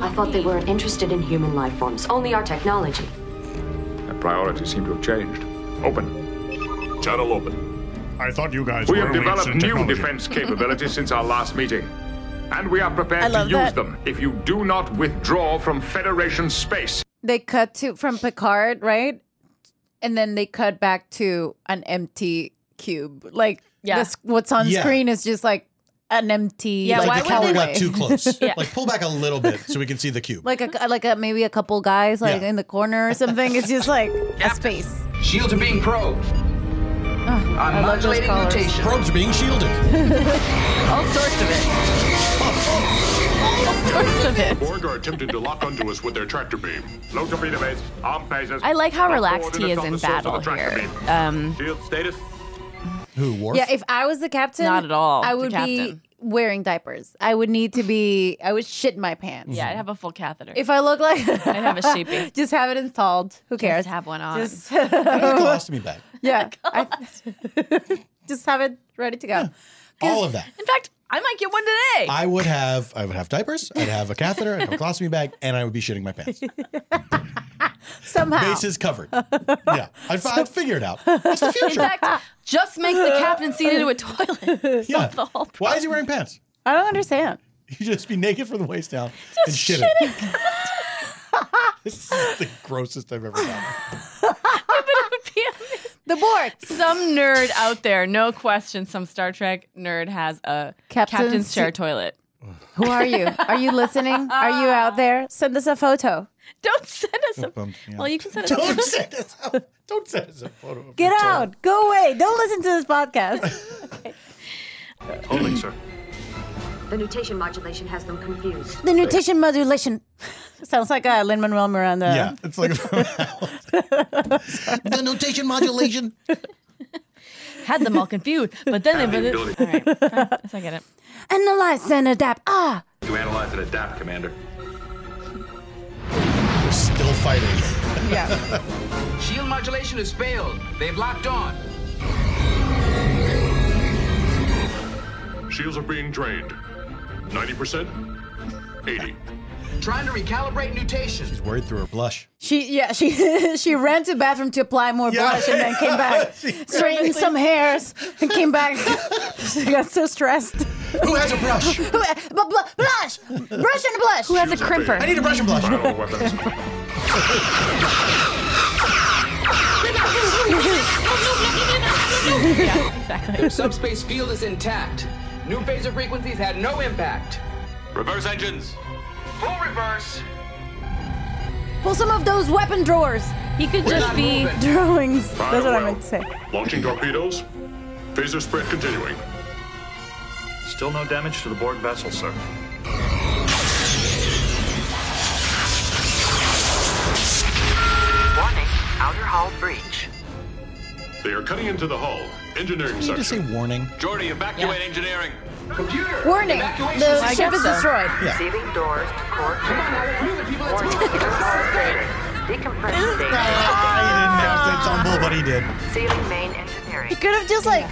[SPEAKER 13] I thought they weren't interested in human life forms, only our technology.
[SPEAKER 22] Their priorities seem to have changed. Open. Channel open.
[SPEAKER 23] I thought you guys
[SPEAKER 22] We
[SPEAKER 23] were
[SPEAKER 22] have
[SPEAKER 23] elites
[SPEAKER 22] developed
[SPEAKER 23] in
[SPEAKER 22] new
[SPEAKER 23] technology.
[SPEAKER 22] defense capabilities since our last meeting. And we are
[SPEAKER 4] I
[SPEAKER 22] prepared to
[SPEAKER 4] love
[SPEAKER 22] use
[SPEAKER 4] that.
[SPEAKER 22] them if you do not withdraw from Federation space.
[SPEAKER 4] They cut to from Picard, right? And then they cut back to an empty cube. Like
[SPEAKER 1] Yeah.
[SPEAKER 4] this what's on
[SPEAKER 3] Yeah.
[SPEAKER 4] screen is just like an empty
[SPEAKER 3] like
[SPEAKER 4] like,
[SPEAKER 3] the camera
[SPEAKER 4] hallway.
[SPEAKER 3] got too close. Like pull back a little bit so we can see the cube.
[SPEAKER 4] like a like a maybe a couple guys like in the corner or something. It's just like a space.
[SPEAKER 5] Shields are being probed. I'm
[SPEAKER 4] love those
[SPEAKER 5] modulating
[SPEAKER 4] colors.
[SPEAKER 5] rotation.
[SPEAKER 3] Probes are being shielded.
[SPEAKER 4] All sorts of
[SPEAKER 10] The Borg are attempting to lock onto us with their tractor beam. Low torpedo bays, arm phasers.
[SPEAKER 1] I like how
[SPEAKER 10] Lock
[SPEAKER 1] relaxed he
[SPEAKER 10] coordinates
[SPEAKER 1] is
[SPEAKER 10] on
[SPEAKER 1] in
[SPEAKER 10] the source of
[SPEAKER 1] battle
[SPEAKER 10] the tractor
[SPEAKER 1] here.
[SPEAKER 10] beam.
[SPEAKER 1] Um,
[SPEAKER 10] Shield status.
[SPEAKER 3] Who, Worf?
[SPEAKER 4] Yeah, if I was the captain,
[SPEAKER 1] Not at all
[SPEAKER 4] I
[SPEAKER 1] the
[SPEAKER 4] would be
[SPEAKER 1] captain.
[SPEAKER 4] wearing diapers. I would need to be. I would shit my pants.
[SPEAKER 1] yeah, I'd have a full catheter.
[SPEAKER 4] If I look like I'd
[SPEAKER 1] have a sheepy.
[SPEAKER 4] just have it installed. Who cares?
[SPEAKER 1] have one on. Oh
[SPEAKER 4] Just,
[SPEAKER 3] Colostomy bag.
[SPEAKER 4] yeah, I- just have it ready to go.
[SPEAKER 3] All of that.
[SPEAKER 1] In fact, I might get one today.
[SPEAKER 3] I would have I would have diapers, I'd have a catheter, I'd have a colostomy bag, and I would be shitting my pants.
[SPEAKER 4] Somehow.
[SPEAKER 3] Bases covered. Yeah. I'd, I'd figure it out. It's the
[SPEAKER 1] In
[SPEAKER 3] future.
[SPEAKER 1] fact, just make the captaincy into a toilet.
[SPEAKER 3] yeah. Why is he wearing pants?
[SPEAKER 4] I don't understand.
[SPEAKER 3] You just be naked from the waist down and shit it. this is the grossest I've ever done.
[SPEAKER 4] the Borg.
[SPEAKER 1] Some nerd out there, no question, some Star Trek nerd has a
[SPEAKER 4] Captain's
[SPEAKER 1] captain's, chair
[SPEAKER 4] seat.
[SPEAKER 1] toilet.
[SPEAKER 4] Who are you? Are you listening? Are you out there? Send us a photo.
[SPEAKER 1] Don't send us a. Well, you can send us.
[SPEAKER 4] Don't
[SPEAKER 3] send us. Don't send us a photo. of
[SPEAKER 4] Get out. Go away. Don't listen to this podcast.
[SPEAKER 21] Holding, sir.
[SPEAKER 13] The nutation modulation has them confused.
[SPEAKER 4] the nutation modulation. Sounds like a Lin Manuel Miranda.
[SPEAKER 3] Yeah, it's like the notation modulation.
[SPEAKER 1] Had them all confused, but then they.
[SPEAKER 15] Have the
[SPEAKER 1] All
[SPEAKER 15] ability.
[SPEAKER 1] right, fine. Yes, I get it.
[SPEAKER 4] Analyze and adapt. Ah.
[SPEAKER 15] To analyze and adapt, Commander.
[SPEAKER 3] We're still fighting.
[SPEAKER 5] Yeah. Shield modulation has failed. They've locked on.
[SPEAKER 10] Shields are being drained. 90%? 80.
[SPEAKER 5] Trying to recalibrate nutation.
[SPEAKER 3] She's worried through her blush.
[SPEAKER 4] She yeah she she ran to the bathroom to apply more blush and then came back straightened some hairs and came back. she got so stressed. Who
[SPEAKER 3] has a brush?
[SPEAKER 4] Who, but bl- blush, brush and blush. Who has a crimper?
[SPEAKER 3] I need a brush and blush.
[SPEAKER 10] Battle weapons.
[SPEAKER 5] Their subspace field is intact. New phaser frequencies had no impact.
[SPEAKER 15] Reverse engines.
[SPEAKER 5] Full reverse.
[SPEAKER 4] Pull some of those weapon drawers. He could
[SPEAKER 10] We're just not be- moving.
[SPEAKER 4] drawings.
[SPEAKER 10] Fire
[SPEAKER 4] That's what I
[SPEAKER 10] well.
[SPEAKER 4] meant to say.
[SPEAKER 10] Launching torpedoes. Phaser spread continuing.
[SPEAKER 21] Still no damage to the Borg vessel, sir.
[SPEAKER 24] Warning, outer hull breach.
[SPEAKER 10] They are cutting into the hull. Engineering
[SPEAKER 3] Can you just say
[SPEAKER 10] section.
[SPEAKER 3] warning?
[SPEAKER 15] Jordy, evacuate engineering.
[SPEAKER 5] Computer.
[SPEAKER 4] Warning,
[SPEAKER 5] Evacuation
[SPEAKER 4] the
[SPEAKER 5] system.
[SPEAKER 4] ship is destroyed.
[SPEAKER 24] Receiving doors to core. Come on, people. Decompress
[SPEAKER 3] Tumble, but he did.
[SPEAKER 24] Sealing main engineering.
[SPEAKER 4] He could have just like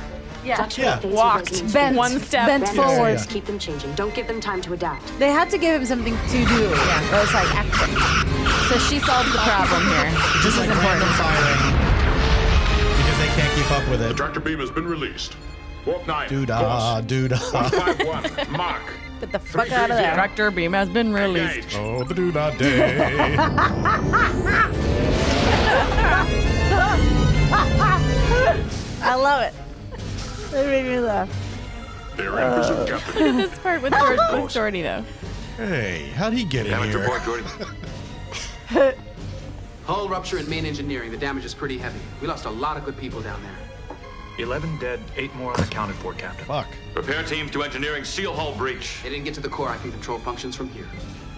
[SPEAKER 13] Yeah.
[SPEAKER 3] Yeah.
[SPEAKER 13] Walked.
[SPEAKER 4] Bent. Bent forward.
[SPEAKER 13] Keep them changing. Don't give them time to adapt.
[SPEAKER 4] They had to give him something to do. Yeah, it was like action. So she solved the problem here.
[SPEAKER 3] Just like random firing because they can't keep up with it.
[SPEAKER 10] The tractor beam has been released. Warp 9.
[SPEAKER 3] Doodah, doodah.
[SPEAKER 10] 151. Mark.
[SPEAKER 1] Get the
[SPEAKER 10] fuck out of there.
[SPEAKER 1] Tractor beam has been released.
[SPEAKER 3] Oh, the doodah day.
[SPEAKER 4] I love it. They make me laugh.
[SPEAKER 10] They're
[SPEAKER 3] in pursuit,
[SPEAKER 1] Look at this part with Jordy, with Jordy though.
[SPEAKER 3] Hey, how'd he get in
[SPEAKER 18] Damage
[SPEAKER 3] here?
[SPEAKER 18] report, Jordy. Hull rupture and main engineering. The damage is pretty heavy. We lost a lot of good people down there.
[SPEAKER 16] 11 dead, 8 more unaccounted for, Captain.
[SPEAKER 3] Fuck.
[SPEAKER 18] Repair teams to engineering. Seal hull breach. They didn't get to the core. I can control functions from here.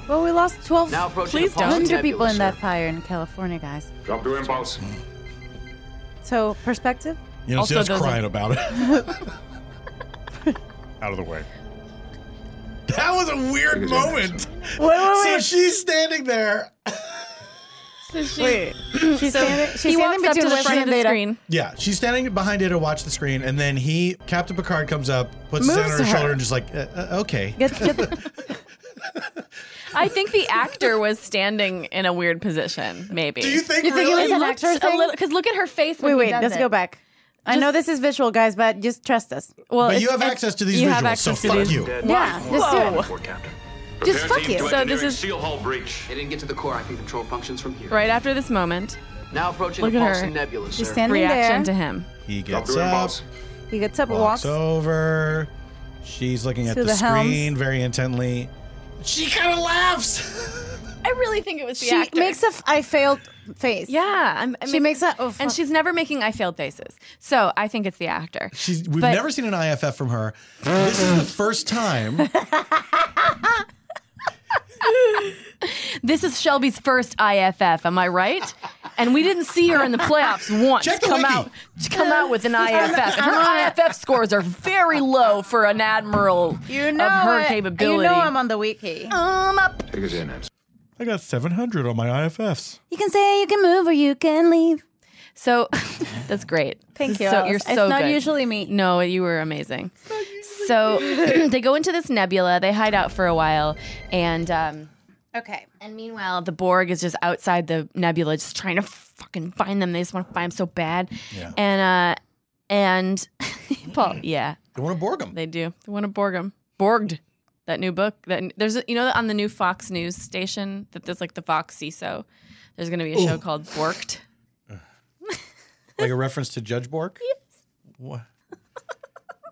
[SPEAKER 4] Well, we lost
[SPEAKER 18] Now approaching the
[SPEAKER 4] 1,200
[SPEAKER 18] Palms
[SPEAKER 4] people in
[SPEAKER 18] Nebula,
[SPEAKER 4] that fire in California, guys.
[SPEAKER 10] Drop to impulse.
[SPEAKER 4] So, perspective?
[SPEAKER 3] You know, see us crying about it.
[SPEAKER 14] Out of the way.
[SPEAKER 3] That was a weird moment.
[SPEAKER 4] Wait, wait,
[SPEAKER 3] So she's standing there.
[SPEAKER 1] So she,
[SPEAKER 4] Wait. She's standing- she's
[SPEAKER 1] he
[SPEAKER 4] standing
[SPEAKER 1] walks up to
[SPEAKER 4] between
[SPEAKER 1] the
[SPEAKER 4] Wesley
[SPEAKER 1] front of
[SPEAKER 4] and
[SPEAKER 1] the
[SPEAKER 4] Data.
[SPEAKER 1] screen.
[SPEAKER 3] Yeah, she's standing behind it to watch the screen, and then he, Captain Picard, comes up, puts his hand on
[SPEAKER 1] Moves
[SPEAKER 3] her
[SPEAKER 1] her.
[SPEAKER 3] shoulder, and just like, uh, uh, okay.
[SPEAKER 1] I think the actor was standing in a weird position. Maybe. Do you
[SPEAKER 3] think?
[SPEAKER 4] You think it was an actor thing?
[SPEAKER 1] Because look at her face.
[SPEAKER 4] Wait,
[SPEAKER 1] when he
[SPEAKER 4] wait,
[SPEAKER 1] does
[SPEAKER 4] let's
[SPEAKER 1] it.
[SPEAKER 4] go back. I know this is visual, guys, but just trust us.
[SPEAKER 1] Well,
[SPEAKER 3] but you have access to these
[SPEAKER 1] you
[SPEAKER 3] visuals,
[SPEAKER 1] have
[SPEAKER 3] so
[SPEAKER 1] access to
[SPEAKER 3] fuck
[SPEAKER 1] these-
[SPEAKER 3] you.
[SPEAKER 4] Yeah, just do it. Just
[SPEAKER 18] Repair
[SPEAKER 4] fuck
[SPEAKER 18] teams
[SPEAKER 4] it.
[SPEAKER 18] to
[SPEAKER 4] So this
[SPEAKER 18] engineering.
[SPEAKER 4] is-
[SPEAKER 18] seal hull breach. They didn't get to the core. I can control functions from here.
[SPEAKER 1] Right after this moment,
[SPEAKER 18] Now approaching
[SPEAKER 1] look
[SPEAKER 18] the
[SPEAKER 1] at
[SPEAKER 18] Pulse
[SPEAKER 1] her.
[SPEAKER 18] Nebula, sir.
[SPEAKER 1] reaction to him.
[SPEAKER 3] He
[SPEAKER 18] Drop
[SPEAKER 3] gets
[SPEAKER 18] to
[SPEAKER 3] up,
[SPEAKER 18] impulse.
[SPEAKER 4] He gets up and
[SPEAKER 3] walks
[SPEAKER 4] walks.
[SPEAKER 3] over. She's looking at
[SPEAKER 4] To
[SPEAKER 3] the,
[SPEAKER 4] the helms.
[SPEAKER 3] screen very intently. She kind of laughs.
[SPEAKER 1] I really think it was the
[SPEAKER 4] She
[SPEAKER 1] actor.
[SPEAKER 4] makes a f- I failed face.
[SPEAKER 1] Yeah, I'm, I
[SPEAKER 4] She
[SPEAKER 1] mean-
[SPEAKER 4] makes a- oh,
[SPEAKER 1] and
[SPEAKER 4] fuck.
[SPEAKER 1] she's never making I failed faces. So I think it's the actor.
[SPEAKER 3] She's, we've
[SPEAKER 1] But-
[SPEAKER 3] never seen an IFF from her. This is the first time.
[SPEAKER 1] This is Shelby's first IFF. Am I right? And we didn't see her in the playoffs once.
[SPEAKER 5] Check the
[SPEAKER 1] come
[SPEAKER 5] wiki.
[SPEAKER 1] out, to come out with an IFF. And her IFF scores are very low for an admiral
[SPEAKER 4] You know
[SPEAKER 1] of her
[SPEAKER 4] it.
[SPEAKER 1] capability.
[SPEAKER 4] You know I'm on the wiki. Um, up.
[SPEAKER 3] Take us in, I got 700 on my IFFs.
[SPEAKER 4] You can say you can move or you can leave.
[SPEAKER 1] So that's great.
[SPEAKER 4] Thank you,
[SPEAKER 1] So,
[SPEAKER 4] Alice.
[SPEAKER 1] you're
[SPEAKER 4] It's
[SPEAKER 1] so
[SPEAKER 4] not
[SPEAKER 1] good.
[SPEAKER 4] usually me.
[SPEAKER 1] No, you were amazing. So they go into this nebula. They hide out for a while, and um,
[SPEAKER 4] Okay.
[SPEAKER 1] And meanwhile, the Borg is just outside the nebula, just trying to fucking find them. They just want to find them so bad.
[SPEAKER 3] Yeah. Mm.
[SPEAKER 1] And uh, and Paul, yeah,
[SPEAKER 3] They want to Borg them.
[SPEAKER 1] They do. They want to Borg them. Borged. That new book. That there's a, you know on the new Fox News station that there's like the Fox CISO. There's going to be a show
[SPEAKER 3] Ooh.
[SPEAKER 1] called Borked.
[SPEAKER 3] Like a reference to Judge Bork? Yes. What?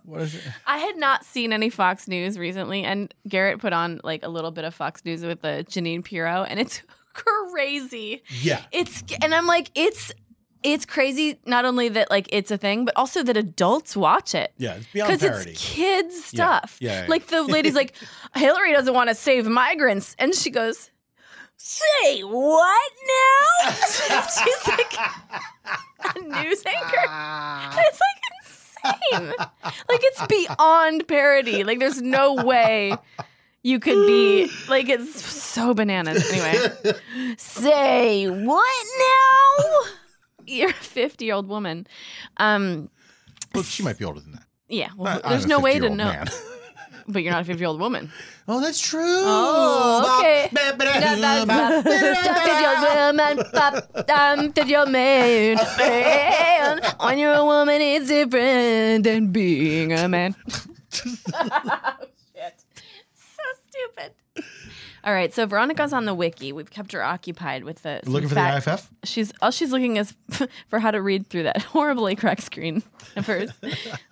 [SPEAKER 3] What is it?
[SPEAKER 1] I had not seen any Fox News recently, and Garrett put on like a little bit of Fox News with the Janine Pirro, and it's crazy.
[SPEAKER 3] Yeah.
[SPEAKER 1] It's and I'm like, it's it's crazy. Not only that, like it's a thing, but also that adults watch it.
[SPEAKER 3] Yeah, it's beyond parody.
[SPEAKER 1] it's kids
[SPEAKER 3] Yeah,
[SPEAKER 1] stuff.
[SPEAKER 3] yeah, yeah.
[SPEAKER 1] Like the lady's like, Hillary doesn't want to save migrants, and she goes, "Say what now?" She's like a news anchor. It's like insane. Like it's beyond parody. Like there's no way you could be like it's so bananas. Anyway, say what now? You're a 50 year old woman. Um,
[SPEAKER 3] Well, she might be older than that.
[SPEAKER 1] yeah. Well,
[SPEAKER 3] I- I'm
[SPEAKER 1] there's
[SPEAKER 3] a
[SPEAKER 1] no way to
[SPEAKER 3] 50-year-old
[SPEAKER 1] know.
[SPEAKER 3] man.
[SPEAKER 1] But you're not a 50 year old woman.
[SPEAKER 3] Oh, that's true.
[SPEAKER 1] Oh, okay. I'm 50 year old um, man. When you're a woman, it's different than being a man. Oh, So stupid. All right, so Veronica's on the wiki. We've kept her occupied with the
[SPEAKER 3] Looking
[SPEAKER 1] some
[SPEAKER 3] for the
[SPEAKER 1] fact-
[SPEAKER 3] IFF?
[SPEAKER 1] She's all she's looking is for how to read through that horribly cracked screen of hers.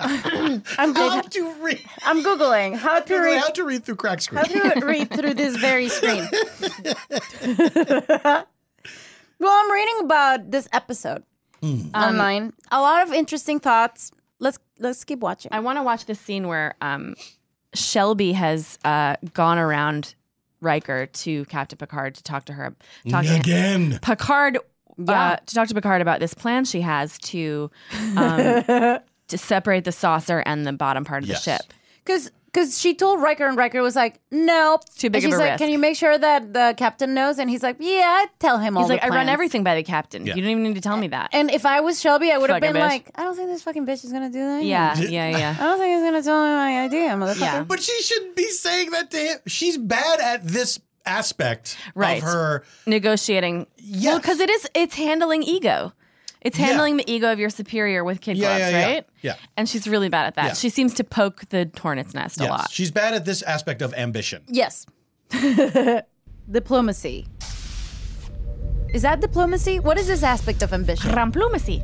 [SPEAKER 4] I'm
[SPEAKER 3] how to read.
[SPEAKER 4] I'm googling how to read.
[SPEAKER 3] How to read through crack screen.
[SPEAKER 4] How to read through this very screen. well, I'm reading about this episode
[SPEAKER 3] Hmm.
[SPEAKER 1] Um,
[SPEAKER 4] online. A lot of interesting thoughts. Let's let's keep watching.
[SPEAKER 1] I want to watch this scene where um, Shelby has uh, gone around Riker to Captain Picard to talk to her. Talk to-
[SPEAKER 3] Again.
[SPEAKER 1] Picard.
[SPEAKER 4] Yeah.
[SPEAKER 1] Uh, to talk to Picard about this plan she has to um, to separate the saucer and the bottom part of
[SPEAKER 4] Yes.
[SPEAKER 1] the ship.
[SPEAKER 4] Because because she told Riker and Riker was like, nope.
[SPEAKER 1] Too big
[SPEAKER 4] and
[SPEAKER 1] of
[SPEAKER 4] she's
[SPEAKER 1] a
[SPEAKER 4] like,
[SPEAKER 1] risk.
[SPEAKER 4] Can you make sure that the captain knows? And he's like, Yeah, I tell him all.
[SPEAKER 1] He's
[SPEAKER 4] the
[SPEAKER 1] like, I run
[SPEAKER 4] plans."
[SPEAKER 1] everything by the captain. You don't even need to tell me that.
[SPEAKER 4] And if I was Shelby, I would have
[SPEAKER 1] Fucking
[SPEAKER 4] been
[SPEAKER 1] bitch.
[SPEAKER 4] like, I don't think this fucking bitch is gonna do that.
[SPEAKER 1] Yeah,
[SPEAKER 4] either."
[SPEAKER 1] yeah, yeah.
[SPEAKER 4] I don't think he's gonna tell me my idea, motherfucker.
[SPEAKER 1] Yeah.
[SPEAKER 3] But she shouldn't be saying that to him. She's bad at this aspect
[SPEAKER 1] Right.
[SPEAKER 3] of her.
[SPEAKER 1] Negotiating. Yeah. Well, because it is, it's handling ego. It's handling the ego of your superior with kid
[SPEAKER 3] Yeah,
[SPEAKER 1] gloves,
[SPEAKER 3] yeah, yeah.
[SPEAKER 1] right?
[SPEAKER 3] Yeah.
[SPEAKER 1] And she's really bad at that.
[SPEAKER 3] Yeah.
[SPEAKER 1] She seems to poke the hornet's nest a
[SPEAKER 3] Yes.
[SPEAKER 1] lot.
[SPEAKER 3] She's bad at this aspect of ambition.
[SPEAKER 4] Yes. diplomacy. Is that diplomacy? What is this aspect of ambition?
[SPEAKER 1] Ramplumacy.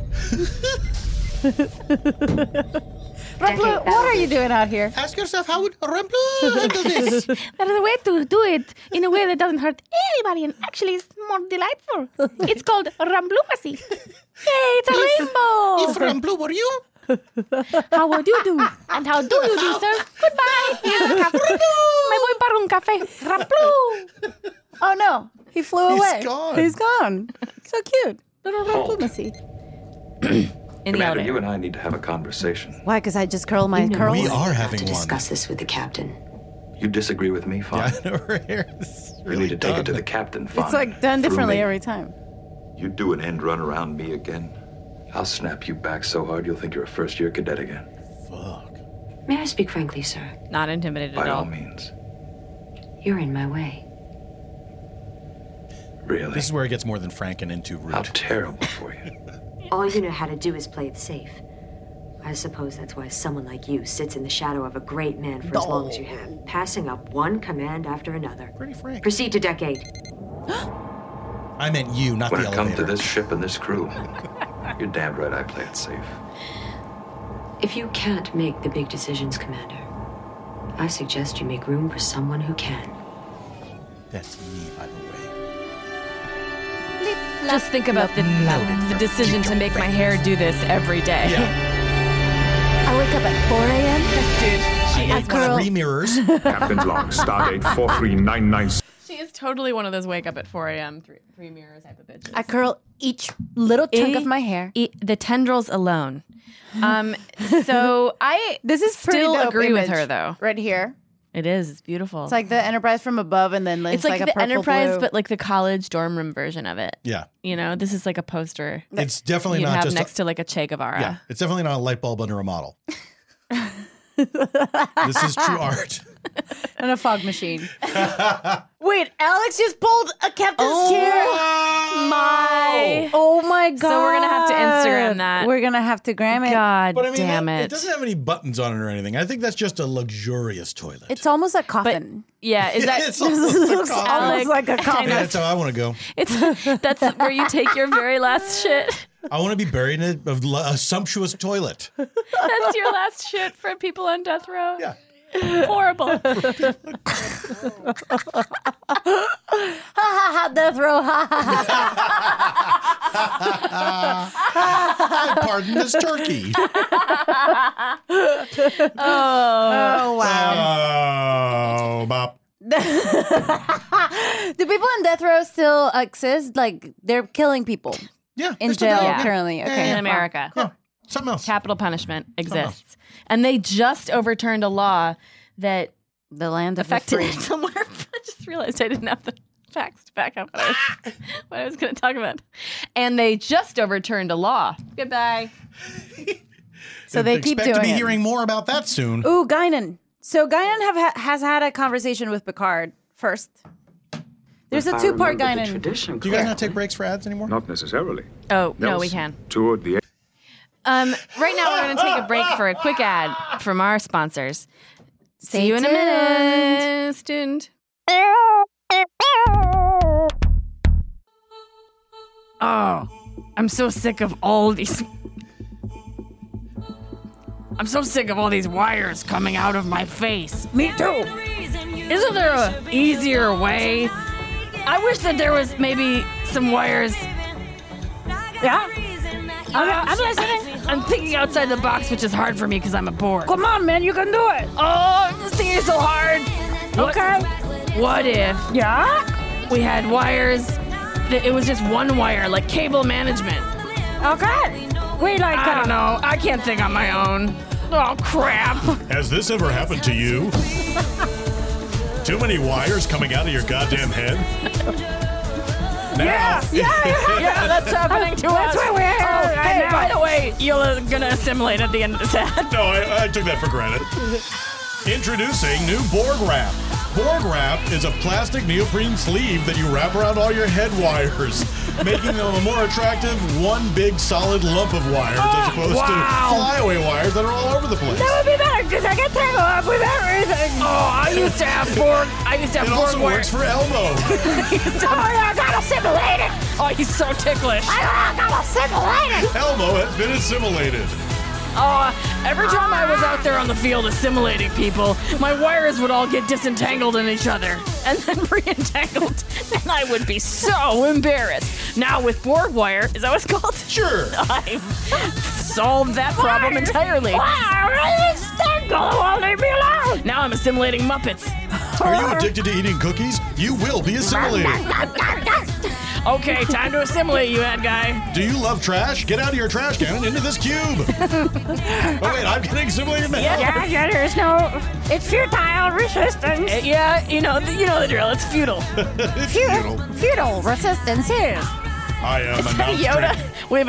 [SPEAKER 4] Ramplu, what are you doing out here?
[SPEAKER 3] Ask yourself how would
[SPEAKER 4] Ramplu do this?
[SPEAKER 1] There's a way to do it in a way that doesn't hurt anybody and actually is more delightful. It's called Ramblumacy. Yay, it's a rainbow!
[SPEAKER 3] If Ramblu were you?
[SPEAKER 1] How would you do? And how do you do, sir? Goodbye! Me voy para un café. Ramplu!
[SPEAKER 4] Oh no, he flew
[SPEAKER 1] He's
[SPEAKER 4] away.
[SPEAKER 1] gone.
[SPEAKER 4] He's gone. So cute. Little
[SPEAKER 15] Halt.
[SPEAKER 4] diplomacy.
[SPEAKER 15] Commander, you and I need to have a conversation.
[SPEAKER 4] Why? Because I just curled my
[SPEAKER 15] You know
[SPEAKER 4] curls.
[SPEAKER 15] we are having
[SPEAKER 13] to
[SPEAKER 15] one.
[SPEAKER 13] discuss this with the captain.
[SPEAKER 15] You disagree with me, Fawn? you need to take it to the captain, Fawn.
[SPEAKER 4] It's like done
[SPEAKER 15] Through
[SPEAKER 4] differently
[SPEAKER 15] me.
[SPEAKER 4] every time.
[SPEAKER 15] You do an end run around me again, I'll snap you back so hard you'll think you're a first year cadet again.
[SPEAKER 13] May I speak frankly, sir?
[SPEAKER 1] Not intimidated
[SPEAKER 15] By
[SPEAKER 1] at
[SPEAKER 15] all
[SPEAKER 1] all.
[SPEAKER 15] means.
[SPEAKER 13] You're in my way.
[SPEAKER 15] Really?
[SPEAKER 3] This is where it gets more than Franken into rude.
[SPEAKER 15] How terrible for you.
[SPEAKER 13] All you know how to do is play it safe. I suppose that's why someone like you sits in the shadow of a great man for as long as you have, passing up one command after another. Pretty frank. Proceed to deck eight.
[SPEAKER 3] I meant you, not
[SPEAKER 15] when
[SPEAKER 3] the
[SPEAKER 15] it comes
[SPEAKER 3] elevator.
[SPEAKER 15] to this ship and this crew, you're damn right I play it safe.
[SPEAKER 13] If you can't make the big decisions, Commander, I suggest you make room for someone who can.
[SPEAKER 3] That's me, by the way.
[SPEAKER 1] Just think about the, the decision to make my hair do this every day.
[SPEAKER 4] I wake up at 4 a.m.
[SPEAKER 1] Dude, she
[SPEAKER 4] I
[SPEAKER 1] is
[SPEAKER 4] curl.
[SPEAKER 1] one of-
[SPEAKER 3] mirrors.
[SPEAKER 10] Captain Long, Stardate 4399.
[SPEAKER 1] She is totally one of those wake up at 4 a.m. three, three mirrors type of bitches.
[SPEAKER 4] I curl each little chunk of my hair.
[SPEAKER 1] E, the tendrils alone. Um, so I
[SPEAKER 4] This is pretty
[SPEAKER 1] still
[SPEAKER 4] dope
[SPEAKER 1] agree with
[SPEAKER 4] image
[SPEAKER 1] her though.
[SPEAKER 4] Right here.
[SPEAKER 1] It is. It's beautiful.
[SPEAKER 4] It's like the Enterprise from above, and then it's,
[SPEAKER 1] it's like,
[SPEAKER 4] a
[SPEAKER 1] the
[SPEAKER 4] purple
[SPEAKER 1] Enterprise,
[SPEAKER 4] blue.
[SPEAKER 1] but like the college dorm room version of it.
[SPEAKER 3] Yeah.
[SPEAKER 1] You know, this is like a poster. that
[SPEAKER 3] It's definitely
[SPEAKER 1] you'd
[SPEAKER 3] not
[SPEAKER 1] have
[SPEAKER 3] just a-
[SPEAKER 1] next to like a Che Guevara.
[SPEAKER 3] Yeah, it's definitely not a light bulb under a model. this is true art.
[SPEAKER 4] and a fog machine. Wait, Alex just pulled a captain's chair.
[SPEAKER 1] My.
[SPEAKER 4] Oh my god.
[SPEAKER 1] So we're gonna have to Instagram that.
[SPEAKER 4] We're gonna have to gram it.
[SPEAKER 1] God
[SPEAKER 3] But I mean, it, it doesn't have any buttons on it or anything. I think that's just a luxurious toilet.
[SPEAKER 4] It's almost a coffin.
[SPEAKER 1] Yeah, is that
[SPEAKER 3] It's almost a
[SPEAKER 4] Looks
[SPEAKER 3] coffin.
[SPEAKER 4] almost like a
[SPEAKER 3] Man,
[SPEAKER 4] coffin.
[SPEAKER 3] that's how I want to go.
[SPEAKER 1] It's that's where you take your very last shit.
[SPEAKER 3] I want to be buried in a, a, a sumptuous toilet.
[SPEAKER 1] That's your last shit for people on death row. Yeah. Horrible.
[SPEAKER 4] ha ha ha! Death row! Ha ha ha!
[SPEAKER 3] I pardon this turkey.
[SPEAKER 4] oh, oh wow!
[SPEAKER 3] Oh, bop.
[SPEAKER 4] Do people in death row still exist? Like they're killing people?
[SPEAKER 3] Yeah,
[SPEAKER 4] in jail currently. Okay,
[SPEAKER 1] In America.
[SPEAKER 3] Something else.
[SPEAKER 1] Capital punishment exists. And they just overturned a law that
[SPEAKER 4] the land
[SPEAKER 1] of affected somewhere. I just realized I didn't have the facts to back up what I was, what I was going to talk about. And they just overturned a law. Goodbye.
[SPEAKER 4] So they keep
[SPEAKER 3] Expect to be
[SPEAKER 4] doing it.
[SPEAKER 3] hearing more about that soon.
[SPEAKER 4] Ooh, Guinan. So Guinan have ha- has had a conversation with Picard first. There's
[SPEAKER 12] If
[SPEAKER 4] a
[SPEAKER 12] I
[SPEAKER 4] two part
[SPEAKER 12] remember the
[SPEAKER 4] Guinan.
[SPEAKER 12] tradition
[SPEAKER 3] Do you guys not take breaks for ads anymore?
[SPEAKER 12] Not necessarily.
[SPEAKER 1] Oh,
[SPEAKER 12] That
[SPEAKER 1] no,
[SPEAKER 12] was
[SPEAKER 1] we can.
[SPEAKER 12] Toward the end.
[SPEAKER 1] Um, right now, we're going to take a break for a quick ad from our sponsors. See you in a minute, student.
[SPEAKER 5] Oh, I'm so sick of all these. I'm so sick of all these wires coming out of my face. Me too. Isn't there a easier way? I wish that there was maybe some wires. Yeah. I'm, I'm listening. I'm thinking outside the box, which is hard for me because I'm a board. Come on, man, you can do it. Oh, this thing is so hard. Okay. What if? Yeah. We had wires. That it was just one wire, like cable management. Okay. We like. uh, I don't know. I can't think on my own. Oh crap.
[SPEAKER 14] Has this ever happened to you? Too many wires coming out of your goddamn head? Now-
[SPEAKER 5] yeah, that's happening to
[SPEAKER 14] That's
[SPEAKER 5] us.
[SPEAKER 14] why we're here.
[SPEAKER 5] Oh, hey,
[SPEAKER 14] Hey,
[SPEAKER 5] by
[SPEAKER 14] now.
[SPEAKER 5] the way, you're gonna assimilate at the end of this ad.
[SPEAKER 14] No, I, I took that for granted. Introducing new Borg Wrap.
[SPEAKER 3] Borg wrap is a plastic neoprene sleeve that you wrap around all your head wires, making them a more attractive one big solid lump of wires
[SPEAKER 5] Ah,
[SPEAKER 3] as opposed
[SPEAKER 14] wow.
[SPEAKER 3] to flyaway wires that are all over the place.
[SPEAKER 14] That
[SPEAKER 3] would
[SPEAKER 5] be better because I can tangle up with everything. Oh, I used to have Borg. I used to have
[SPEAKER 3] It
[SPEAKER 5] Borg
[SPEAKER 3] also
[SPEAKER 5] wire.
[SPEAKER 3] works for Elmo.
[SPEAKER 5] oh, yeah, I got assimilated. Oh, he's so ticklish. I got assimilated.
[SPEAKER 3] Elmo has been assimilated.
[SPEAKER 5] Oh, every time I was out there on the field assimilating people, my wires would all get disentangled in each other and then re-entangled, and I would be so embarrassed. Now with Borg wire, is that what it's called?
[SPEAKER 3] Sure.
[SPEAKER 5] I've solved that problem entirely. Wire, leave me alone. Now I'm assimilating Muppets.
[SPEAKER 3] Are you addicted to eating cookies? You will be assimilated.
[SPEAKER 5] okay, time to assimilate you, ad guy.
[SPEAKER 3] Do you love trash? Get out of your trash can and into this cube. oh, wait, I'm getting assimilated now.
[SPEAKER 5] there's no. It's futile resistance. Eh, yeah, you know, you know the drill. It's futile.
[SPEAKER 3] futile.
[SPEAKER 5] Futile resistance here.
[SPEAKER 3] I am
[SPEAKER 5] Is
[SPEAKER 3] a
[SPEAKER 5] that
[SPEAKER 3] mouse
[SPEAKER 5] Yoda?
[SPEAKER 3] drink.
[SPEAKER 5] We've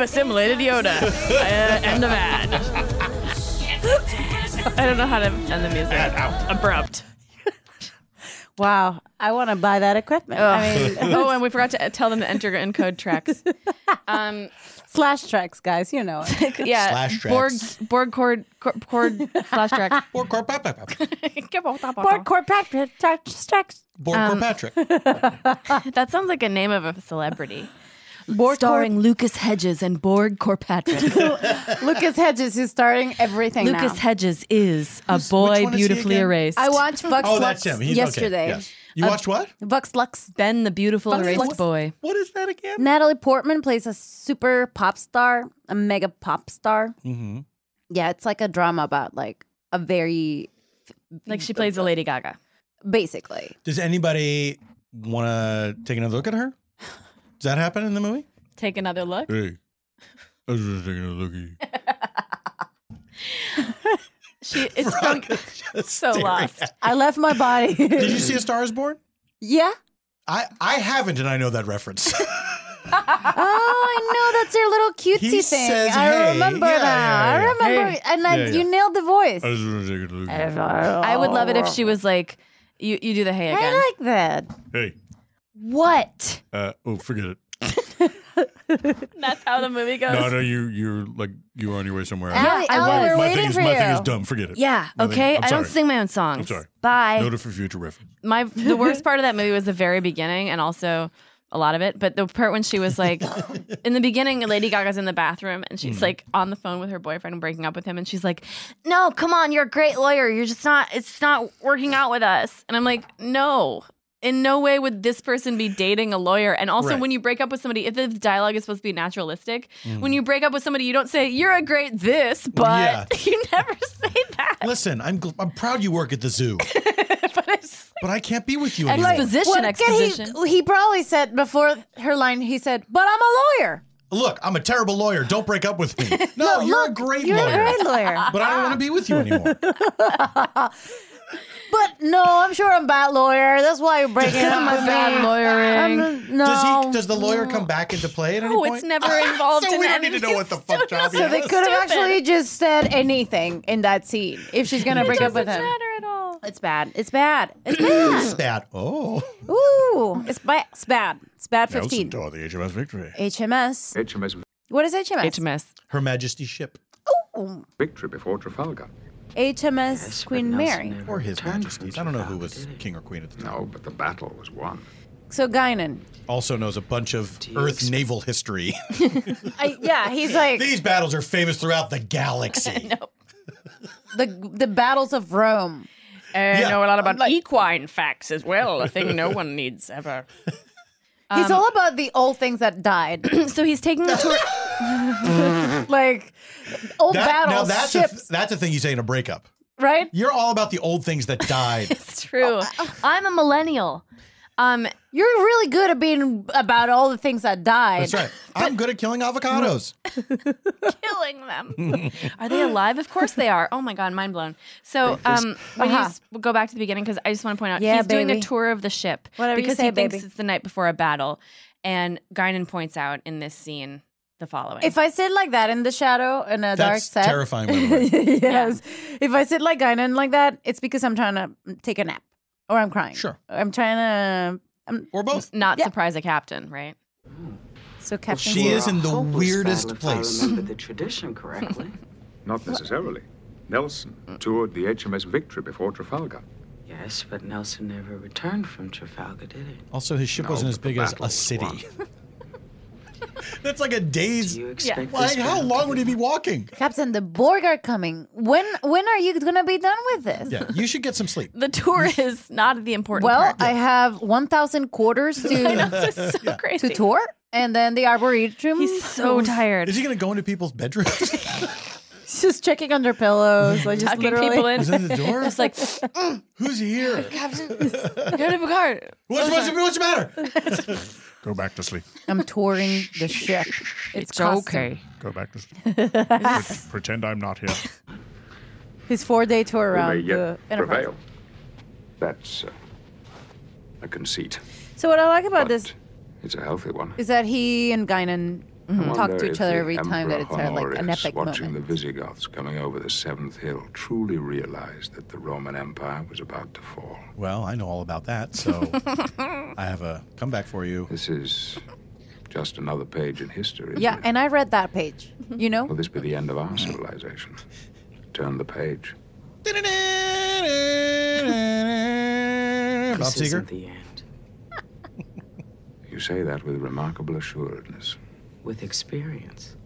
[SPEAKER 5] assimilated Yoda. uh, end of ad. I don't know how to end the music. Abrupt.
[SPEAKER 4] Wow, I want to buy that equipment. I mean,
[SPEAKER 1] oh, and we forgot to tell them to enter and code tracks. Um,
[SPEAKER 4] slash tracks, guys. You know it.
[SPEAKER 1] yeah,
[SPEAKER 4] Slash
[SPEAKER 1] Borg
[SPEAKER 4] tracks.
[SPEAKER 1] Borg cord cord, cord slash tracks.
[SPEAKER 3] Borg cord pop
[SPEAKER 4] Borg Corpatrick tracks.
[SPEAKER 3] Borg
[SPEAKER 5] Um,
[SPEAKER 3] Patrick.
[SPEAKER 1] that sounds like a name of a celebrity.
[SPEAKER 4] Starring
[SPEAKER 1] Lucas Hedges and Borg Corpatrick.
[SPEAKER 4] Lucas Hedges is starting everything now.
[SPEAKER 1] Lucas Hedges is a boy
[SPEAKER 4] one is he
[SPEAKER 1] beautifully
[SPEAKER 4] again?
[SPEAKER 1] erased.
[SPEAKER 4] I watched Vox
[SPEAKER 3] Oh,
[SPEAKER 4] Lux
[SPEAKER 3] that's him. He's okay.
[SPEAKER 4] yesterday. Uh,
[SPEAKER 3] Yes. You watched what?
[SPEAKER 4] Vox Lux.
[SPEAKER 1] Ben the beautiful
[SPEAKER 4] Vox
[SPEAKER 1] erased
[SPEAKER 4] Lux.
[SPEAKER 1] boy.
[SPEAKER 3] What is that again?
[SPEAKER 4] Natalie Portman plays a super pop star, a mega pop star.
[SPEAKER 1] Mm-hmm.
[SPEAKER 4] Yeah, it's like a drama about like a very
[SPEAKER 1] Like she plays a Lady Gaga.
[SPEAKER 4] Basically.
[SPEAKER 3] Does anybody want to take another look at her? Does that happen in the movie?
[SPEAKER 1] Take another look.
[SPEAKER 3] Hey, I was just taking a look at you.
[SPEAKER 1] She it's from, so
[SPEAKER 3] staring
[SPEAKER 1] lost.
[SPEAKER 4] I left my body.
[SPEAKER 3] Did you see A Star is Born?
[SPEAKER 4] Yeah.
[SPEAKER 3] I, I haven't, and I know that reference.
[SPEAKER 4] oh, I know that's your little cutesy
[SPEAKER 3] He
[SPEAKER 4] thing.
[SPEAKER 3] says,
[SPEAKER 4] I
[SPEAKER 3] "Hey."
[SPEAKER 4] remember
[SPEAKER 3] Yeah,
[SPEAKER 4] now.
[SPEAKER 3] yeah, yeah.
[SPEAKER 4] I remember,
[SPEAKER 3] Hey.
[SPEAKER 4] and I,
[SPEAKER 3] Yeah, yeah.
[SPEAKER 4] you nailed the voice.
[SPEAKER 3] just want to take a look
[SPEAKER 1] I would love it if she was like, you, you do the hey again.
[SPEAKER 4] I like that.
[SPEAKER 3] Hey,
[SPEAKER 4] What?
[SPEAKER 3] uh, oh, forget it.
[SPEAKER 1] That's how the movie goes.
[SPEAKER 3] No, no, you, you're like you were on your way somewhere.
[SPEAKER 1] Allie,
[SPEAKER 3] My-
[SPEAKER 1] Allie, we're
[SPEAKER 3] my
[SPEAKER 1] waiting
[SPEAKER 3] thing is,
[SPEAKER 1] for
[SPEAKER 3] My thing
[SPEAKER 1] you.
[SPEAKER 3] is dumb. Forget it.
[SPEAKER 1] Yeah,
[SPEAKER 3] My thing-
[SPEAKER 1] okay?
[SPEAKER 3] I'm
[SPEAKER 1] I don't
[SPEAKER 3] sorry.
[SPEAKER 1] sing my own songs.
[SPEAKER 3] I'm sorry.
[SPEAKER 1] Bye.
[SPEAKER 3] Noted for future reference.
[SPEAKER 1] my the worst part of that movie was the very beginning and also a lot of it but the part when she was like in the beginning lady gaga's in the bathroom and she's
[SPEAKER 3] Mm.
[SPEAKER 6] Mhm.
[SPEAKER 1] like on the phone with her boyfriend and breaking up with him and she's like
[SPEAKER 6] No, come on, you're a great lawyer. You're just not. It's not working out with us.
[SPEAKER 1] and i'm like no in no way would this person be dating a lawyer and also
[SPEAKER 6] Right.
[SPEAKER 1] when you break up with somebody if the dialogue is supposed to be naturalistic
[SPEAKER 3] Mhm.
[SPEAKER 1] when you break up with somebody you don't say you're a great this but you never say that.
[SPEAKER 3] Listen, I'm gl- I'm proud you work at the zoo, but, I can't be with you anymore.
[SPEAKER 4] What- He, he probably said before her line, he said, but I'm a lawyer.
[SPEAKER 3] Look, I'm a terrible lawyer. Don't break up with me. No,
[SPEAKER 4] Look,
[SPEAKER 3] you're a
[SPEAKER 4] look,
[SPEAKER 3] great
[SPEAKER 4] you're a
[SPEAKER 3] lawyer.
[SPEAKER 4] great lawyer.
[SPEAKER 3] But I don't want to be with you anymore.
[SPEAKER 4] But no, I'm sure I'm bad lawyer. That's why you're breaking
[SPEAKER 3] Because
[SPEAKER 4] up
[SPEAKER 3] of my
[SPEAKER 4] with
[SPEAKER 3] bad
[SPEAKER 4] me.
[SPEAKER 3] lawyering.
[SPEAKER 4] I'm- no.
[SPEAKER 3] Does he? Does the lawyer come back into play at any
[SPEAKER 4] No,
[SPEAKER 3] point?
[SPEAKER 4] it's never involved
[SPEAKER 3] so
[SPEAKER 4] in
[SPEAKER 3] we don't
[SPEAKER 4] any-
[SPEAKER 3] need to know what the fuck job he
[SPEAKER 4] so they
[SPEAKER 3] has.
[SPEAKER 4] could have actually just said anything in that scene if she's gonna
[SPEAKER 3] It
[SPEAKER 4] break up with
[SPEAKER 3] doesn't
[SPEAKER 4] him. It's bad. It's bad. It's
[SPEAKER 3] It's
[SPEAKER 4] bad.
[SPEAKER 3] bad. Oh,
[SPEAKER 4] Ooh, it's bad. It's bad. It's bad. Fifteen.
[SPEAKER 3] Nelson Door, oh, the HMS Victory.
[SPEAKER 4] HMS.
[SPEAKER 12] HMS
[SPEAKER 4] What is HMS?
[SPEAKER 1] HMS.
[SPEAKER 3] Her Majesty's ship.
[SPEAKER 4] Oh,
[SPEAKER 12] Victory before Trafalgar.
[SPEAKER 4] HMS Queen Mary.
[SPEAKER 3] Or His Majesty's. I don't know who was king or queen at the time. No, but the battle was won.
[SPEAKER 4] So Guinan.
[SPEAKER 3] Also knows a bunch of Earth naval history.
[SPEAKER 4] I, yeah, he's like
[SPEAKER 3] These battles are famous throughout the galaxy.
[SPEAKER 4] the the battles of Rome.
[SPEAKER 1] I know a lot about E-
[SPEAKER 5] equine facts as well, a thing no one needs ever.
[SPEAKER 4] He's
[SPEAKER 5] Um,
[SPEAKER 4] all about the old things that died.
[SPEAKER 1] so he's taking the
[SPEAKER 4] tour. like old
[SPEAKER 3] That- now
[SPEAKER 4] battles,
[SPEAKER 3] that's a,
[SPEAKER 4] ships,
[SPEAKER 3] th- that's a thing you say in a breakup.
[SPEAKER 4] right?
[SPEAKER 3] You're all about the old things that died.
[SPEAKER 1] It's true.
[SPEAKER 4] oh,
[SPEAKER 1] I'm a millennial. Um,
[SPEAKER 4] You're really good at being about all the things that died.
[SPEAKER 3] That's right. I'm good at killing avocados.
[SPEAKER 1] killing them. are they alive? Of course they are. Oh my god, mind blown. So
[SPEAKER 3] Breakfast.
[SPEAKER 1] um, will you
[SPEAKER 4] Uh-huh.
[SPEAKER 1] s- we'll go back to the beginning because I just want to point out
[SPEAKER 4] Yeah,
[SPEAKER 1] he's doing
[SPEAKER 4] baby.
[SPEAKER 1] a tour of the ship
[SPEAKER 4] Whatever you
[SPEAKER 1] because
[SPEAKER 4] say,
[SPEAKER 1] he thinks
[SPEAKER 4] baby.
[SPEAKER 1] it's the night before a battle, and Guinan points out in this scene the following.
[SPEAKER 4] If I sit like that in the shadow in a dark
[SPEAKER 1] That's
[SPEAKER 4] set,
[SPEAKER 1] terrifying, by
[SPEAKER 4] yes. If I sit like Guinan like that, it's because I'm trying to take a nap. or I'm crying. Sure. I'm trying to. I'm,
[SPEAKER 3] or both.
[SPEAKER 1] Not surprise a captain, right?
[SPEAKER 4] So captain.
[SPEAKER 3] she is in the
[SPEAKER 12] hopeless
[SPEAKER 3] weirdest
[SPEAKER 12] battle if I
[SPEAKER 3] place.
[SPEAKER 12] remember
[SPEAKER 17] the tradition correctly.
[SPEAKER 12] Not necessarily. Nelson toured the HMS Victory before Trafalgar.
[SPEAKER 17] yes, but Nelson never returned from Trafalgar, did he?
[SPEAKER 3] Also, his ship wasn't as big as a city. That's like a day's.
[SPEAKER 4] expect
[SPEAKER 3] Like,
[SPEAKER 4] this
[SPEAKER 3] how
[SPEAKER 4] battle
[SPEAKER 3] long would he be walking?
[SPEAKER 4] Captain, the Borg are coming. When when are you gonna be done with this?
[SPEAKER 3] Yeah, you should get some sleep.
[SPEAKER 1] The tour is not the important
[SPEAKER 4] Well,
[SPEAKER 1] part.
[SPEAKER 4] I have one thousand quarters to to tour, and then the arboretum. He's
[SPEAKER 1] so tired.
[SPEAKER 3] Is he going to go into people's bedrooms?
[SPEAKER 4] just checking under pillows, like just
[SPEAKER 1] Tucking
[SPEAKER 4] literally.
[SPEAKER 1] people in.
[SPEAKER 3] Is that the door? Mm,
[SPEAKER 1] Just like,
[SPEAKER 3] Who's here?
[SPEAKER 1] Captain, Captain Picard.
[SPEAKER 3] What's, what's, what's the matter? Go back to sleep.
[SPEAKER 4] I'm touring the ship. It's, custom.
[SPEAKER 14] Go back to sleep. Pretend I'm not here.
[SPEAKER 4] His four day tour
[SPEAKER 12] We may
[SPEAKER 16] uh,
[SPEAKER 4] around the
[SPEAKER 12] yet
[SPEAKER 4] Enterprise.
[SPEAKER 12] prevail. That's uh, a conceit.
[SPEAKER 4] So what I like about this
[SPEAKER 12] It's a healthy one.
[SPEAKER 4] is that he and
[SPEAKER 12] I
[SPEAKER 4] Guinan Mm-hmm. talk
[SPEAKER 12] wonder
[SPEAKER 4] to each
[SPEAKER 12] if
[SPEAKER 4] other
[SPEAKER 12] the
[SPEAKER 4] every time that it's
[SPEAKER 12] Emperor
[SPEAKER 4] uh, like an
[SPEAKER 12] Honorius,
[SPEAKER 4] epic moment.
[SPEAKER 12] watching the Visigoths coming over the seventh hill, truly realized that the Roman Empire was about to fall.
[SPEAKER 3] Well, I know all about that, so I have a comeback for you.
[SPEAKER 12] This is just another page in history. isn't
[SPEAKER 4] Yeah,
[SPEAKER 12] it?
[SPEAKER 4] and I read that page. You know,
[SPEAKER 12] Will this be the end of our civilization? Turn the page.
[SPEAKER 3] Bob
[SPEAKER 12] This
[SPEAKER 3] Seeger.
[SPEAKER 12] isn't the end. you say that with remarkable assuredness.
[SPEAKER 17] With experience.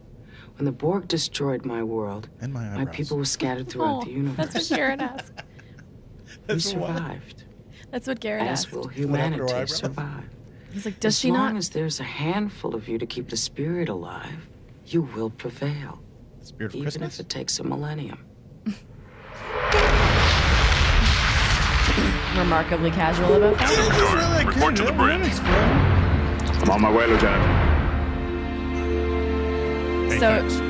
[SPEAKER 17] When the Borg destroyed my world,
[SPEAKER 3] and my,
[SPEAKER 17] people were scattered throughout the universe.
[SPEAKER 1] Oh, That's what Garrett asked.
[SPEAKER 17] we survived.
[SPEAKER 1] That's what Garrett
[SPEAKER 17] As
[SPEAKER 1] asked.
[SPEAKER 17] will humanity survive.
[SPEAKER 1] He's like, does
[SPEAKER 17] as
[SPEAKER 1] she
[SPEAKER 17] long
[SPEAKER 1] not?
[SPEAKER 17] as there's a handful of you to keep the spirit alive, you will prevail.
[SPEAKER 3] Spirit
[SPEAKER 17] of even Christmas? if it takes a millennium.
[SPEAKER 1] Remarkably casual about that.
[SPEAKER 10] Report to the bridge.
[SPEAKER 12] I'm on my way, Lieutenant.
[SPEAKER 1] So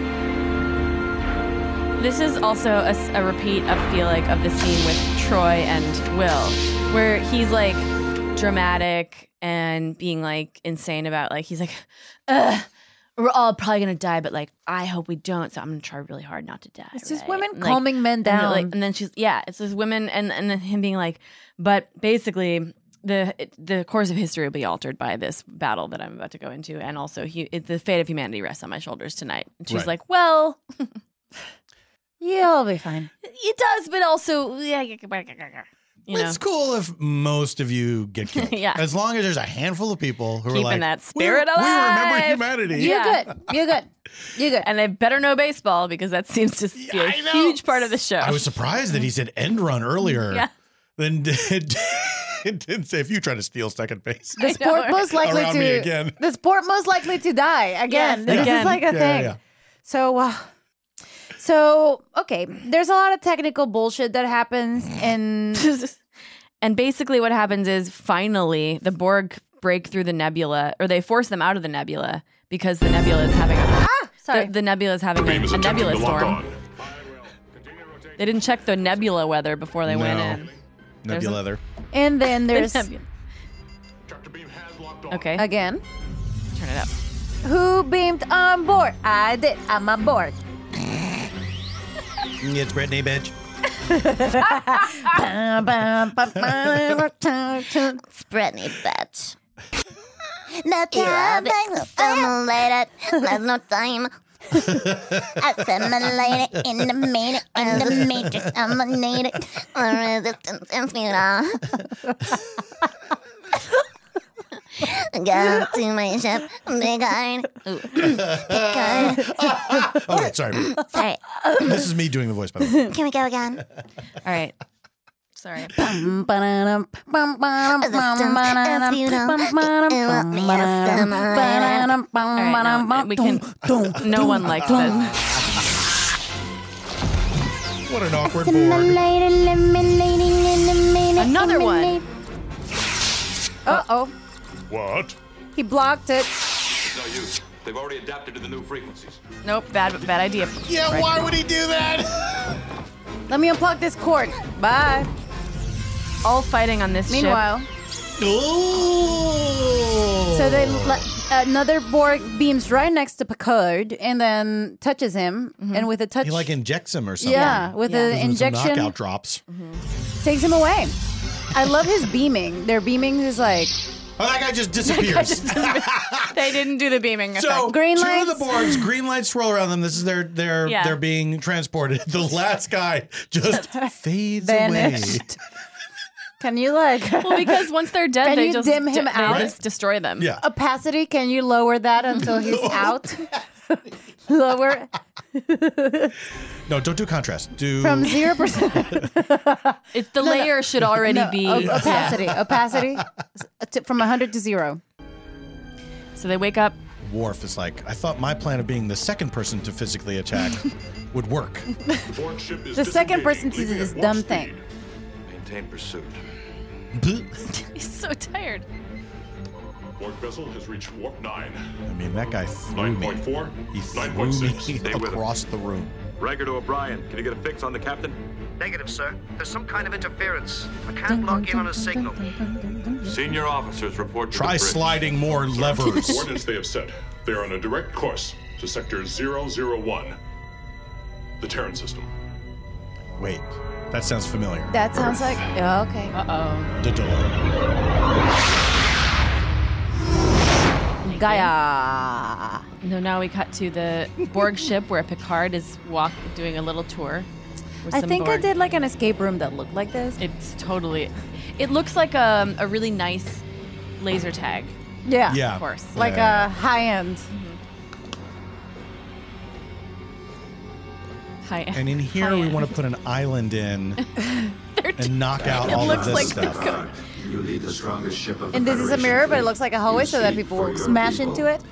[SPEAKER 1] this is also a, s- a repeat of feel like of the scene with Troy and Will, where he's like dramatic and being like insane about like he's like, Ugh, we're all probably gonna die, but like I hope we don't. So I'm gonna try really hard not to die.
[SPEAKER 4] it's just
[SPEAKER 1] right?
[SPEAKER 4] women
[SPEAKER 1] And, like,
[SPEAKER 4] calming men
[SPEAKER 1] and they're,
[SPEAKER 4] down.
[SPEAKER 1] like, and then she's yeah, it's this women and and then him being like, but basically the the course of history will be altered by this battle that I'm about to go into, and also hu it, the fate of humanity rests on my shoulders tonight. And she's
[SPEAKER 4] Right.
[SPEAKER 1] like, well,
[SPEAKER 4] yeah, I'll be fine.
[SPEAKER 1] it does, but also yeah, you know,
[SPEAKER 3] It's cool if most of you get killed.
[SPEAKER 1] Yeah.
[SPEAKER 3] As long as there's a handful of people who
[SPEAKER 1] keeping
[SPEAKER 3] are like,
[SPEAKER 1] that
[SPEAKER 3] "We-
[SPEAKER 1] spirit
[SPEAKER 3] we,
[SPEAKER 1] alive.
[SPEAKER 3] remember humanity.
[SPEAKER 1] good.
[SPEAKER 4] You're good. You're good.
[SPEAKER 1] And I better know baseball because that seems to be a huge part of the show.
[SPEAKER 3] I was surprised that he said end run earlier.
[SPEAKER 1] Yeah.
[SPEAKER 3] Then did, it didn't say if you try to steal second base.
[SPEAKER 4] The sport most likely
[SPEAKER 3] around
[SPEAKER 4] to
[SPEAKER 3] me again.
[SPEAKER 4] the sport most likely to die again.
[SPEAKER 3] Yes,
[SPEAKER 4] this
[SPEAKER 3] again.
[SPEAKER 4] is like a
[SPEAKER 3] Yeah, yeah,
[SPEAKER 4] thing.
[SPEAKER 3] yeah.
[SPEAKER 4] So, uh, so okay, there's a lot of technical bullshit that happens, and
[SPEAKER 1] And basically, what happens is finally the Borg break through the nebula, or they force them out of the nebula because the nebula is having a
[SPEAKER 4] sorry.
[SPEAKER 1] The, the nebula is having
[SPEAKER 4] The beam
[SPEAKER 1] a,
[SPEAKER 4] is
[SPEAKER 1] a
[SPEAKER 4] attempting
[SPEAKER 1] nebula
[SPEAKER 4] to lock
[SPEAKER 1] storm. They didn't check the nebula weather before they went in. There's a-
[SPEAKER 3] Nebula leather.
[SPEAKER 4] and then
[SPEAKER 1] The
[SPEAKER 4] there's
[SPEAKER 1] nebula. Okay.
[SPEAKER 4] again
[SPEAKER 1] Turn it up.
[SPEAKER 4] who beamed on board. I did. I'm on board.
[SPEAKER 3] It's Brittany, bitch.
[SPEAKER 4] it's
[SPEAKER 6] Brittany, bitch. No time, assimilated. There's no time. Assimilated in the minute, in the matrix, I'm a native. Resistance and speed off.
[SPEAKER 4] uh,
[SPEAKER 6] Go to my ship, big iron. Ooh, big iron.
[SPEAKER 3] Okay, Oh, sorry.
[SPEAKER 6] Sorry.
[SPEAKER 3] this is me doing the voice, by the way.
[SPEAKER 6] Can we go again?
[SPEAKER 1] All right. Sorry.
[SPEAKER 4] We can.
[SPEAKER 1] No one likes this.
[SPEAKER 3] What an awkward board.
[SPEAKER 4] Another
[SPEAKER 1] one.
[SPEAKER 4] Uh oh.
[SPEAKER 10] What?
[SPEAKER 4] He blocked it.
[SPEAKER 10] No use. They've already adapted to the new frequencies.
[SPEAKER 1] Nope. Bad. Bad idea.
[SPEAKER 3] Yeah. Why would he do that?
[SPEAKER 4] Let me unplug this cord. Bye.
[SPEAKER 1] All fighting on this ship.
[SPEAKER 4] Meanwhile. So they let, another Borg beams right next to Picard and then touches him, and with a touch,
[SPEAKER 3] He like injects him or something.
[SPEAKER 4] Yeah, with a
[SPEAKER 3] Gives him some
[SPEAKER 4] injection.
[SPEAKER 3] knockout drops.
[SPEAKER 4] takes him away. I love his beaming. Their beaming is like.
[SPEAKER 3] Oh, that guy just
[SPEAKER 1] they didn't do the beaming effect.
[SPEAKER 3] So two of the boards, green lights swirl around them. This is their their
[SPEAKER 1] Yeah.
[SPEAKER 3] they're being transported. The last guy just fades
[SPEAKER 4] Vanished. Can you like?
[SPEAKER 1] well, because once they're dead,
[SPEAKER 4] Can
[SPEAKER 1] they
[SPEAKER 4] you
[SPEAKER 1] just
[SPEAKER 4] dim him
[SPEAKER 1] they
[SPEAKER 4] out?
[SPEAKER 1] just destroy them.
[SPEAKER 3] Yeah.
[SPEAKER 4] Opacity. Can you lower that until he's out?
[SPEAKER 3] away.
[SPEAKER 4] lower
[SPEAKER 3] No, don't do contrast. Do
[SPEAKER 4] from zero percent.
[SPEAKER 1] It's the layer should already be
[SPEAKER 4] opacity. Opacity s- to- from hundred to zero.
[SPEAKER 1] So they wake up.
[SPEAKER 3] Worf is like, I thought my plan of being the second person to physically attack would work.
[SPEAKER 4] The second person to do this dumb thing.
[SPEAKER 15] Maintain pursuit.
[SPEAKER 1] He's so tired.
[SPEAKER 10] Borg vessel has reached warp 9.
[SPEAKER 3] I mean, that guy threw me.
[SPEAKER 10] 9.4.
[SPEAKER 3] He threw
[SPEAKER 10] 9.6.
[SPEAKER 3] me
[SPEAKER 10] Stay with him.
[SPEAKER 3] across the room.
[SPEAKER 10] Riker to O'Brien. Can you get a fix on the captain?
[SPEAKER 25] Negative, sir. There's some kind of interference. I can't log in on a signal.
[SPEAKER 10] Senior officers report
[SPEAKER 3] to Try the bridge. sliding more levers.
[SPEAKER 10] Coordinates they have set. They are on a direct course to sector 001, the Terran system.
[SPEAKER 3] Wait, that sounds familiar.
[SPEAKER 4] That sounds like oh, okay.
[SPEAKER 1] Uh
[SPEAKER 4] oh. Gaia.
[SPEAKER 1] No, now we cut to the Borg ship where Picard is walk doing a little tour. with
[SPEAKER 4] I
[SPEAKER 1] some
[SPEAKER 4] think I
[SPEAKER 1] Borg.
[SPEAKER 4] did like an escape room that looked like this.
[SPEAKER 1] It's totally. It looks like um, a, a really nice laser tag.
[SPEAKER 4] Yeah.
[SPEAKER 1] Yeah. Of course.
[SPEAKER 4] Like uh,
[SPEAKER 1] Yeah.
[SPEAKER 4] a high end.
[SPEAKER 1] Hi.
[SPEAKER 3] And in here,
[SPEAKER 4] Oh,
[SPEAKER 3] we want to put an island in and knock out
[SPEAKER 4] It
[SPEAKER 3] all
[SPEAKER 4] looks
[SPEAKER 3] of
[SPEAKER 4] like
[SPEAKER 3] this stuff.
[SPEAKER 26] You lead the strongest ship of the
[SPEAKER 4] And this is a
[SPEAKER 26] Federation
[SPEAKER 4] mirror, but it
[SPEAKER 26] fleet.
[SPEAKER 4] looks like a hallway
[SPEAKER 26] You
[SPEAKER 4] so that
[SPEAKER 26] speak
[SPEAKER 4] people
[SPEAKER 26] for
[SPEAKER 4] will
[SPEAKER 26] your
[SPEAKER 4] smash
[SPEAKER 26] people.
[SPEAKER 4] into it.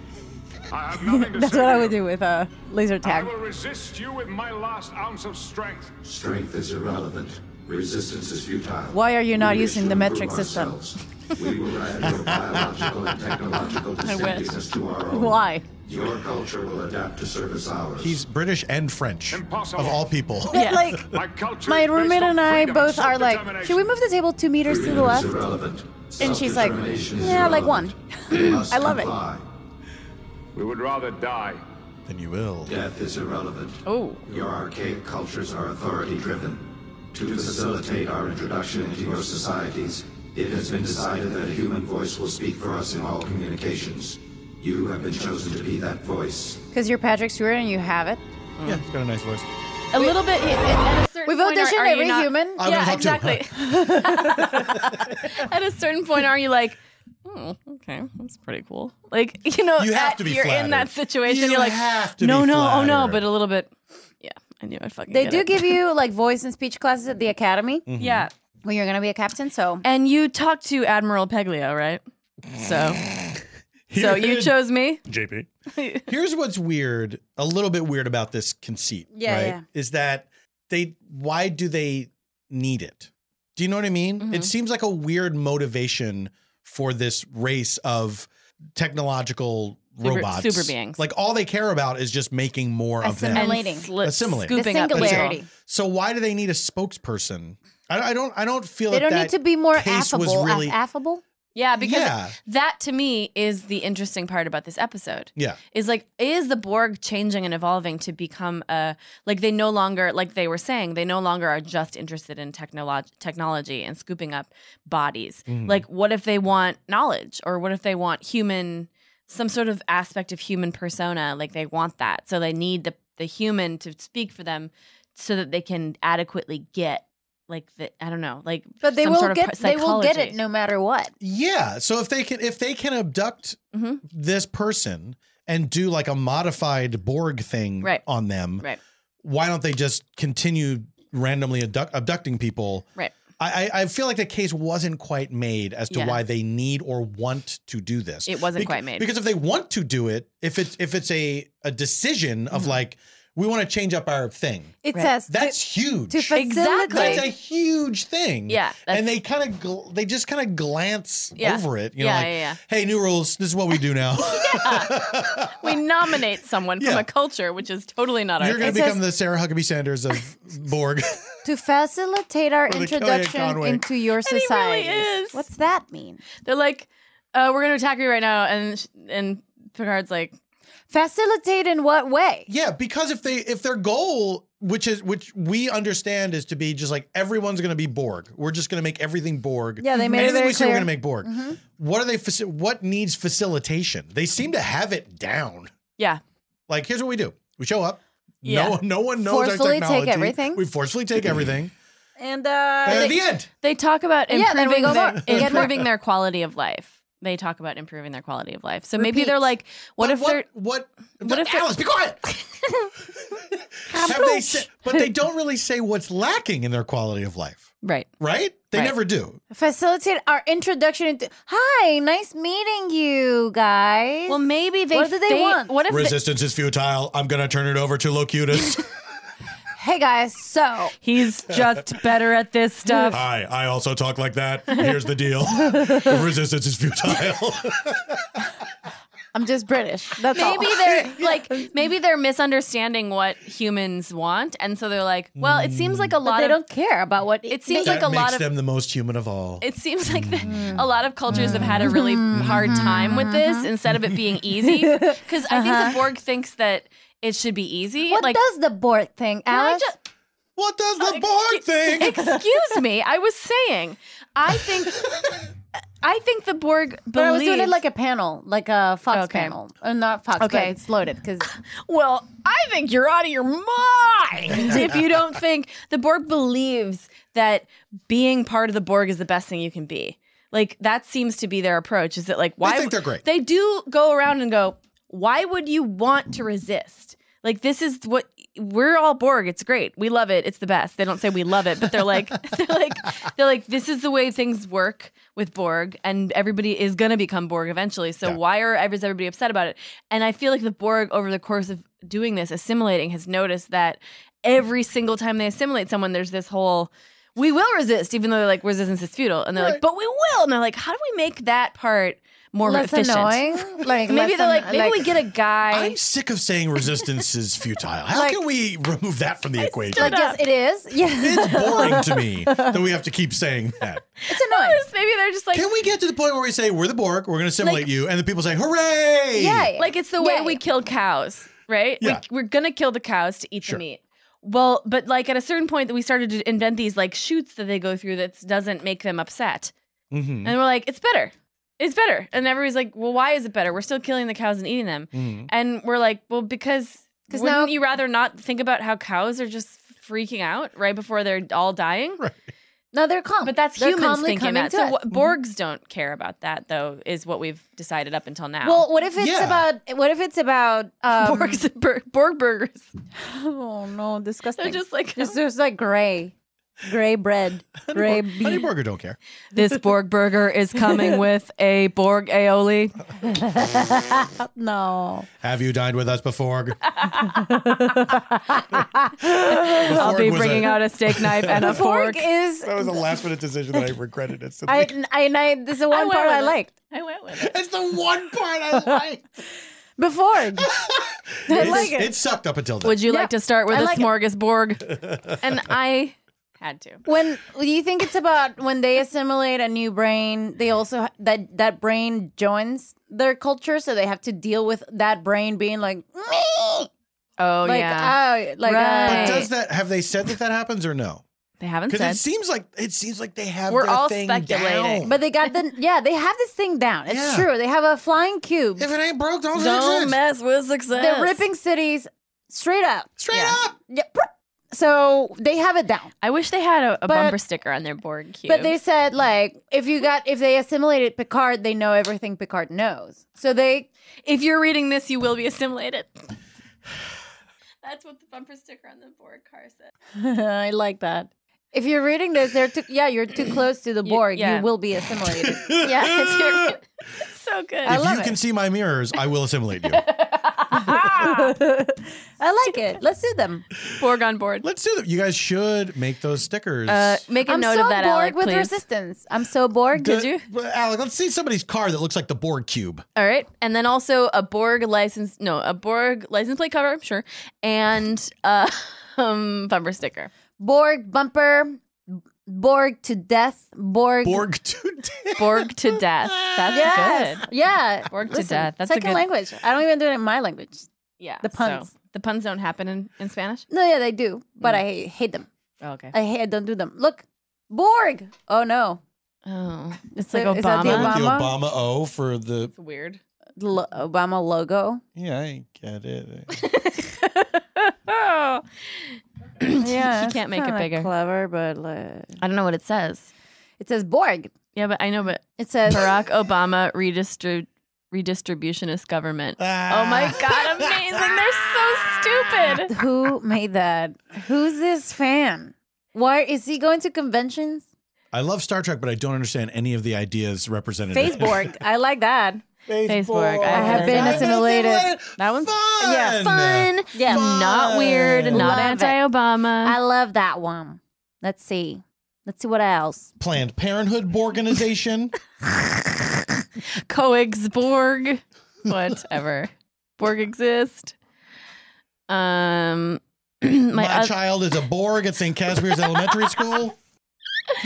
[SPEAKER 4] That's what I would do with a laser tag.
[SPEAKER 27] resist you with my last ounce of strength.
[SPEAKER 26] Strength is irrelevant. Resistance is futile.
[SPEAKER 4] Why are you not
[SPEAKER 26] We wish
[SPEAKER 4] using
[SPEAKER 26] to
[SPEAKER 4] the metric
[SPEAKER 26] improve
[SPEAKER 4] system?
[SPEAKER 26] ourselves. we will add your biological and technological
[SPEAKER 4] I wish.
[SPEAKER 26] distinctiveness to our own.
[SPEAKER 4] Why?
[SPEAKER 26] Your culture will adapt to service ours.
[SPEAKER 3] He's British and French, of all people.
[SPEAKER 4] But, like, My roommate and I both are like, should we move the table two meters to the left? And she's like, yeah, like one. I love it.
[SPEAKER 10] We would rather die.
[SPEAKER 3] Then you will.
[SPEAKER 26] Death is irrelevant.
[SPEAKER 1] Oh.
[SPEAKER 26] Your archaic cultures are authority driven. To facilitate our introduction into your societies, it has been decided that a human voice will speak for us in all communications. You have been chosen to be that voice.
[SPEAKER 4] Because you're Patrick Stewart and you have it.
[SPEAKER 3] Yeah, he's got a nice voice.
[SPEAKER 1] A little bit. At a certain
[SPEAKER 4] We've
[SPEAKER 1] point, are-
[SPEAKER 4] auditioned
[SPEAKER 1] are you
[SPEAKER 4] every
[SPEAKER 1] not-
[SPEAKER 4] human. I would
[SPEAKER 1] Yeah,
[SPEAKER 4] have too,
[SPEAKER 1] exactly. at a certain point, are you like, oh, okay, that's pretty cool. Like you know,
[SPEAKER 5] You have
[SPEAKER 1] at-
[SPEAKER 5] to be
[SPEAKER 1] you're in
[SPEAKER 5] flattered.
[SPEAKER 1] that situation.
[SPEAKER 5] You
[SPEAKER 1] are like,
[SPEAKER 5] have to
[SPEAKER 1] no,
[SPEAKER 5] be
[SPEAKER 1] no, oh no,
[SPEAKER 5] flattered.
[SPEAKER 1] but a little bit. Yeah, I knew I fucking.
[SPEAKER 4] They
[SPEAKER 1] get
[SPEAKER 4] do
[SPEAKER 1] it.
[SPEAKER 4] give you like voice and speech classes at the academy.
[SPEAKER 26] Mm-hmm.
[SPEAKER 1] Mhm. Yeah.
[SPEAKER 4] When you're going to be a captain, so.
[SPEAKER 1] And you talked to Admiral Peglio, right? So, so you
[SPEAKER 3] Here's-
[SPEAKER 1] chose me.
[SPEAKER 3] JP. Here's what's weird, a little bit weird about this conceit,
[SPEAKER 1] Yeah,
[SPEAKER 3] right?
[SPEAKER 1] yeah.
[SPEAKER 3] Is that they why do they need it? Do you know what I mean?
[SPEAKER 4] Mm-hmm.
[SPEAKER 3] It seems like a weird motivation for this race of technological
[SPEAKER 1] Super-
[SPEAKER 3] robots.
[SPEAKER 1] super beings.
[SPEAKER 3] Like all they care about is just making more of them.
[SPEAKER 4] Assimilating. And sli-
[SPEAKER 3] Assimilating.
[SPEAKER 4] scooping The up people. singularity.
[SPEAKER 3] So why do they need a spokesperson? I I don't I don't feel
[SPEAKER 4] They
[SPEAKER 3] that
[SPEAKER 4] don't
[SPEAKER 3] that
[SPEAKER 4] need to be more
[SPEAKER 3] case was
[SPEAKER 4] affable.
[SPEAKER 3] really-
[SPEAKER 4] Affable?
[SPEAKER 1] Yeah, because
[SPEAKER 3] Yeah.
[SPEAKER 1] that to me is the interesting part about this episode.
[SPEAKER 3] Yeah.
[SPEAKER 1] Is like, is the Borg changing and evolving to become a, like, they no longer, like they were saying, they no longer are just interested in technolog- technology and scooping up bodies.
[SPEAKER 3] Mm-hmm.
[SPEAKER 5] Mhm.
[SPEAKER 1] Like, what if they want knowledge or what if they want human, some sort of aspect of human persona? Like, they want that. So they need the, the human to speak for them so that they can adequately get, like, the, I don't know, like,
[SPEAKER 4] But they
[SPEAKER 1] some
[SPEAKER 4] will
[SPEAKER 1] sort of
[SPEAKER 4] get
[SPEAKER 1] psy-
[SPEAKER 4] they will get
[SPEAKER 1] psychology.
[SPEAKER 4] it no matter what.
[SPEAKER 3] Yeah. So if they can if they can abduct
[SPEAKER 1] Mm-hmm.
[SPEAKER 3] this person and do like a modified Borg thing
[SPEAKER 1] Right.
[SPEAKER 3] on them,
[SPEAKER 1] Right.
[SPEAKER 3] why don't they just continue randomly abduct, abducting people?
[SPEAKER 1] Right.
[SPEAKER 3] I, I I feel like the case wasn't quite made as to
[SPEAKER 1] Yeah.
[SPEAKER 3] why they need or want to do this.
[SPEAKER 1] It wasn't quite made.
[SPEAKER 3] because if they want to do it, if it's if it's a a decision
[SPEAKER 1] Mm-hmm.
[SPEAKER 3] of like we want to change up our thing,
[SPEAKER 4] It says to-
[SPEAKER 3] that's huge.
[SPEAKER 4] to facilitate-
[SPEAKER 3] that's a huge thing.
[SPEAKER 4] Yeah,
[SPEAKER 3] and they kind of gl- they just kind of glance
[SPEAKER 1] Yeah.
[SPEAKER 3] over it. You
[SPEAKER 1] Yeah,
[SPEAKER 3] know, like,
[SPEAKER 1] yeah, yeah.
[SPEAKER 3] hey, new rules. This is what we do now.
[SPEAKER 1] we nominate someone from
[SPEAKER 3] Yeah.
[SPEAKER 1] a culture which is totally not
[SPEAKER 3] You're
[SPEAKER 1] our
[SPEAKER 3] going to
[SPEAKER 1] thing.
[SPEAKER 3] become the Sarah Huckabee Sanders of Borg.
[SPEAKER 4] To facilitate our
[SPEAKER 3] Or the Kellyanne
[SPEAKER 4] introduction
[SPEAKER 3] Conway.
[SPEAKER 4] into your
[SPEAKER 1] And he really
[SPEAKER 4] society.
[SPEAKER 1] is.
[SPEAKER 4] What's that mean?
[SPEAKER 1] They're like, uh, we're going to attack you right now, and sh- and Picard's like,
[SPEAKER 4] Facilitate in what way?
[SPEAKER 3] yeah, because if they if their goal which is which we understand is to be just like everyone's going to be Borg. We're just going to make everything Borg.
[SPEAKER 4] Yeah, they made it
[SPEAKER 3] Anything
[SPEAKER 4] very
[SPEAKER 3] we say we're
[SPEAKER 4] clear.
[SPEAKER 3] going to make Borg.
[SPEAKER 4] Mhm.
[SPEAKER 3] What are they? faci- What needs facilitation? They seem to have it down.
[SPEAKER 1] Yeah.
[SPEAKER 3] Like here's what we do: we show up.
[SPEAKER 1] Yeah.
[SPEAKER 3] No, no one knows
[SPEAKER 4] Forcefully
[SPEAKER 3] our
[SPEAKER 4] take
[SPEAKER 3] technology.
[SPEAKER 4] everything.
[SPEAKER 3] We forcefully take everything.
[SPEAKER 4] And uh,
[SPEAKER 3] And at the end.
[SPEAKER 1] They talk about
[SPEAKER 4] Yeah, there we
[SPEAKER 1] improving,
[SPEAKER 4] go.
[SPEAKER 1] their,
[SPEAKER 4] Get more.
[SPEAKER 1] improving their quality of life. They talk about improving their quality of life. So maybe
[SPEAKER 3] Repeat.
[SPEAKER 1] they're like, what
[SPEAKER 3] But
[SPEAKER 1] if they're
[SPEAKER 3] what?
[SPEAKER 1] What if
[SPEAKER 3] Alice, be quiet? Have they sa- but they don't really say what's lacking in their quality of life,
[SPEAKER 1] right?
[SPEAKER 3] right? They never do.
[SPEAKER 4] facilitate our introduction into. Hi, nice meeting you guys. Well,
[SPEAKER 1] maybe they.
[SPEAKER 4] What do they
[SPEAKER 1] they-
[SPEAKER 4] want?
[SPEAKER 1] What if they-
[SPEAKER 3] Resistance is futile. I'm gonna turn it over to Locutus.
[SPEAKER 4] Hey guys, so
[SPEAKER 1] he's just better at this stuff.
[SPEAKER 3] Hi, I also talk like that. Here's the deal. Resistance is futile.
[SPEAKER 4] I'm just British. That's all.
[SPEAKER 1] maybe they're like maybe they're misunderstanding what humans want, and so they're like, well, it seems like a lot.
[SPEAKER 4] they
[SPEAKER 1] of,
[SPEAKER 4] don't care about what
[SPEAKER 1] it seems
[SPEAKER 3] that
[SPEAKER 1] like a
[SPEAKER 3] makes
[SPEAKER 1] lot of
[SPEAKER 3] them the most human of all.
[SPEAKER 1] It seems like the,
[SPEAKER 4] Mm-hmm.
[SPEAKER 1] a lot of cultures have had a really hard time with this instead of it being easy. Because I think the
[SPEAKER 4] Uh-huh.
[SPEAKER 1] Borg thinks that it should be easy.
[SPEAKER 4] What
[SPEAKER 1] like,
[SPEAKER 4] does the board thing, Alice?
[SPEAKER 3] what does the Borg think?
[SPEAKER 1] Oh, Excuse me, I was saying, I think, I think the Borg believes.
[SPEAKER 4] But I was doing it like a panel, like a Fox
[SPEAKER 1] Okay.
[SPEAKER 4] panel, uh, not Fox. Okay,
[SPEAKER 1] Okay.
[SPEAKER 4] but it's loaded because
[SPEAKER 1] Well, I think you're out of your mind if you don't think the Borg believes that being part of the Borg is the best thing you can be. Like that seems to be their approach. Is that like why
[SPEAKER 3] think they're great.
[SPEAKER 1] They do go around and go, why would you want to resist? Like this is what we're all Borg. It's great. We love it. It's the best. They don't say we love it, but they're like they're like they're like this is the way things work with Borg, and everybody is gonna become Borg eventually. So why are ever- is everybody upset about it? And I feel like the Borg over the course of doing this, assimilating, has noticed that every single time they assimilate someone, there's this whole we will resist, even though they're like resistance is futile, and they're like,
[SPEAKER 4] Right.
[SPEAKER 1] but we will, and they're like, how do we make that part more
[SPEAKER 4] less
[SPEAKER 1] efficient?
[SPEAKER 4] annoying. Like
[SPEAKER 1] maybe
[SPEAKER 4] less
[SPEAKER 1] they're like,
[SPEAKER 4] anno-
[SPEAKER 1] maybe we get a guy.
[SPEAKER 3] I'm sick of saying resistance is futile. How
[SPEAKER 4] Like-
[SPEAKER 3] can we remove that from the equation?
[SPEAKER 4] Like yes, it is. Yeah,
[SPEAKER 3] it's boring to me that we have to keep saying that.
[SPEAKER 4] It's annoying.
[SPEAKER 1] maybe they're just like,
[SPEAKER 3] Can we get to the point where we say we're the Borg, we're going to assimilate you, and the people say hooray?
[SPEAKER 1] Like it's the way we kill cows, right?
[SPEAKER 3] Yeah.
[SPEAKER 1] We, we're gonna kill the cows to eat the meat. Well, but like at a certain point that we started to invent these like shoots that they go through that doesn't make them upset.
[SPEAKER 3] Mhm.
[SPEAKER 1] And we're like, it's better. It's better. And everybody's like, well, why is it better? We're still killing the cows and eating them.
[SPEAKER 3] Mhm.
[SPEAKER 1] And we're like, well, because
[SPEAKER 4] Because
[SPEAKER 1] wouldn't
[SPEAKER 4] now-
[SPEAKER 1] you rather not think about how cows are just freaking out right before they're all dying? Right.
[SPEAKER 4] No, they're calm.
[SPEAKER 1] But that's
[SPEAKER 4] They're
[SPEAKER 1] humans
[SPEAKER 4] calmly
[SPEAKER 1] thinking
[SPEAKER 4] coming
[SPEAKER 1] that.
[SPEAKER 4] to
[SPEAKER 1] So
[SPEAKER 4] us.
[SPEAKER 1] what,
[SPEAKER 4] Mhm.
[SPEAKER 1] Borgs don't care about that, though, is what we've decided up until now.
[SPEAKER 4] Well, what if it's about? What if it's about um,
[SPEAKER 1] Borg, Borg burgers?
[SPEAKER 4] Oh no, disgusting!
[SPEAKER 1] They're just like-
[SPEAKER 4] there's, there's like gray, gray bread, gray beef.
[SPEAKER 3] Honey Burger don't care.
[SPEAKER 1] This Borg burger is coming with a Borg aioli.
[SPEAKER 4] no.
[SPEAKER 3] Have you dined with us before?
[SPEAKER 1] I'll be
[SPEAKER 3] was
[SPEAKER 1] bringing
[SPEAKER 3] a-
[SPEAKER 1] out a steak knife and a
[SPEAKER 4] Fork
[SPEAKER 1] fork.
[SPEAKER 4] is.
[SPEAKER 3] That was a last minute decision that I regretted instantly.
[SPEAKER 4] I, I, and I, this is the
[SPEAKER 1] I
[SPEAKER 4] one
[SPEAKER 1] went
[SPEAKER 4] part
[SPEAKER 1] with
[SPEAKER 4] I
[SPEAKER 1] it.
[SPEAKER 4] liked.
[SPEAKER 1] I went with it.
[SPEAKER 3] It's the one part I liked.
[SPEAKER 4] Before. I
[SPEAKER 3] It's-
[SPEAKER 4] like it.
[SPEAKER 3] it sucked up until then.
[SPEAKER 1] Would you like to start with
[SPEAKER 4] I
[SPEAKER 1] a
[SPEAKER 4] like it.
[SPEAKER 1] smorgasbord? And I had to.
[SPEAKER 4] When do you think it's about when they assimilate a new brain, they also ha- that that brain joins their culture, so they have to deal with that brain being like me,
[SPEAKER 1] Oh
[SPEAKER 4] like
[SPEAKER 1] yeah,
[SPEAKER 4] oh, like
[SPEAKER 3] But
[SPEAKER 1] Right.
[SPEAKER 4] uh,
[SPEAKER 3] does that have they said that that happens or no?
[SPEAKER 1] they haven't
[SPEAKER 3] Because
[SPEAKER 1] said.
[SPEAKER 3] it seems like it seems like they have.
[SPEAKER 1] We're
[SPEAKER 3] their
[SPEAKER 1] all
[SPEAKER 3] thing
[SPEAKER 1] speculating.
[SPEAKER 3] down.
[SPEAKER 4] But they got the yeah, they have this thing down. It's
[SPEAKER 3] Yeah.
[SPEAKER 4] true. They have a flying cube.
[SPEAKER 3] if it ain't broke, don't, fix
[SPEAKER 1] Don't
[SPEAKER 3] it.
[SPEAKER 1] mess with success.
[SPEAKER 4] They're ripping cities straight up.
[SPEAKER 3] Straight up.
[SPEAKER 4] Yeah, pr- so they have it down.
[SPEAKER 1] I wish they had a, a
[SPEAKER 4] But-
[SPEAKER 1] bumper sticker on their Borg cube.
[SPEAKER 4] But they said like if you got if they assimilated Picard, they know everything Picard knows. So they
[SPEAKER 1] if you're reading this, you will be assimilated. That's what the bumper sticker on the Borg car said.
[SPEAKER 4] I like that. If you're reading this, they're too yeah, you're too close to the Borg.
[SPEAKER 1] yeah.
[SPEAKER 4] You will be assimilated.
[SPEAKER 1] Yeah, if you're, it's so good.
[SPEAKER 4] I
[SPEAKER 3] if
[SPEAKER 4] love
[SPEAKER 3] you
[SPEAKER 4] it.
[SPEAKER 3] can see my mirrors, I will assimilate you.
[SPEAKER 4] I like it. Let's do them.
[SPEAKER 1] Borg on board.
[SPEAKER 3] Let's do that. You guys should make those stickers.
[SPEAKER 1] Uh, make a
[SPEAKER 4] I'm
[SPEAKER 1] note
[SPEAKER 4] so
[SPEAKER 1] of that,
[SPEAKER 4] Borg
[SPEAKER 1] Alec,
[SPEAKER 4] with
[SPEAKER 1] please.
[SPEAKER 4] resistance. I'm so Borg.
[SPEAKER 3] The- but Alec, let's see somebody's car that looks like the Borg cube.
[SPEAKER 1] All right, and then also a Borg license, no, a Borg license plate cover, sure, and uh, um, bumper sticker.
[SPEAKER 4] Borg bumper. Borg to death. Borg.
[SPEAKER 3] Borg to
[SPEAKER 1] Borg to death. That's
[SPEAKER 4] Yes.
[SPEAKER 1] good.
[SPEAKER 4] Yeah.
[SPEAKER 1] Borg to
[SPEAKER 4] Listen,
[SPEAKER 1] death. That's a
[SPEAKER 4] second
[SPEAKER 1] good-
[SPEAKER 4] language. I don't even do it in my language.
[SPEAKER 1] Yeah.
[SPEAKER 4] The
[SPEAKER 1] so
[SPEAKER 4] puns.
[SPEAKER 1] the puns don't happen in, in Spanish?
[SPEAKER 4] No, yeah, they do, but I hate them.
[SPEAKER 1] Oh, okay.
[SPEAKER 4] I hate. I don't do them. Look, Borg. Oh no.
[SPEAKER 1] Oh,
[SPEAKER 4] it's
[SPEAKER 1] like
[SPEAKER 4] Is that the
[SPEAKER 3] Not
[SPEAKER 4] Obama?
[SPEAKER 3] The Obama O for the.
[SPEAKER 1] Weird.
[SPEAKER 4] Lo- Obama logo.
[SPEAKER 3] Yeah, I get it.
[SPEAKER 1] Oh.
[SPEAKER 4] yeah,
[SPEAKER 1] he can't make it
[SPEAKER 4] kinda
[SPEAKER 1] bigger.
[SPEAKER 4] Clever, but like,
[SPEAKER 1] I don't know what it says.
[SPEAKER 4] It says Borg.
[SPEAKER 1] Yeah, but I know, but
[SPEAKER 4] it says
[SPEAKER 1] Barack Obama redistrib- redistributionist government.
[SPEAKER 3] Ah.
[SPEAKER 1] Oh my God, amazing. They're so stupid.
[SPEAKER 4] Who made that? Who's this fan? Why is he going to conventions?
[SPEAKER 3] I love Star Trek, but I don't understand any of the ideas represented. in it.
[SPEAKER 4] Facebook. I like that.
[SPEAKER 1] Facebook.
[SPEAKER 4] I have been assimilated.
[SPEAKER 1] That one's
[SPEAKER 3] fun.
[SPEAKER 4] Yeah,
[SPEAKER 1] fun.
[SPEAKER 4] Yeah,
[SPEAKER 1] Not weird, not
[SPEAKER 4] anti-Obama. I love that one. Let's see. Let's see what else.
[SPEAKER 3] Planned Parenthood organization.
[SPEAKER 1] Coexborg. Whatever. Borg exist. Um, my,
[SPEAKER 3] My,
[SPEAKER 1] oth-
[SPEAKER 3] child is a Borg at St. Casimir's Elementary School.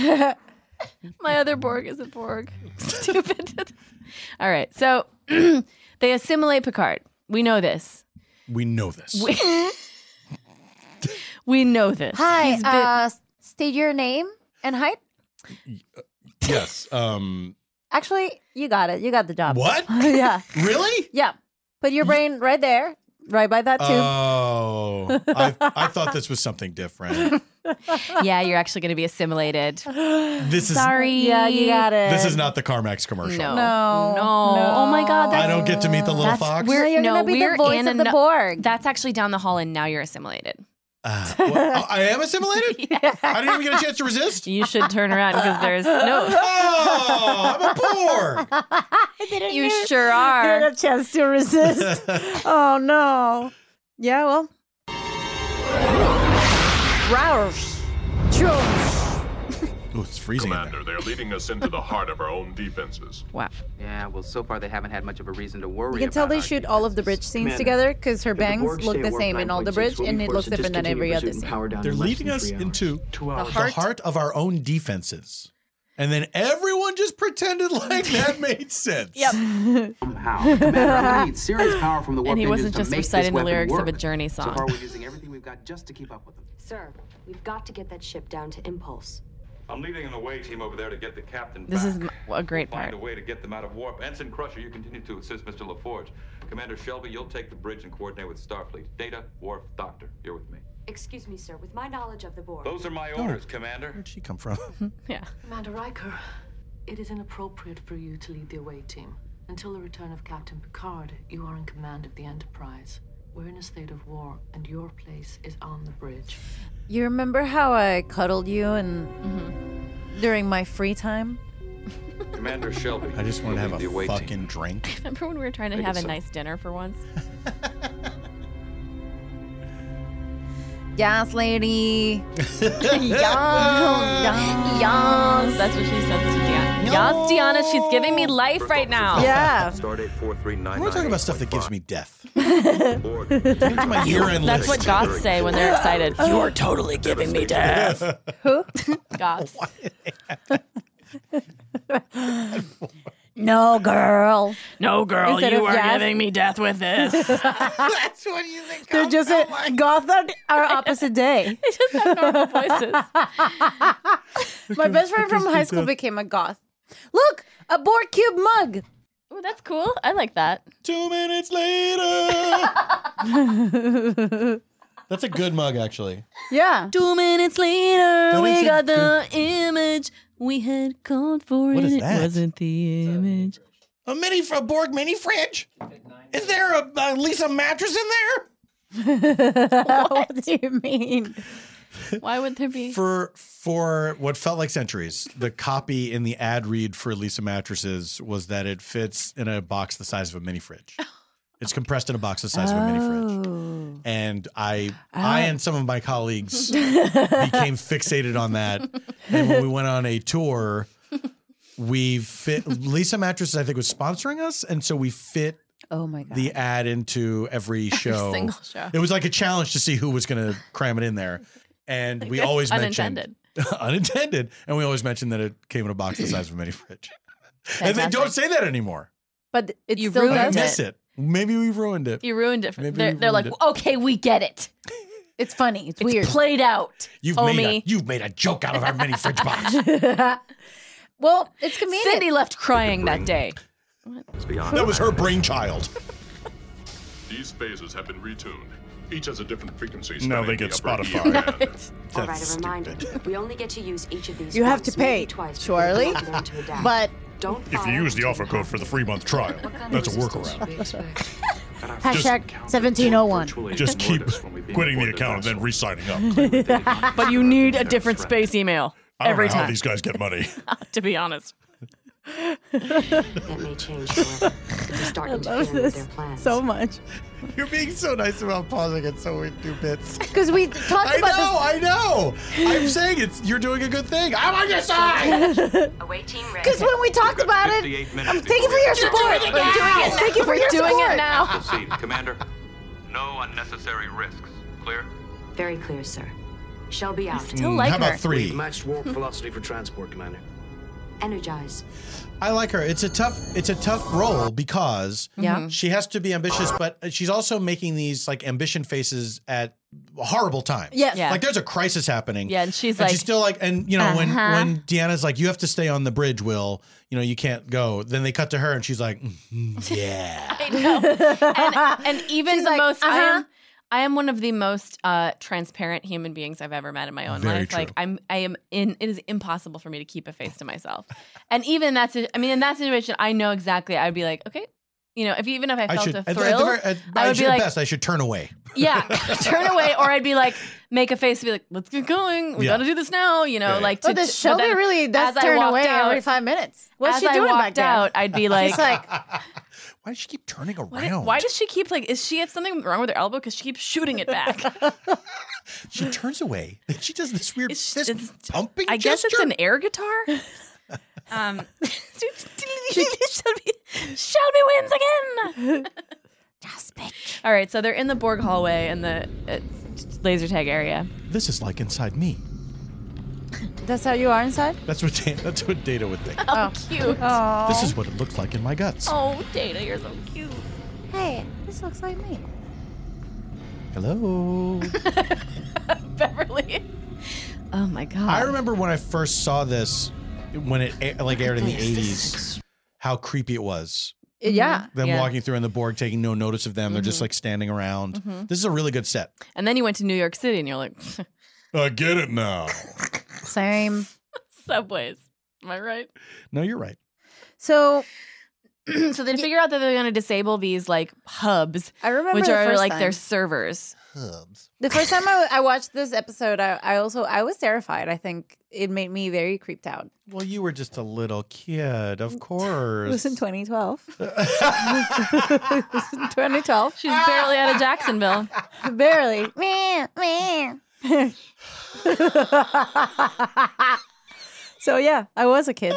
[SPEAKER 1] my other Borg is a Borg. Stupid. All right. So they assimilate Picard. We know this.
[SPEAKER 3] We know this.
[SPEAKER 1] We, we know this.
[SPEAKER 4] Hi,
[SPEAKER 1] He's been-
[SPEAKER 4] uh, state your name and height.
[SPEAKER 3] yes. Um.
[SPEAKER 4] Actually, you got it. You got the job.
[SPEAKER 3] What?
[SPEAKER 4] yeah.
[SPEAKER 3] Really?
[SPEAKER 4] Yeah. Put your brain right there, right by that tube.
[SPEAKER 3] Oh, I, I thought this was something different.
[SPEAKER 1] yeah, you're actually going to be assimilated.
[SPEAKER 3] This is
[SPEAKER 1] Sorry.
[SPEAKER 4] Yeah, you got it.
[SPEAKER 3] This is not the CarMax commercial.
[SPEAKER 1] No.
[SPEAKER 4] No.
[SPEAKER 1] No. Oh my God. That's,
[SPEAKER 3] I don't get to meet the little
[SPEAKER 1] that's-
[SPEAKER 3] fox.
[SPEAKER 1] We're,
[SPEAKER 4] No, you're
[SPEAKER 1] no,
[SPEAKER 4] gonna be the
[SPEAKER 1] we're
[SPEAKER 4] voice
[SPEAKER 1] in
[SPEAKER 4] of the
[SPEAKER 1] ano-
[SPEAKER 4] Borg.
[SPEAKER 1] That's actually down the hall, and now you're assimilated.
[SPEAKER 3] Ah, well, I am assimilated. I didn't even get a chance to resist.
[SPEAKER 1] You should turn around because there's no.
[SPEAKER 3] Oh, I'm a Borg.
[SPEAKER 1] You sure are.
[SPEAKER 4] Get a chance to resist. oh no. Yeah. Well. Rouse.
[SPEAKER 3] Ooh, it's freezing.
[SPEAKER 10] Commander, they're leading us into the heart of our own defenses.
[SPEAKER 1] Wow.
[SPEAKER 17] Yeah, well, so far they haven't had much of a reason to worry
[SPEAKER 4] You can tell
[SPEAKER 17] about
[SPEAKER 4] they
[SPEAKER 17] our
[SPEAKER 4] shoot all of the bridge scenes together because her bangs look the same in all the bridge, and it looks different than every other scene.
[SPEAKER 3] They're leading us into
[SPEAKER 4] hours.
[SPEAKER 3] the
[SPEAKER 4] heart-
[SPEAKER 3] heart of our own defenses. And then everyone just pretended like that made sense.
[SPEAKER 1] Yep.
[SPEAKER 17] Somehow. Commander, I'm gonna need serious power from the warp
[SPEAKER 1] And he
[SPEAKER 17] engines
[SPEAKER 1] wasn't
[SPEAKER 17] to
[SPEAKER 1] just
[SPEAKER 17] make this
[SPEAKER 1] reciting the
[SPEAKER 17] weapon
[SPEAKER 1] lyrics of
[SPEAKER 17] work.
[SPEAKER 1] a Journey song.
[SPEAKER 17] So far, we're using everything we've got just to keep up with them.
[SPEAKER 13] Sir, we've got to get that ship down to impulse.
[SPEAKER 18] I'm leading an away team over there to get the captain
[SPEAKER 1] This
[SPEAKER 18] back.
[SPEAKER 1] is m- a great
[SPEAKER 18] Find
[SPEAKER 1] part.
[SPEAKER 18] a way to get them out of warp. Ensign Crusher, you continue to assist Mr. LaForge. Commander Shelby, you'll take the bridge and coordinate with Starfleet. Data, Worf, Doctor, you're with me.
[SPEAKER 13] Excuse me, sir, with my knowledge of the Borg.
[SPEAKER 18] Those are my
[SPEAKER 3] Oh.
[SPEAKER 18] orders, Commander.
[SPEAKER 3] Where'd she come from?
[SPEAKER 1] Yeah.
[SPEAKER 7] Commander Riker, it is inappropriate for you to lead the away team. Until the return of Captain Picard, you are in command of the Enterprise. We're in a state of war, and your place is on the bridge.
[SPEAKER 4] You remember how I cuddled you and during my free time?
[SPEAKER 18] Commander Shelby.
[SPEAKER 3] I just want to have
[SPEAKER 18] you'll lead the
[SPEAKER 3] a
[SPEAKER 18] away
[SPEAKER 3] fucking
[SPEAKER 18] team.
[SPEAKER 3] drink.
[SPEAKER 1] Remember when we were trying to
[SPEAKER 18] I
[SPEAKER 1] have
[SPEAKER 18] guess
[SPEAKER 1] a
[SPEAKER 18] so.
[SPEAKER 1] nice dinner for once?
[SPEAKER 4] Yes, lady.
[SPEAKER 1] Yas. Yas. That's what she says to Diana. Yas, Diana, she's giving me life right now.
[SPEAKER 4] Yeah.
[SPEAKER 18] Stardate
[SPEAKER 3] We're
[SPEAKER 18] 4399.
[SPEAKER 3] talking about stuff that gives me death.
[SPEAKER 18] my
[SPEAKER 3] urine
[SPEAKER 1] That's what
[SPEAKER 3] list.
[SPEAKER 1] goths say when they're excited. You're totally giving me death.
[SPEAKER 4] Who?
[SPEAKER 1] Goths.
[SPEAKER 4] No, girl.
[SPEAKER 5] No, girl,
[SPEAKER 4] Instead
[SPEAKER 5] you
[SPEAKER 4] of
[SPEAKER 5] are
[SPEAKER 4] yes.
[SPEAKER 5] giving me death with this.
[SPEAKER 3] That's what you think. Oh,
[SPEAKER 4] They're just a, goth on our opposite day.
[SPEAKER 1] They just have normal voices.
[SPEAKER 4] My best friend from high school became a goth. Look, a Borg cube mug.
[SPEAKER 1] Oh, that's cool. I like that.
[SPEAKER 3] Two minutes later. That's a good mug, actually.
[SPEAKER 4] Yeah.
[SPEAKER 6] Two minutes later,
[SPEAKER 3] That
[SPEAKER 6] we
[SPEAKER 3] makes
[SPEAKER 6] got
[SPEAKER 3] it
[SPEAKER 6] the image we had called for.
[SPEAKER 3] What
[SPEAKER 6] and
[SPEAKER 3] is
[SPEAKER 6] it
[SPEAKER 3] that?
[SPEAKER 6] wasn't the image.
[SPEAKER 3] A mini a Borg mini fridge. Is there a, at least a mattress in there?
[SPEAKER 4] what? do you mean?
[SPEAKER 1] Why would there be?
[SPEAKER 3] For for what felt like centuries, the copy in the ad read for Lisa mattresses was that it fits in a box the size of a mini fridge. It's compressed in a box the size of a mini fridge.
[SPEAKER 4] Oh.
[SPEAKER 3] And I
[SPEAKER 1] Uh,
[SPEAKER 3] I and some of my colleagues became fixated on that. And when we went on a tour, we fit Lisa mattresses I think was sponsoring us and so we fit
[SPEAKER 4] Oh my god.
[SPEAKER 3] the ad into every show.
[SPEAKER 1] single show.
[SPEAKER 3] It was like a challenge to see who was going to cram it in there. And we always
[SPEAKER 1] Unintended.
[SPEAKER 3] mentioned unintended, and we always mentioned that it came in a box the size of a mini fridge. and they don't say that anymore.
[SPEAKER 4] But it
[SPEAKER 1] You
[SPEAKER 4] still
[SPEAKER 1] ruined
[SPEAKER 3] I
[SPEAKER 4] does
[SPEAKER 1] it.
[SPEAKER 3] miss it. Maybe we ruined it.
[SPEAKER 1] You ruined it. For,
[SPEAKER 3] Maybe
[SPEAKER 1] they're
[SPEAKER 3] we
[SPEAKER 1] they're like, "Oh,
[SPEAKER 3] ruined
[SPEAKER 1] okay, we get it.
[SPEAKER 4] It's funny. It's,
[SPEAKER 1] weird. Played out.
[SPEAKER 3] You've
[SPEAKER 4] Oh,
[SPEAKER 1] Omi.
[SPEAKER 3] made a, you've made a joke out of our mini fridge box.
[SPEAKER 4] well, it's comedic.
[SPEAKER 1] Cindy left crying that day.
[SPEAKER 10] Let's be honest.
[SPEAKER 3] That was her brainchild.
[SPEAKER 10] These phases have been retuned. Each has a different frequency.
[SPEAKER 14] Now they
[SPEAKER 10] spanning
[SPEAKER 14] get
[SPEAKER 10] the upper E
[SPEAKER 14] Spotify.
[SPEAKER 10] band.
[SPEAKER 13] All right, a reminder. We only get to use each of these.
[SPEAKER 4] You have
[SPEAKER 13] once,
[SPEAKER 4] to pay,
[SPEAKER 13] maybe twice.
[SPEAKER 4] surely.
[SPEAKER 13] We've learned to adapt.
[SPEAKER 4] But
[SPEAKER 13] don't.
[SPEAKER 14] If you use the offer code for the free month trial, that's a workaround.
[SPEAKER 4] hashtag 1701.
[SPEAKER 14] Just keep quitting the account and then re-signing up.
[SPEAKER 1] but you need a different space email
[SPEAKER 14] I don't
[SPEAKER 1] every
[SPEAKER 14] know how
[SPEAKER 1] time.
[SPEAKER 14] these guys get money.
[SPEAKER 1] to be honest.
[SPEAKER 13] that may change. However, if you start
[SPEAKER 4] I love
[SPEAKER 13] interfering with
[SPEAKER 4] this
[SPEAKER 13] their plans.
[SPEAKER 4] So much.
[SPEAKER 3] You're being so nice about pausing at so many new bits.
[SPEAKER 4] Because we talked
[SPEAKER 3] I
[SPEAKER 4] about
[SPEAKER 3] know, I know. I'm saying it's you're doing a good thing. I'm on your side.
[SPEAKER 13] Away team ready.
[SPEAKER 4] Because when we talked about it, I'm thank you for your support.
[SPEAKER 13] doing it
[SPEAKER 4] I'm
[SPEAKER 13] now.
[SPEAKER 4] doing it. Thank you for
[SPEAKER 1] We're
[SPEAKER 4] your
[SPEAKER 1] doing
[SPEAKER 4] support.
[SPEAKER 1] it now.
[SPEAKER 18] Proceed, Commander. No unnecessary risks. Clear?
[SPEAKER 13] Very clear, sir. Shelby out.
[SPEAKER 1] still Mm, like how about her.
[SPEAKER 3] three?
[SPEAKER 22] We've matched warp velocity for transport, Commander.
[SPEAKER 13] Energize.
[SPEAKER 3] I like her. It's a tough it's a tough role because
[SPEAKER 13] Mm-hmm.
[SPEAKER 1] Yeah.
[SPEAKER 3] she has to be ambitious, but she's also making these like ambition faces at horrible times.
[SPEAKER 1] Yes. Yeah.
[SPEAKER 3] Like there's a crisis happening.
[SPEAKER 1] Yeah, and she's
[SPEAKER 3] and
[SPEAKER 1] like,
[SPEAKER 3] she's still like, and you know,
[SPEAKER 1] Uh-huh.
[SPEAKER 3] when when Deanna's like, you have to stay on the bridge, Will. You know, you can't go. Then they cut to her, and she's like, "Mhm, yeah.
[SPEAKER 1] I know. And, and even
[SPEAKER 4] She's
[SPEAKER 1] the
[SPEAKER 4] like,
[SPEAKER 1] most, I
[SPEAKER 4] uh-huh.
[SPEAKER 1] am, I am one of the most uh, transparent human beings I've ever met in my own
[SPEAKER 5] Very
[SPEAKER 1] life.
[SPEAKER 5] true.
[SPEAKER 1] Like I'm, I am in. It is impossible for me to keep a face to myself. and even in that, si- I mean, in that situation, I know exactly. I'd be like, okay, you know, if even if I
[SPEAKER 3] I
[SPEAKER 1] felt
[SPEAKER 3] should.
[SPEAKER 1] a
[SPEAKER 3] At the, at the
[SPEAKER 1] thrill,
[SPEAKER 3] very- at,
[SPEAKER 1] I
[SPEAKER 3] I
[SPEAKER 1] would
[SPEAKER 3] should,
[SPEAKER 1] be
[SPEAKER 3] at
[SPEAKER 1] like,
[SPEAKER 3] best, I should turn away.
[SPEAKER 1] yeah, turn away, or I'd be like, make a face, and be like, let's get going. We
[SPEAKER 3] Yeah.
[SPEAKER 1] got to do this now. You know,
[SPEAKER 3] Yeah.
[SPEAKER 1] like.
[SPEAKER 4] But
[SPEAKER 1] to,
[SPEAKER 4] the Shelby
[SPEAKER 1] then
[SPEAKER 4] really
[SPEAKER 1] as
[SPEAKER 4] does
[SPEAKER 1] I
[SPEAKER 4] turn
[SPEAKER 1] walked
[SPEAKER 4] away
[SPEAKER 1] out-
[SPEAKER 4] every five minutes. What's
[SPEAKER 1] as
[SPEAKER 4] she
[SPEAKER 1] I
[SPEAKER 4] doing back
[SPEAKER 1] walked
[SPEAKER 4] there?
[SPEAKER 1] out, I'd be like,
[SPEAKER 4] She's like,
[SPEAKER 3] Why does she keep turning
[SPEAKER 1] Why,
[SPEAKER 3] around?
[SPEAKER 1] did- why does she keep like? Is she have something wrong with her elbow? Because she keeps shooting it back.
[SPEAKER 3] she turns away. Then she does this weird fist pumping.
[SPEAKER 1] I guess it's
[SPEAKER 3] gesture.
[SPEAKER 1] an air guitar. um, Shelby, Shelby wins again. All right, so they're in the Borg hallway in the uh, laser tag area.
[SPEAKER 3] This is like inside me.
[SPEAKER 4] That's how you are inside?
[SPEAKER 3] That's what Dan, that's what Data would think.
[SPEAKER 4] Oh,
[SPEAKER 1] cute.
[SPEAKER 3] This is what it looked like in my guts.
[SPEAKER 1] Oh, Data, you're so cute.
[SPEAKER 4] Hey, this looks like me.
[SPEAKER 3] Hello.
[SPEAKER 1] Beverly. Oh my god.
[SPEAKER 3] I remember when I first saw this when it air- like aired in the 80s how creepy it was.
[SPEAKER 4] Mm-hmm. Yeah.
[SPEAKER 3] Them
[SPEAKER 1] Yeah. Mm-hmm.
[SPEAKER 3] walking through in the Borg taking no notice of them. They're just like standing around.
[SPEAKER 1] Mhm.
[SPEAKER 3] This is a really good set.
[SPEAKER 1] And then you went to New York City, and you're like,
[SPEAKER 3] I get it now.
[SPEAKER 4] Same.
[SPEAKER 1] subways. Am I right?
[SPEAKER 3] No, you're right.
[SPEAKER 4] So
[SPEAKER 1] so they figure out that they're going to disable these like hubs,
[SPEAKER 4] I remember
[SPEAKER 1] which
[SPEAKER 4] the
[SPEAKER 1] are
[SPEAKER 4] first
[SPEAKER 1] like their
[SPEAKER 4] time.
[SPEAKER 1] servers.
[SPEAKER 3] Hubs.
[SPEAKER 4] The first time I, I watched this episode, I, I also I was terrified. I think it made me very creeped out.
[SPEAKER 3] Well, you were just a little kid, of course.
[SPEAKER 4] It was in 2012. it was in 2012.
[SPEAKER 1] She's barely out of Jacksonville.
[SPEAKER 4] barely. Meh, meh. so yeah, I was a kid.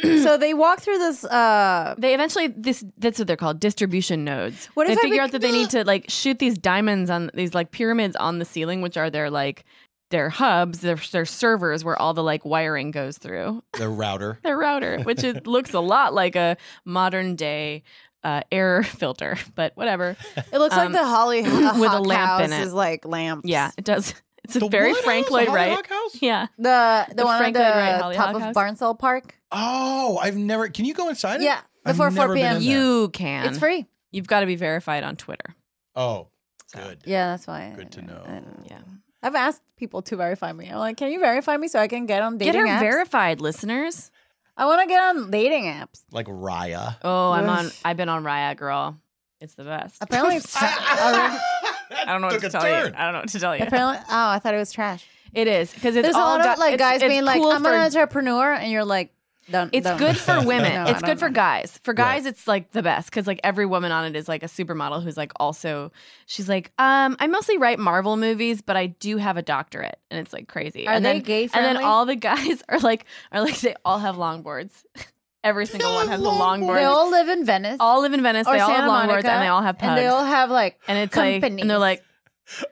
[SPEAKER 4] so they walk through this. Uh,
[SPEAKER 1] They eventually this that's what they're called distribution nodes.
[SPEAKER 4] What
[SPEAKER 1] they
[SPEAKER 4] if I
[SPEAKER 1] figure
[SPEAKER 4] bec-
[SPEAKER 1] out that they need to like shoot these diamonds on these like pyramids on the ceiling, which are their like their hubs, their their servers where all the like wiring goes through.
[SPEAKER 3] The router.
[SPEAKER 1] Their router, which it looks a lot like a modern day uh, air filter, but whatever.
[SPEAKER 4] it looks
[SPEAKER 1] Um,
[SPEAKER 4] like the Holly
[SPEAKER 1] with
[SPEAKER 4] with
[SPEAKER 1] a lamp in it.
[SPEAKER 4] is like lamps.
[SPEAKER 1] Yeah, it does. It's a very Frank Lloyd Wright. Yeah.
[SPEAKER 4] The the,
[SPEAKER 1] The
[SPEAKER 4] one on
[SPEAKER 1] Frank
[SPEAKER 4] the
[SPEAKER 1] Lloyd Wright Holly
[SPEAKER 4] top
[SPEAKER 1] Hawk House?
[SPEAKER 4] of Barnsell Park.
[SPEAKER 3] Oh, I've never. Can you go inside? it?
[SPEAKER 4] Yeah,
[SPEAKER 3] I've
[SPEAKER 4] before 4
[SPEAKER 3] never been
[SPEAKER 4] p.m.
[SPEAKER 3] in there.
[SPEAKER 1] You can.
[SPEAKER 4] It's free.
[SPEAKER 1] You've got to be verified on Twitter.
[SPEAKER 3] Oh, good.
[SPEAKER 4] Yeah, that's why.
[SPEAKER 3] Good to know.
[SPEAKER 1] Yeah.
[SPEAKER 4] I've asked people to verify me. I'm like, can you verify me so I can get on
[SPEAKER 1] Get her
[SPEAKER 4] dating apps?
[SPEAKER 1] verified, listeners.
[SPEAKER 4] I want to get on dating apps.
[SPEAKER 3] Like Raya.
[SPEAKER 1] Oh, I'm on.
[SPEAKER 4] Ugh.
[SPEAKER 1] I've been on Raya, girl. It's the best.
[SPEAKER 4] Apparently, it's tra-
[SPEAKER 1] I don't know what
[SPEAKER 3] took
[SPEAKER 1] to
[SPEAKER 3] a
[SPEAKER 1] tell
[SPEAKER 3] turn.
[SPEAKER 1] you. I don't know what to tell you.
[SPEAKER 4] apparently, oh, I thought it was trash.
[SPEAKER 1] it is because it's
[SPEAKER 4] There's
[SPEAKER 1] all
[SPEAKER 4] a lot of
[SPEAKER 1] do-
[SPEAKER 4] like
[SPEAKER 1] it's-
[SPEAKER 4] guys
[SPEAKER 1] it's
[SPEAKER 4] being like,
[SPEAKER 1] cool
[SPEAKER 4] I'm
[SPEAKER 1] for-
[SPEAKER 4] an entrepreneur, and you're like, don't.
[SPEAKER 1] It's
[SPEAKER 4] don't.
[SPEAKER 1] good for women.
[SPEAKER 4] No,
[SPEAKER 1] it's
[SPEAKER 4] I
[SPEAKER 1] good
[SPEAKER 4] don't
[SPEAKER 1] for
[SPEAKER 4] know.
[SPEAKER 1] guys. For guys, it's like the best because like every woman on it is like a supermodel who's like also she's like, um, I mostly write Marvel movies, but I do have a doctorate, and it's like crazy.
[SPEAKER 4] Are
[SPEAKER 1] and
[SPEAKER 4] they
[SPEAKER 1] then,
[SPEAKER 4] gay
[SPEAKER 1] And
[SPEAKER 4] friendly?
[SPEAKER 1] then all the guys are like are like they all have longboards. every single one has a longboard.
[SPEAKER 4] They all live in Venice.
[SPEAKER 1] all live in Venice.
[SPEAKER 4] or
[SPEAKER 1] they all
[SPEAKER 4] Santa
[SPEAKER 1] have longboards
[SPEAKER 4] Monica,
[SPEAKER 1] and they all have pubs.
[SPEAKER 4] And they all have like,
[SPEAKER 1] And it's like,
[SPEAKER 4] companies.
[SPEAKER 1] and they're like,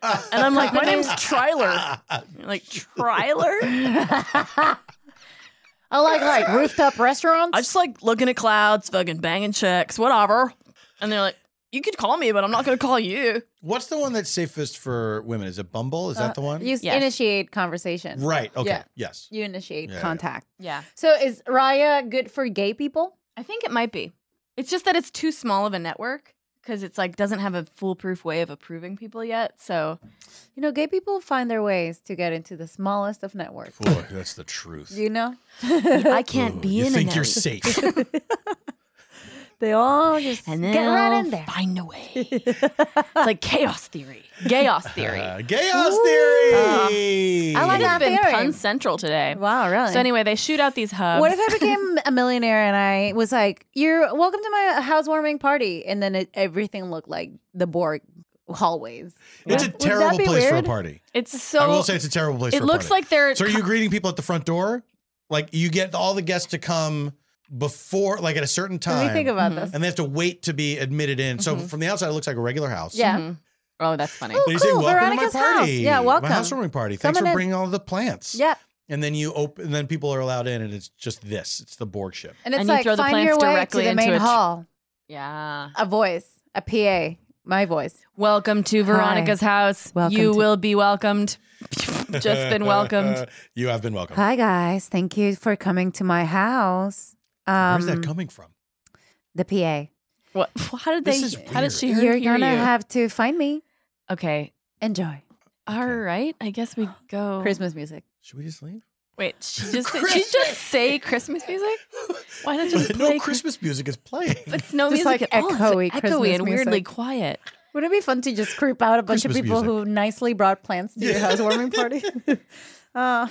[SPEAKER 1] and I'm like, my name's Tryler. You're like Tryler.
[SPEAKER 4] I like like rooftop restaurants.
[SPEAKER 1] I just like looking at clouds, fucking banging checks, whatever. And they're like, you could call me, but I'm not going to call you. Uh,
[SPEAKER 3] What's the one that's safest for women? Is it Bumble? Is that the one?
[SPEAKER 4] You s- initiate conversation.
[SPEAKER 3] Right. Okay.
[SPEAKER 4] Yeah.
[SPEAKER 3] Yes.
[SPEAKER 4] You initiate
[SPEAKER 3] Yeah, yeah.
[SPEAKER 4] contact.
[SPEAKER 1] Yeah.
[SPEAKER 4] So is Raya good for gay people?
[SPEAKER 1] I think it might be. It's just that it's too small of a network because it's like doesn't have a foolproof way of approving people yet. So
[SPEAKER 4] You know, gay people find their ways to get into the smallest of networks.
[SPEAKER 3] Boy, that's the truth.
[SPEAKER 4] You know?
[SPEAKER 1] I can't be
[SPEAKER 3] you
[SPEAKER 1] in. a
[SPEAKER 3] think you're
[SPEAKER 1] network.
[SPEAKER 3] safe.
[SPEAKER 4] They all just
[SPEAKER 1] and
[SPEAKER 4] get right
[SPEAKER 1] they'll
[SPEAKER 4] in there.
[SPEAKER 1] Find a way. it's like chaos theory. Chaos theory. Uh,
[SPEAKER 3] chaos
[SPEAKER 1] theory.
[SPEAKER 4] I
[SPEAKER 1] It has
[SPEAKER 4] like that
[SPEAKER 1] been
[SPEAKER 4] theory.
[SPEAKER 1] Pun Central today.
[SPEAKER 4] Wow, really?
[SPEAKER 1] So anyway, they shoot out these hubs.
[SPEAKER 4] What if I became a millionaire and I was like, "You're welcome to my housewarming party," and then it, everything looked like the Borg hallways?
[SPEAKER 3] It's a
[SPEAKER 4] Would- would that
[SPEAKER 3] terrible
[SPEAKER 4] be
[SPEAKER 3] place for a
[SPEAKER 4] weird?
[SPEAKER 3] party.
[SPEAKER 1] It's so.
[SPEAKER 3] I will say it's a terrible place.
[SPEAKER 1] It
[SPEAKER 3] for a
[SPEAKER 1] looks
[SPEAKER 3] party.
[SPEAKER 1] like they're.
[SPEAKER 3] So are you greeting people at the front door? Like you get all the guests to come before, like at a certain
[SPEAKER 4] Let me
[SPEAKER 3] time.
[SPEAKER 4] think
[SPEAKER 1] Mm-hmm.
[SPEAKER 4] about this.
[SPEAKER 3] And they have to wait to be admitted in. So
[SPEAKER 4] Mhm.
[SPEAKER 3] from the outside, it looks like a regular house.
[SPEAKER 4] Yeah.
[SPEAKER 1] Oh, that's funny.
[SPEAKER 3] They say,
[SPEAKER 4] cool,
[SPEAKER 3] "Welcome
[SPEAKER 4] Veronica's
[SPEAKER 3] to my party.
[SPEAKER 4] house." Yeah, welcome.
[SPEAKER 3] My housewarming party. Thanks
[SPEAKER 4] Someone
[SPEAKER 3] for
[SPEAKER 4] in-
[SPEAKER 3] bringing all the plants."
[SPEAKER 4] Yeah.
[SPEAKER 3] And then you open. And then people are allowed in, and it's just this. It's the Borg ship.
[SPEAKER 4] And it's
[SPEAKER 1] And you
[SPEAKER 4] like
[SPEAKER 1] throw the
[SPEAKER 4] find
[SPEAKER 1] plants
[SPEAKER 4] your way to
[SPEAKER 1] directly
[SPEAKER 4] the
[SPEAKER 1] into
[SPEAKER 4] main
[SPEAKER 1] a tr-
[SPEAKER 4] hall.
[SPEAKER 1] yeah.
[SPEAKER 4] A voice, a PA, my voice.
[SPEAKER 1] Welcome to Veronica's house.
[SPEAKER 4] Welcome
[SPEAKER 1] you
[SPEAKER 4] to-
[SPEAKER 1] will be welcomed. Just been welcomed.
[SPEAKER 3] you have been welcomed.
[SPEAKER 4] Hi guys, thank you for coming to my house.
[SPEAKER 3] Where's that
[SPEAKER 4] Um,
[SPEAKER 3] coming from?
[SPEAKER 4] The PA.
[SPEAKER 1] What? How did they?
[SPEAKER 3] This is
[SPEAKER 1] How did she?
[SPEAKER 4] You're
[SPEAKER 1] hear hear
[SPEAKER 4] gonna
[SPEAKER 1] you?
[SPEAKER 4] have to find me.
[SPEAKER 1] Okay.
[SPEAKER 4] Enjoy
[SPEAKER 1] All right. I guess we go.
[SPEAKER 4] Christmas music.
[SPEAKER 3] Should we just leave?
[SPEAKER 1] Wait. She just. did she just say Christmas music. Why not just
[SPEAKER 3] no
[SPEAKER 1] play?
[SPEAKER 3] Christmas music is playing.
[SPEAKER 1] It's no
[SPEAKER 4] Just,
[SPEAKER 1] music
[SPEAKER 4] like,
[SPEAKER 1] at all. It's, like,
[SPEAKER 4] echoey
[SPEAKER 1] echoey
[SPEAKER 4] Christmas
[SPEAKER 1] and weirdly
[SPEAKER 4] music.
[SPEAKER 1] quiet.
[SPEAKER 4] Wouldn't it be fun to just creep out a bunch
[SPEAKER 3] Christmas
[SPEAKER 4] of people
[SPEAKER 3] music.
[SPEAKER 4] who nicely brought plants to your
[SPEAKER 3] Yeah.
[SPEAKER 4] housewarming party? uh,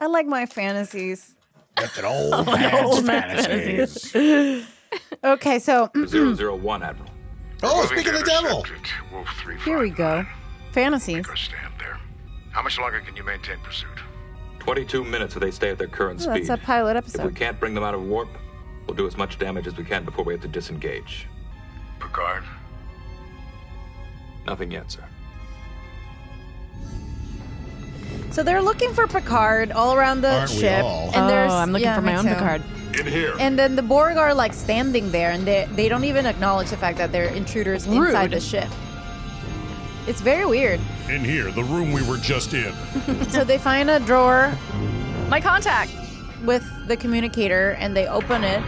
[SPEAKER 4] I like my fantasies.
[SPEAKER 14] That's an old
[SPEAKER 15] Oh,
[SPEAKER 4] Oh, old man's Okay, so mm,
[SPEAKER 18] Zero zero one, Admiral.
[SPEAKER 3] Oh, speaking of the devil.
[SPEAKER 8] Wolf 3
[SPEAKER 4] here we go. Fantasies.
[SPEAKER 8] How much longer can you maintain pursuit?
[SPEAKER 18] Twenty-two minutes if they stay at their current
[SPEAKER 4] Ooh,
[SPEAKER 18] speed.
[SPEAKER 4] that's a pilot
[SPEAKER 18] If we
[SPEAKER 4] episode.
[SPEAKER 18] can't bring them out of warp, we'll do as much damage as we can before we have to disengage.
[SPEAKER 8] Picard?
[SPEAKER 18] Nothing yet, sir.
[SPEAKER 4] So they're looking for Picard all around the
[SPEAKER 18] Aren't we
[SPEAKER 4] ship.
[SPEAKER 18] all?
[SPEAKER 4] And there's,
[SPEAKER 1] Oh, I'm looking
[SPEAKER 4] yeah,
[SPEAKER 1] for my
[SPEAKER 4] me
[SPEAKER 1] own
[SPEAKER 4] too.
[SPEAKER 1] Picard.
[SPEAKER 10] In here.
[SPEAKER 4] And then the Borg are like standing there, and they they don't even acknowledge the fact that they're intruders inside the ship. It's very weird.
[SPEAKER 14] In here, the room we were just in.
[SPEAKER 4] so they find a drawer
[SPEAKER 1] My contact.
[SPEAKER 4] with the communicator, and they open it.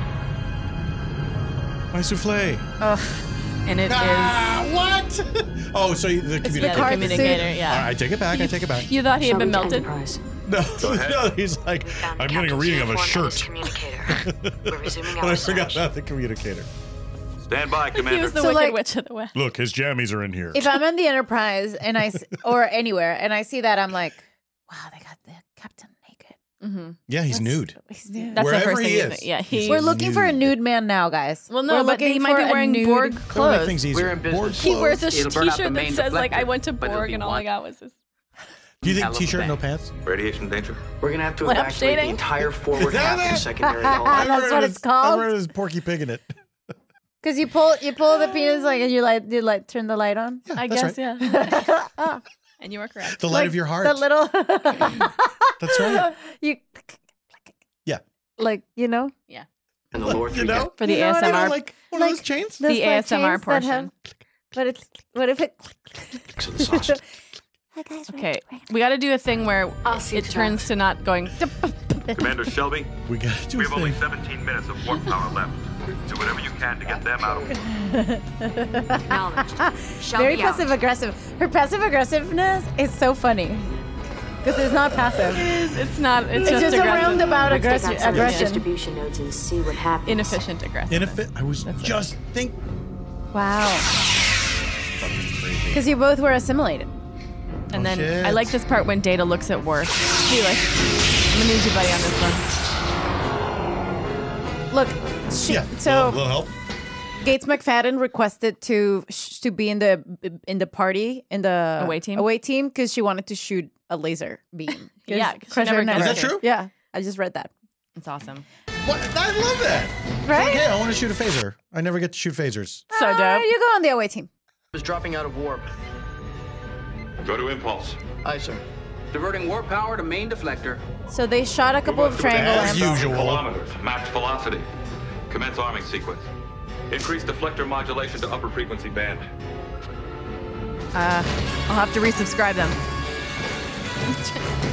[SPEAKER 3] My souffle.
[SPEAKER 4] Ugh.
[SPEAKER 1] And it is.
[SPEAKER 3] what? Oh, so you- the communicator.
[SPEAKER 1] card communicator, suit. yeah.
[SPEAKER 3] All right, I take it back. I take it back.
[SPEAKER 1] You thought he had been melted.
[SPEAKER 3] No, no, he's like, I'm getting a reading of a shirt. and I forgot about the communicator.
[SPEAKER 14] Stand by,
[SPEAKER 1] He was the
[SPEAKER 4] So,
[SPEAKER 1] Wicked
[SPEAKER 4] like-
[SPEAKER 1] Witch of the West.
[SPEAKER 14] Look, his jammies are in here.
[SPEAKER 4] If I'm in the Enterprise and I s- or anywhere and I see that, I'm like,
[SPEAKER 1] Mm-hmm.
[SPEAKER 3] Yeah, he's nude.
[SPEAKER 4] he's nude.
[SPEAKER 1] That's
[SPEAKER 3] Wherever
[SPEAKER 1] the first
[SPEAKER 3] he
[SPEAKER 1] thing. you
[SPEAKER 3] is,
[SPEAKER 1] think. Yeah,
[SPEAKER 3] he's
[SPEAKER 1] he.
[SPEAKER 4] we're looking for a
[SPEAKER 3] nude.
[SPEAKER 4] nude man now, guys.
[SPEAKER 1] Well, no,
[SPEAKER 4] we're
[SPEAKER 1] but
[SPEAKER 4] looking
[SPEAKER 1] he might
[SPEAKER 4] for
[SPEAKER 1] be
[SPEAKER 4] a
[SPEAKER 1] wearing
[SPEAKER 4] nude-
[SPEAKER 1] Borg clothes.
[SPEAKER 3] things easier.
[SPEAKER 1] We're in
[SPEAKER 3] Borg
[SPEAKER 1] business. He
[SPEAKER 3] clothes.
[SPEAKER 1] wears a
[SPEAKER 17] It'll burn out the
[SPEAKER 1] T-shirt that
[SPEAKER 17] main
[SPEAKER 1] says like
[SPEAKER 17] deflector,
[SPEAKER 1] "I went to
[SPEAKER 17] but it'll
[SPEAKER 1] Borg"
[SPEAKER 17] be
[SPEAKER 1] and all I
[SPEAKER 17] one
[SPEAKER 1] got was this.
[SPEAKER 3] Do you
[SPEAKER 17] Hell
[SPEAKER 3] think
[SPEAKER 17] of a
[SPEAKER 3] t-shirt, no
[SPEAKER 17] bang.
[SPEAKER 3] pants?
[SPEAKER 17] Radiation danger. We're gonna have to
[SPEAKER 1] What,
[SPEAKER 17] evacuate the
[SPEAKER 1] updating?
[SPEAKER 17] entire forward half
[SPEAKER 3] Yeah,
[SPEAKER 17] and secondary hull.
[SPEAKER 4] That's what it's called?
[SPEAKER 3] Where is Porky Pig in it?
[SPEAKER 4] Because you pull you pull the penis like and you like you like turn the light on.
[SPEAKER 1] I
[SPEAKER 3] that's
[SPEAKER 1] guess yeah. and you were correct.
[SPEAKER 3] The light
[SPEAKER 4] Like,
[SPEAKER 3] of your heart.
[SPEAKER 4] The little
[SPEAKER 3] That's right.
[SPEAKER 4] you
[SPEAKER 3] Yeah.
[SPEAKER 4] like you know
[SPEAKER 1] Yeah.
[SPEAKER 17] And the lore
[SPEAKER 3] You
[SPEAKER 17] three
[SPEAKER 3] know?
[SPEAKER 1] For the
[SPEAKER 3] You know what? I
[SPEAKER 1] ASMR.
[SPEAKER 3] Like one of those chains.
[SPEAKER 4] those,
[SPEAKER 1] The
[SPEAKER 4] like,
[SPEAKER 1] ASMR
[SPEAKER 4] chains that have-
[SPEAKER 1] portion.
[SPEAKER 4] but it's what if it
[SPEAKER 17] decks of the sausage.
[SPEAKER 1] Okay, we got to do a thing where it turns to not going.
[SPEAKER 18] Commander Shelby,
[SPEAKER 3] We gotta do
[SPEAKER 18] we
[SPEAKER 3] a
[SPEAKER 18] have only
[SPEAKER 3] thing.
[SPEAKER 18] 17 minutes of warp power left. Do whatever you can to get them out of warp.
[SPEAKER 4] very
[SPEAKER 13] be out.
[SPEAKER 4] passive aggressive. Her passive aggressiveness is so funny because it's not passive.
[SPEAKER 1] It's not. It's,
[SPEAKER 4] It's just a
[SPEAKER 1] aggressive.
[SPEAKER 4] roundabout
[SPEAKER 13] Let's take
[SPEAKER 4] aggression.
[SPEAKER 13] out some of those
[SPEAKER 4] aggression.
[SPEAKER 13] distribution nodes and see what happens.
[SPEAKER 1] Inefficient aggressive.
[SPEAKER 3] Ineffi- I was just thinking.
[SPEAKER 4] Wow. Because you both were assimilated.
[SPEAKER 1] And then
[SPEAKER 3] Oh, shit.
[SPEAKER 1] I like this part when Data looks at Worf. She like, I'm gonna need you, buddy, on this one.
[SPEAKER 4] Look, she,
[SPEAKER 3] Yeah.
[SPEAKER 4] so
[SPEAKER 3] little, little help.
[SPEAKER 4] Gates McFadden requested to sh- to be in the in the party in the
[SPEAKER 1] Away team?
[SPEAKER 4] away team because she wanted to shoot a laser beam.
[SPEAKER 1] Yeah, 'cause she
[SPEAKER 4] Crusher
[SPEAKER 1] never
[SPEAKER 3] Is
[SPEAKER 1] gets
[SPEAKER 3] that it. true?
[SPEAKER 4] Yeah, I just read that.
[SPEAKER 1] It's awesome.
[SPEAKER 3] What? I love that.
[SPEAKER 4] Right?
[SPEAKER 3] Yeah, I want to shoot a phaser. I never get to shoot phasers.
[SPEAKER 1] So
[SPEAKER 4] Ah,
[SPEAKER 1] dope.
[SPEAKER 4] you go on the away team.
[SPEAKER 17] Is dropping out of warp.
[SPEAKER 18] Go to impulse.
[SPEAKER 17] Aye, sir. Diverting warp power to main deflector.
[SPEAKER 4] So they shot a couple of triangle
[SPEAKER 3] As
[SPEAKER 4] lamps.
[SPEAKER 3] usual.
[SPEAKER 18] Kilometers. Max velocity. Commence arming sequence. Increase deflector modulation to upper frequency band.
[SPEAKER 1] Uh, I'll have to resubscribe them.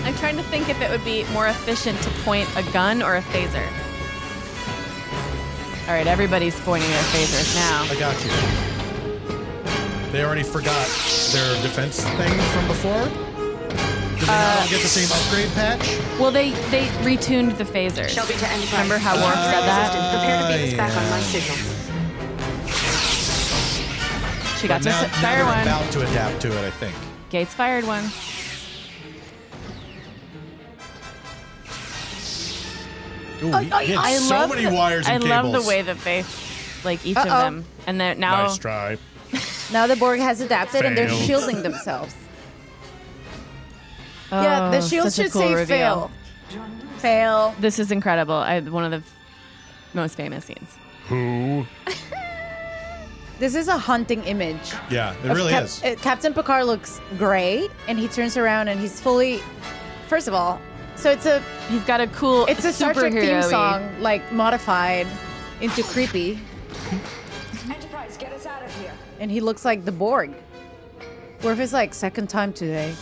[SPEAKER 1] I'm trying to think if it would be more efficient to point a gun or a phaser. All right, everybody's pointing their phasers now.
[SPEAKER 3] I got you. They already forgot their defense thing from before. Did they not
[SPEAKER 1] Uh,
[SPEAKER 3] all get the same upgrade patch?
[SPEAKER 1] Well, they they retuned the phasers.
[SPEAKER 13] Shelby to Enterprise.
[SPEAKER 1] Remember how Worf said that?
[SPEAKER 13] Prepare to beam us back on my
[SPEAKER 3] yeah.
[SPEAKER 13] signal.
[SPEAKER 1] She got
[SPEAKER 3] But
[SPEAKER 1] to
[SPEAKER 3] now,
[SPEAKER 1] s-
[SPEAKER 3] now
[SPEAKER 1] fire
[SPEAKER 3] they're
[SPEAKER 1] one.
[SPEAKER 3] about to adapt to it, I think.
[SPEAKER 1] Gates fired one.
[SPEAKER 3] Ooh,
[SPEAKER 1] Oh, I,
[SPEAKER 3] he hit so many wires and
[SPEAKER 1] love
[SPEAKER 3] cables.
[SPEAKER 1] the way that they, like each of
[SPEAKER 9] Uh-oh.
[SPEAKER 1] them, and they're now
[SPEAKER 3] Nice try.
[SPEAKER 9] Now the Borg has adapted and they're
[SPEAKER 3] Failed.
[SPEAKER 9] shielding themselves.
[SPEAKER 4] yeah,
[SPEAKER 1] Oh,
[SPEAKER 4] the shield
[SPEAKER 1] such a
[SPEAKER 4] should
[SPEAKER 1] cool
[SPEAKER 4] say
[SPEAKER 1] reveal.
[SPEAKER 4] fail. Fail.
[SPEAKER 1] This is incredible. I, one of the f- most famous scenes.
[SPEAKER 3] Who?
[SPEAKER 4] This is a haunting image.
[SPEAKER 3] Yeah, it
[SPEAKER 4] of
[SPEAKER 3] really
[SPEAKER 4] Cap-
[SPEAKER 3] is.
[SPEAKER 4] uh, Captain Picard looks gray, and he turns around and he's fully. First of all, so it's a.
[SPEAKER 1] He's got a cool.
[SPEAKER 4] It's a Star Trek theme
[SPEAKER 1] superhero-y.
[SPEAKER 4] song, like modified into creepy,
[SPEAKER 13] Enterprise, get us out of here.
[SPEAKER 4] and he looks like the Borg. Worf is like second time today.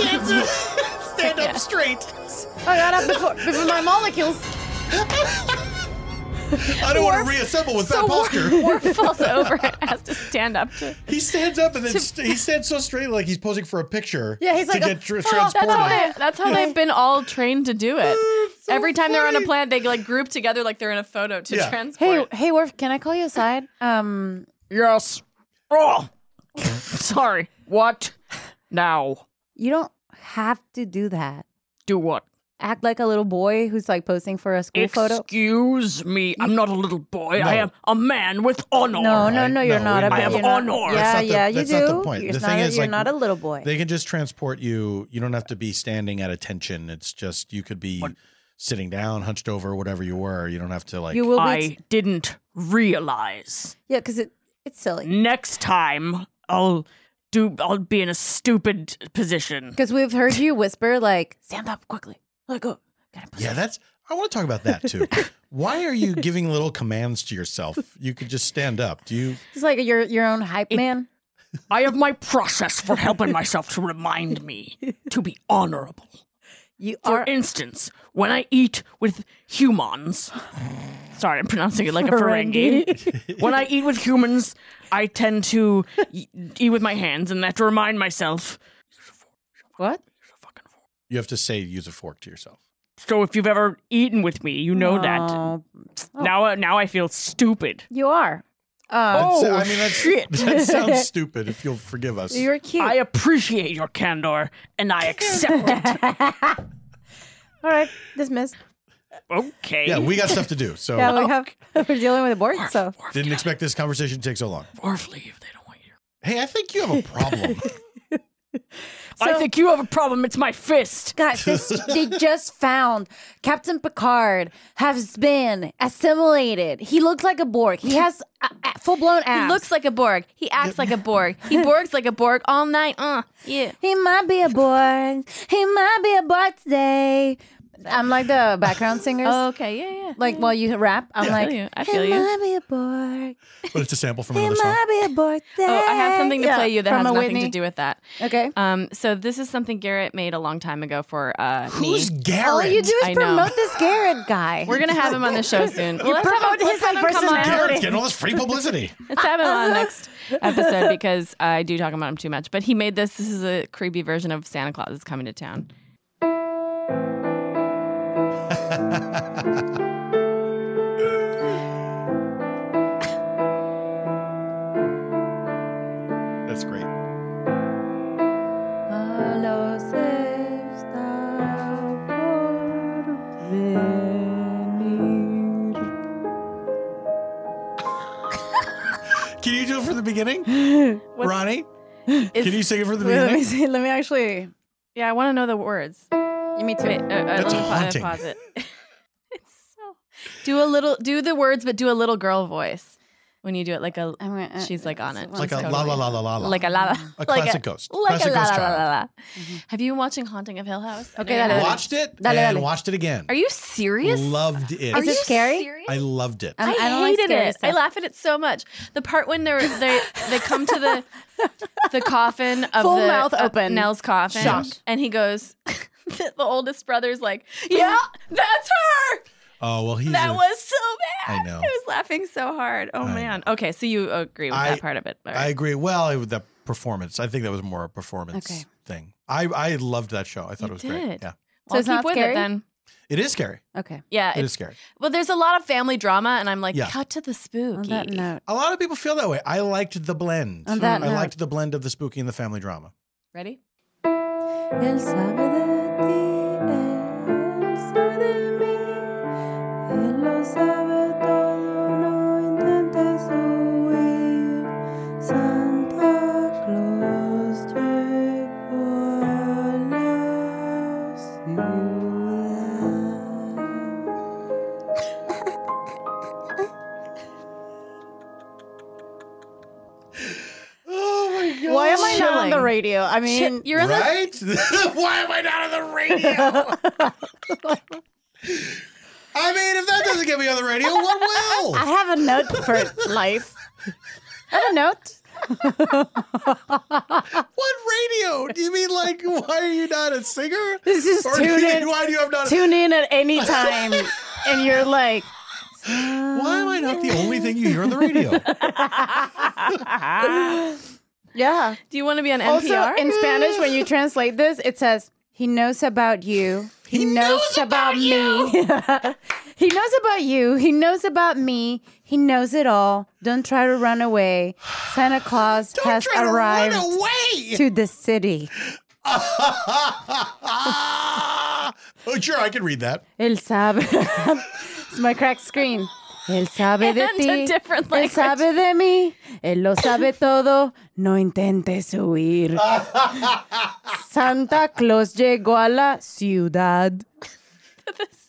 [SPEAKER 3] Stand
[SPEAKER 4] up
[SPEAKER 3] straight.
[SPEAKER 4] I got up before, before my molecules.
[SPEAKER 3] I don't want to reassemble with that posture.
[SPEAKER 1] Worf falls over and has to stand up to.
[SPEAKER 3] He stands up and then st- he stands so straight like he's posing for a picture.
[SPEAKER 1] Yeah, he's
[SPEAKER 3] to
[SPEAKER 1] like,
[SPEAKER 3] get tr-
[SPEAKER 1] "Oh, that's
[SPEAKER 3] transported. Oh,
[SPEAKER 1] how they, that's how they've been all trained to do it. Every time they're on a planet, they like group together like they're in a photo to
[SPEAKER 3] Yeah.
[SPEAKER 1] transport.
[SPEAKER 4] Hey, hey, Worf, can I call you aside? Um,
[SPEAKER 5] Yes. Oh. Sorry. What? Now.
[SPEAKER 4] you don't have to do that.
[SPEAKER 5] Do what?
[SPEAKER 4] Act like a little boy who's like posing for a school photo.
[SPEAKER 5] Excuse me. I'm not a little boy. I
[SPEAKER 4] No.
[SPEAKER 5] am a man with honor.
[SPEAKER 4] No, no, no, you're not. a
[SPEAKER 5] I
[SPEAKER 4] boy,
[SPEAKER 5] have
[SPEAKER 4] you're not-
[SPEAKER 5] honor.
[SPEAKER 4] Yeah,
[SPEAKER 3] That's not the-
[SPEAKER 4] yeah, you
[SPEAKER 3] that's
[SPEAKER 4] do.
[SPEAKER 3] not the point.
[SPEAKER 4] You're,
[SPEAKER 3] The
[SPEAKER 4] not,
[SPEAKER 3] thing
[SPEAKER 4] a,
[SPEAKER 3] is,
[SPEAKER 4] you're
[SPEAKER 3] like,
[SPEAKER 4] not a little boy.
[SPEAKER 3] They can just transport you. You don't have to be standing at attention. It's just you could be sitting down, hunched over, whatever you were. You don't have to like.
[SPEAKER 5] I didn't realize.
[SPEAKER 4] yeah, because it, it's silly.
[SPEAKER 5] Next time, I'll do. I'll be in a stupid position.
[SPEAKER 4] Because we've heard you whisper like, "Stand up quickly, let go."
[SPEAKER 3] Yeah, that's. I want to talk about that too. Why are you giving little commands to yourself? You could just stand up. Do you?
[SPEAKER 4] It's like your your own hype man.
[SPEAKER 5] I have my process for helping myself to remind me to be honorable.
[SPEAKER 4] You
[SPEAKER 5] for instance, when I eat with humans, sorry, I'm pronouncing it like a
[SPEAKER 4] Ferengi.
[SPEAKER 5] Ferengi. when I eat with humans, I tend to y- eat with my hands, and that to remind myself.
[SPEAKER 4] What?
[SPEAKER 3] You have to say use a fork to yourself.
[SPEAKER 5] So if you've ever eaten with me, you know
[SPEAKER 4] No.
[SPEAKER 5] that. Now, uh, now I feel stupid.
[SPEAKER 4] You are. Uh,
[SPEAKER 5] Oh,
[SPEAKER 3] That's- I mean, that's,
[SPEAKER 5] shit.
[SPEAKER 3] that sounds stupid. If you'll forgive us,
[SPEAKER 4] cute.
[SPEAKER 5] I appreciate your candor, and I accept it.
[SPEAKER 4] All right, dismissed.
[SPEAKER 5] Okay.
[SPEAKER 3] yeah, we got stuff to do. So
[SPEAKER 4] yeah, we have we're dealing with a board, so
[SPEAKER 3] didn't expect this conversation to take so long.
[SPEAKER 5] Worf leave.
[SPEAKER 3] Hey, I think you have a problem.
[SPEAKER 5] I think you have a problem. It's my fist.
[SPEAKER 4] Guys, this, they just found Captain Picard has been assimilated. He looks like a Borg. He has a, full blown abs.
[SPEAKER 1] He looks like a Borg. He acts like a Borg. He borgs like a Borg all night. Uh, yeah.
[SPEAKER 4] He might be a Borg. uh, He might be a Borg today. I'm like the background singers.
[SPEAKER 1] okay, yeah, yeah.
[SPEAKER 4] Like while you rap, I'm
[SPEAKER 3] Yeah. I
[SPEAKER 4] like,
[SPEAKER 3] feel you. I
[SPEAKER 4] he
[SPEAKER 3] feel you.
[SPEAKER 4] might be a Borg.
[SPEAKER 3] but it's a sample from
[SPEAKER 4] He
[SPEAKER 3] another song.
[SPEAKER 4] might be a Borg today.
[SPEAKER 1] Oh, I have something to
[SPEAKER 4] Yeah,
[SPEAKER 1] play you that
[SPEAKER 4] from
[SPEAKER 1] has
[SPEAKER 4] a
[SPEAKER 1] nothing to
[SPEAKER 4] Whitney.
[SPEAKER 1] do with that.
[SPEAKER 4] Okay.
[SPEAKER 1] Um. So this is something Garrett made a long time ago for uh.
[SPEAKER 3] Who's
[SPEAKER 1] me.
[SPEAKER 4] All you do
[SPEAKER 1] I
[SPEAKER 4] is
[SPEAKER 1] know.
[SPEAKER 4] promote this Garrett guy.
[SPEAKER 1] We're gonna have him on the show soon.
[SPEAKER 4] You
[SPEAKER 1] Well, let's have
[SPEAKER 4] promote
[SPEAKER 1] him-
[SPEAKER 4] his
[SPEAKER 1] let's have
[SPEAKER 4] like
[SPEAKER 1] him come on.
[SPEAKER 3] Garrett's getting all this free publicity.
[SPEAKER 1] Let's have him on next episode because I do talk about him too much. But he made this. This is a creepy version of Santa Claus is coming to town.
[SPEAKER 3] That's great. Can you do it from the beginning, Ronnie? Can you sing it from the
[SPEAKER 4] Wait, let me
[SPEAKER 3] beginning?
[SPEAKER 4] see. Let me actually.
[SPEAKER 1] Yeah, I want to know the words.
[SPEAKER 4] You me too.
[SPEAKER 1] Wait, uh, uh, let
[SPEAKER 3] That's
[SPEAKER 1] me pa-
[SPEAKER 3] haunting.
[SPEAKER 1] pause it. it's so. Do a little. Do the words, but do a little girl voice. When you do it like a,
[SPEAKER 4] uh,
[SPEAKER 1] she's like on it.
[SPEAKER 3] Like
[SPEAKER 1] She's
[SPEAKER 3] a la la la la la la.
[SPEAKER 1] Like a la la.
[SPEAKER 3] A
[SPEAKER 1] like
[SPEAKER 3] classic ghost.
[SPEAKER 1] Like
[SPEAKER 3] Classic
[SPEAKER 1] a la
[SPEAKER 3] ghost
[SPEAKER 1] la la
[SPEAKER 3] child.
[SPEAKER 1] la. la.
[SPEAKER 4] Mm-hmm.
[SPEAKER 1] Have you been watching Haunting of Hill House? I
[SPEAKER 3] Okay,
[SPEAKER 1] know you
[SPEAKER 3] dale,
[SPEAKER 1] have.
[SPEAKER 3] watched it
[SPEAKER 1] Dale,
[SPEAKER 3] and
[SPEAKER 1] dale.
[SPEAKER 3] watched it again.
[SPEAKER 1] Are you serious?
[SPEAKER 3] Loved it.
[SPEAKER 1] Are you
[SPEAKER 3] I loved it.
[SPEAKER 1] I, hated it. I laugh at it so much. The part when they're they they come to the the coffin of
[SPEAKER 4] Full
[SPEAKER 1] the,
[SPEAKER 4] mouth
[SPEAKER 1] of
[SPEAKER 4] open.
[SPEAKER 1] Nell's coffin,
[SPEAKER 4] Shocked.
[SPEAKER 1] and he goes. the oldest brother's like, yeah, that's her.
[SPEAKER 3] Oh well, he's
[SPEAKER 1] that
[SPEAKER 3] a-
[SPEAKER 1] was so bad.
[SPEAKER 3] I know.
[SPEAKER 1] I was laughing so hard. Oh
[SPEAKER 3] I
[SPEAKER 1] man. Okay, so you agree with that part of it? All
[SPEAKER 3] I
[SPEAKER 1] right.
[SPEAKER 3] agree. Well, I, the performance. I think that was more a performance
[SPEAKER 1] Okay.
[SPEAKER 3] thing. I I loved that show. I thought it was great.
[SPEAKER 1] did.
[SPEAKER 3] Yeah,
[SPEAKER 1] Well, keep with it then.
[SPEAKER 3] It is scary.
[SPEAKER 4] Okay.
[SPEAKER 1] Yeah,
[SPEAKER 3] it is scary.
[SPEAKER 1] Well, there's a lot of family drama, and I'm like,
[SPEAKER 3] Yeah.
[SPEAKER 1] cut to the spooky.
[SPEAKER 3] a lot of people feel that way. I liked the blend.
[SPEAKER 1] On that
[SPEAKER 3] I
[SPEAKER 1] note.
[SPEAKER 3] liked the blend of the spooky and the family drama.
[SPEAKER 1] Ready?
[SPEAKER 9] Él sabe de ti, él sabe de mí, él lo sabe todo, no intentes huir. Santa Claus llegó a la ciudad.
[SPEAKER 3] Oh my god.
[SPEAKER 4] Why am I not on the radio? I mean,
[SPEAKER 3] Shit, you're in the- Right? Why am I not on the radio? I mean, if that doesn't get me on the radio, what will?
[SPEAKER 4] I have a note for life. I have a note.
[SPEAKER 3] what radio? Do you mean like why are you not a singer?
[SPEAKER 4] This is
[SPEAKER 3] Or do
[SPEAKER 4] tune
[SPEAKER 3] you-
[SPEAKER 4] in.
[SPEAKER 3] Why do you have not
[SPEAKER 4] tune in at any time? and you're like,
[SPEAKER 3] Why am I not the only thing you hear on the radio?
[SPEAKER 4] yeah.
[SPEAKER 1] Ah. Do you want to be on NPR?
[SPEAKER 4] Also, in Spanish, when you translate this, it says, "He knows about you. He, knows, about, me. he knows about you. He knows about me. He knows it all. Don't try to run away. Santa Claus has
[SPEAKER 3] try to run
[SPEAKER 4] arrived
[SPEAKER 3] away!"
[SPEAKER 4] to the city."
[SPEAKER 3] oh, sure, I can read that.
[SPEAKER 4] El sabe. it's my crack screen. El sabe de
[SPEAKER 1] And
[SPEAKER 4] ti.
[SPEAKER 1] a different
[SPEAKER 4] Él sabe de mí. Él lo sabe todo. No intentes huir. Santa Claus llegó a la ciudad.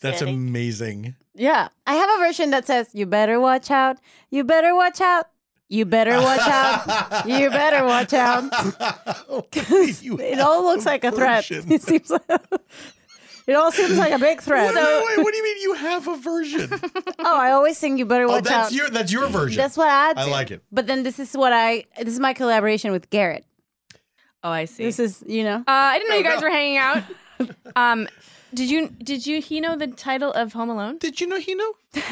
[SPEAKER 3] That's amazing.
[SPEAKER 4] Yeah. I have a version that says, you better watch out. You better watch out. You better watch out. You better watch out. it all looks like a threat. It seems like, it all seems like a big threat.
[SPEAKER 3] What, do you- wait, what do you mean you have a version?
[SPEAKER 4] oh, I always think you better
[SPEAKER 3] Oh,
[SPEAKER 4] watch
[SPEAKER 3] that's
[SPEAKER 4] out.
[SPEAKER 3] your- that's your version.
[SPEAKER 4] That's what I.
[SPEAKER 3] I
[SPEAKER 4] do.
[SPEAKER 3] like it.
[SPEAKER 4] But then this is what I. This is my collaboration with Garrett.
[SPEAKER 1] Oh, I see.
[SPEAKER 4] This is you know.
[SPEAKER 1] Uh, I didn't know you guys were hanging out. Um, did you did you he know the title of Home Alone?
[SPEAKER 3] Did you know he know?
[SPEAKER 4] did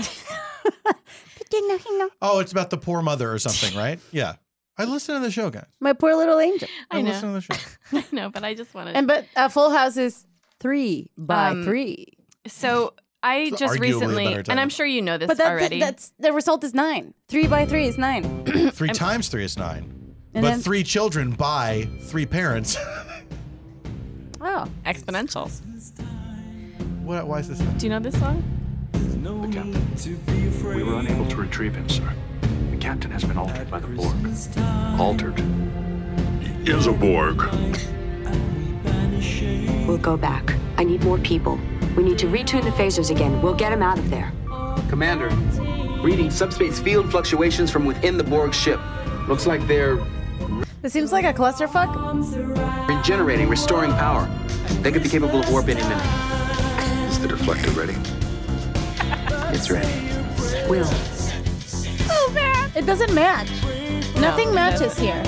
[SPEAKER 4] you know he know?
[SPEAKER 3] Oh, it's about the poor mother or something, right? Yeah. I listen to the show, guys.
[SPEAKER 4] My poor little angel.
[SPEAKER 1] I
[SPEAKER 3] I
[SPEAKER 1] know.
[SPEAKER 3] listen to the show.
[SPEAKER 1] I know, but I just wanted.
[SPEAKER 4] And but uh, Full House is three by
[SPEAKER 1] Um,
[SPEAKER 4] three.
[SPEAKER 1] so I
[SPEAKER 4] It's
[SPEAKER 1] just
[SPEAKER 4] arguably a
[SPEAKER 1] recently,
[SPEAKER 3] better
[SPEAKER 1] and
[SPEAKER 3] title.
[SPEAKER 1] I'm sure you know this
[SPEAKER 4] but that,
[SPEAKER 1] already.
[SPEAKER 4] that's the result is nine. Three by three is nine.
[SPEAKER 3] 3 times three is nine.
[SPEAKER 4] And
[SPEAKER 3] but
[SPEAKER 4] then-
[SPEAKER 3] three children by three parents.
[SPEAKER 4] Oh,
[SPEAKER 1] exponential.
[SPEAKER 3] what, why is this?
[SPEAKER 1] Do you know this song?
[SPEAKER 16] The captain. We were unable to retrieve him, sir. The captain has been altered by the Borg. Altered.
[SPEAKER 10] He is a Borg.
[SPEAKER 13] We'll go back. I need more people. We need to retune the phasers again. We'll get him out of there.
[SPEAKER 17] Commander, reading subspace field fluctuations from within the Borg ship. Looks like they're
[SPEAKER 4] This seems like a clusterfuck.
[SPEAKER 17] regenerating, restoring power. They could be capable of warp any minute.
[SPEAKER 8] Is the deflector ready?
[SPEAKER 17] It's ready.
[SPEAKER 13] Will.
[SPEAKER 4] Oh man, it doesn't match. Nothing
[SPEAKER 1] it
[SPEAKER 4] matches
[SPEAKER 1] doesn't.
[SPEAKER 4] here.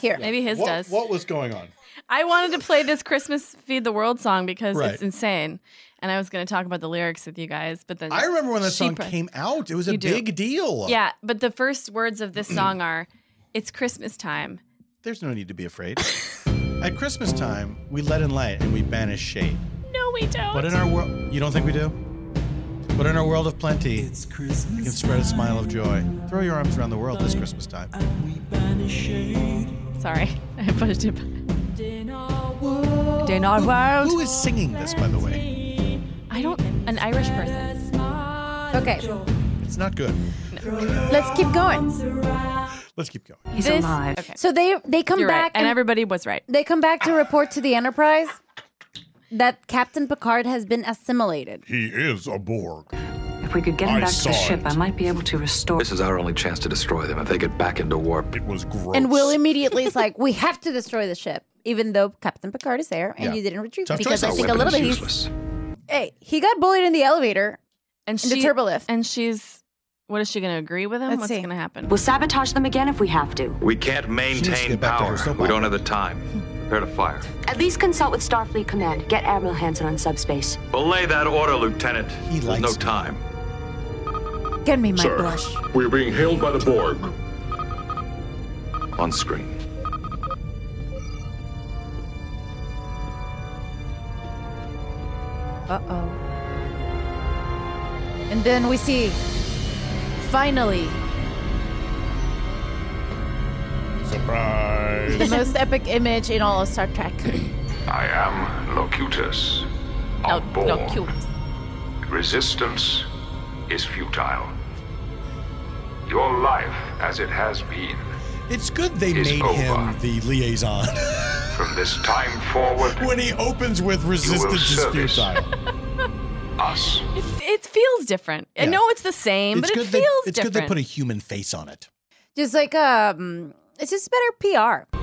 [SPEAKER 4] Here,
[SPEAKER 1] maybe his
[SPEAKER 3] what,
[SPEAKER 1] does.
[SPEAKER 3] What was going on?
[SPEAKER 1] I wanted to play this Christmas Feed the World song because
[SPEAKER 3] Right.
[SPEAKER 1] it's insane, and I was going to talk about the lyrics with you guys, but then
[SPEAKER 3] I remember when that
[SPEAKER 1] she
[SPEAKER 3] song
[SPEAKER 1] pre-
[SPEAKER 3] came out. It was a
[SPEAKER 1] You do.
[SPEAKER 3] big deal.
[SPEAKER 1] Yeah, but the first words of this song are, "It's Christmas time."
[SPEAKER 3] There's no need to be afraid. At Christmas time, we let in light and we banish shade.
[SPEAKER 1] No, we don't.
[SPEAKER 3] But in our world, you don't think we do? But in our world of plenty, it's Christmas we can spread a smile of joy. Throw your arms around the world this Christmas time.
[SPEAKER 1] Sorry, I pushed it.
[SPEAKER 3] Who- Who is singing this, by the way?
[SPEAKER 1] I don't. An Irish person.
[SPEAKER 4] Okay,
[SPEAKER 3] It's not good.
[SPEAKER 4] let's keep going.
[SPEAKER 3] Let's keep going.
[SPEAKER 4] He's This- alive. So they they come
[SPEAKER 1] You're right,
[SPEAKER 4] back
[SPEAKER 1] and everybody was right.
[SPEAKER 4] They come back to report to the Enterprise that Captain Picard has been assimilated.
[SPEAKER 14] He is a Borg.
[SPEAKER 13] If we could get him
[SPEAKER 26] I
[SPEAKER 13] back to
[SPEAKER 26] saw
[SPEAKER 13] the ship, I might be able to restore.
[SPEAKER 15] This is our only chance to destroy them if they get back into warp.
[SPEAKER 14] It was gross.
[SPEAKER 4] And Will immediately is like, "We have to destroy the ship, even though Captain Picard is there and
[SPEAKER 15] Yeah.
[SPEAKER 4] you didn't retrieve
[SPEAKER 15] Tough
[SPEAKER 4] it." Because
[SPEAKER 15] choice.
[SPEAKER 4] I
[SPEAKER 15] Our
[SPEAKER 4] think a
[SPEAKER 15] weapon
[SPEAKER 4] little
[SPEAKER 15] is
[SPEAKER 4] bit he's
[SPEAKER 15] useless.
[SPEAKER 4] hey, he got bullied in the elevator
[SPEAKER 1] and
[SPEAKER 4] in the
[SPEAKER 1] she-
[SPEAKER 4] turbo lift.
[SPEAKER 1] And she's what is she going to agree with him?
[SPEAKER 4] Let's
[SPEAKER 1] What's
[SPEAKER 4] see.
[SPEAKER 1] going to happen?
[SPEAKER 13] We'll sabotage them again if we have to.
[SPEAKER 15] We can't maintain power. We don't have the time.
[SPEAKER 18] Prepare to fire.
[SPEAKER 13] At least consult with Starfleet Command. Get Admiral Hanson on subspace.
[SPEAKER 10] Belay that order, Lieutenant. He There's no time.
[SPEAKER 4] Get me my
[SPEAKER 10] Sir,
[SPEAKER 4] blush.
[SPEAKER 10] we are being hailed by the Borg.
[SPEAKER 15] On screen.
[SPEAKER 4] Uh oh. And then we see, finally,
[SPEAKER 14] Surprise.
[SPEAKER 4] the most epic image in all of Star Trek.
[SPEAKER 2] I am Locutus of Borg. Resistance is futile. Your life, as it has been,
[SPEAKER 3] It's good they
[SPEAKER 2] It's
[SPEAKER 3] made him the liaison.
[SPEAKER 2] from this time forward,
[SPEAKER 3] when he opens with resistance is
[SPEAKER 2] service.
[SPEAKER 3] futile.
[SPEAKER 2] us.
[SPEAKER 1] It, it feels different. I know it's the same,
[SPEAKER 3] It's
[SPEAKER 1] but
[SPEAKER 3] good
[SPEAKER 1] it
[SPEAKER 3] they-
[SPEAKER 1] feels
[SPEAKER 3] It's
[SPEAKER 1] different.
[SPEAKER 3] good they put a human face on it.
[SPEAKER 4] Just like um, it's just better PR.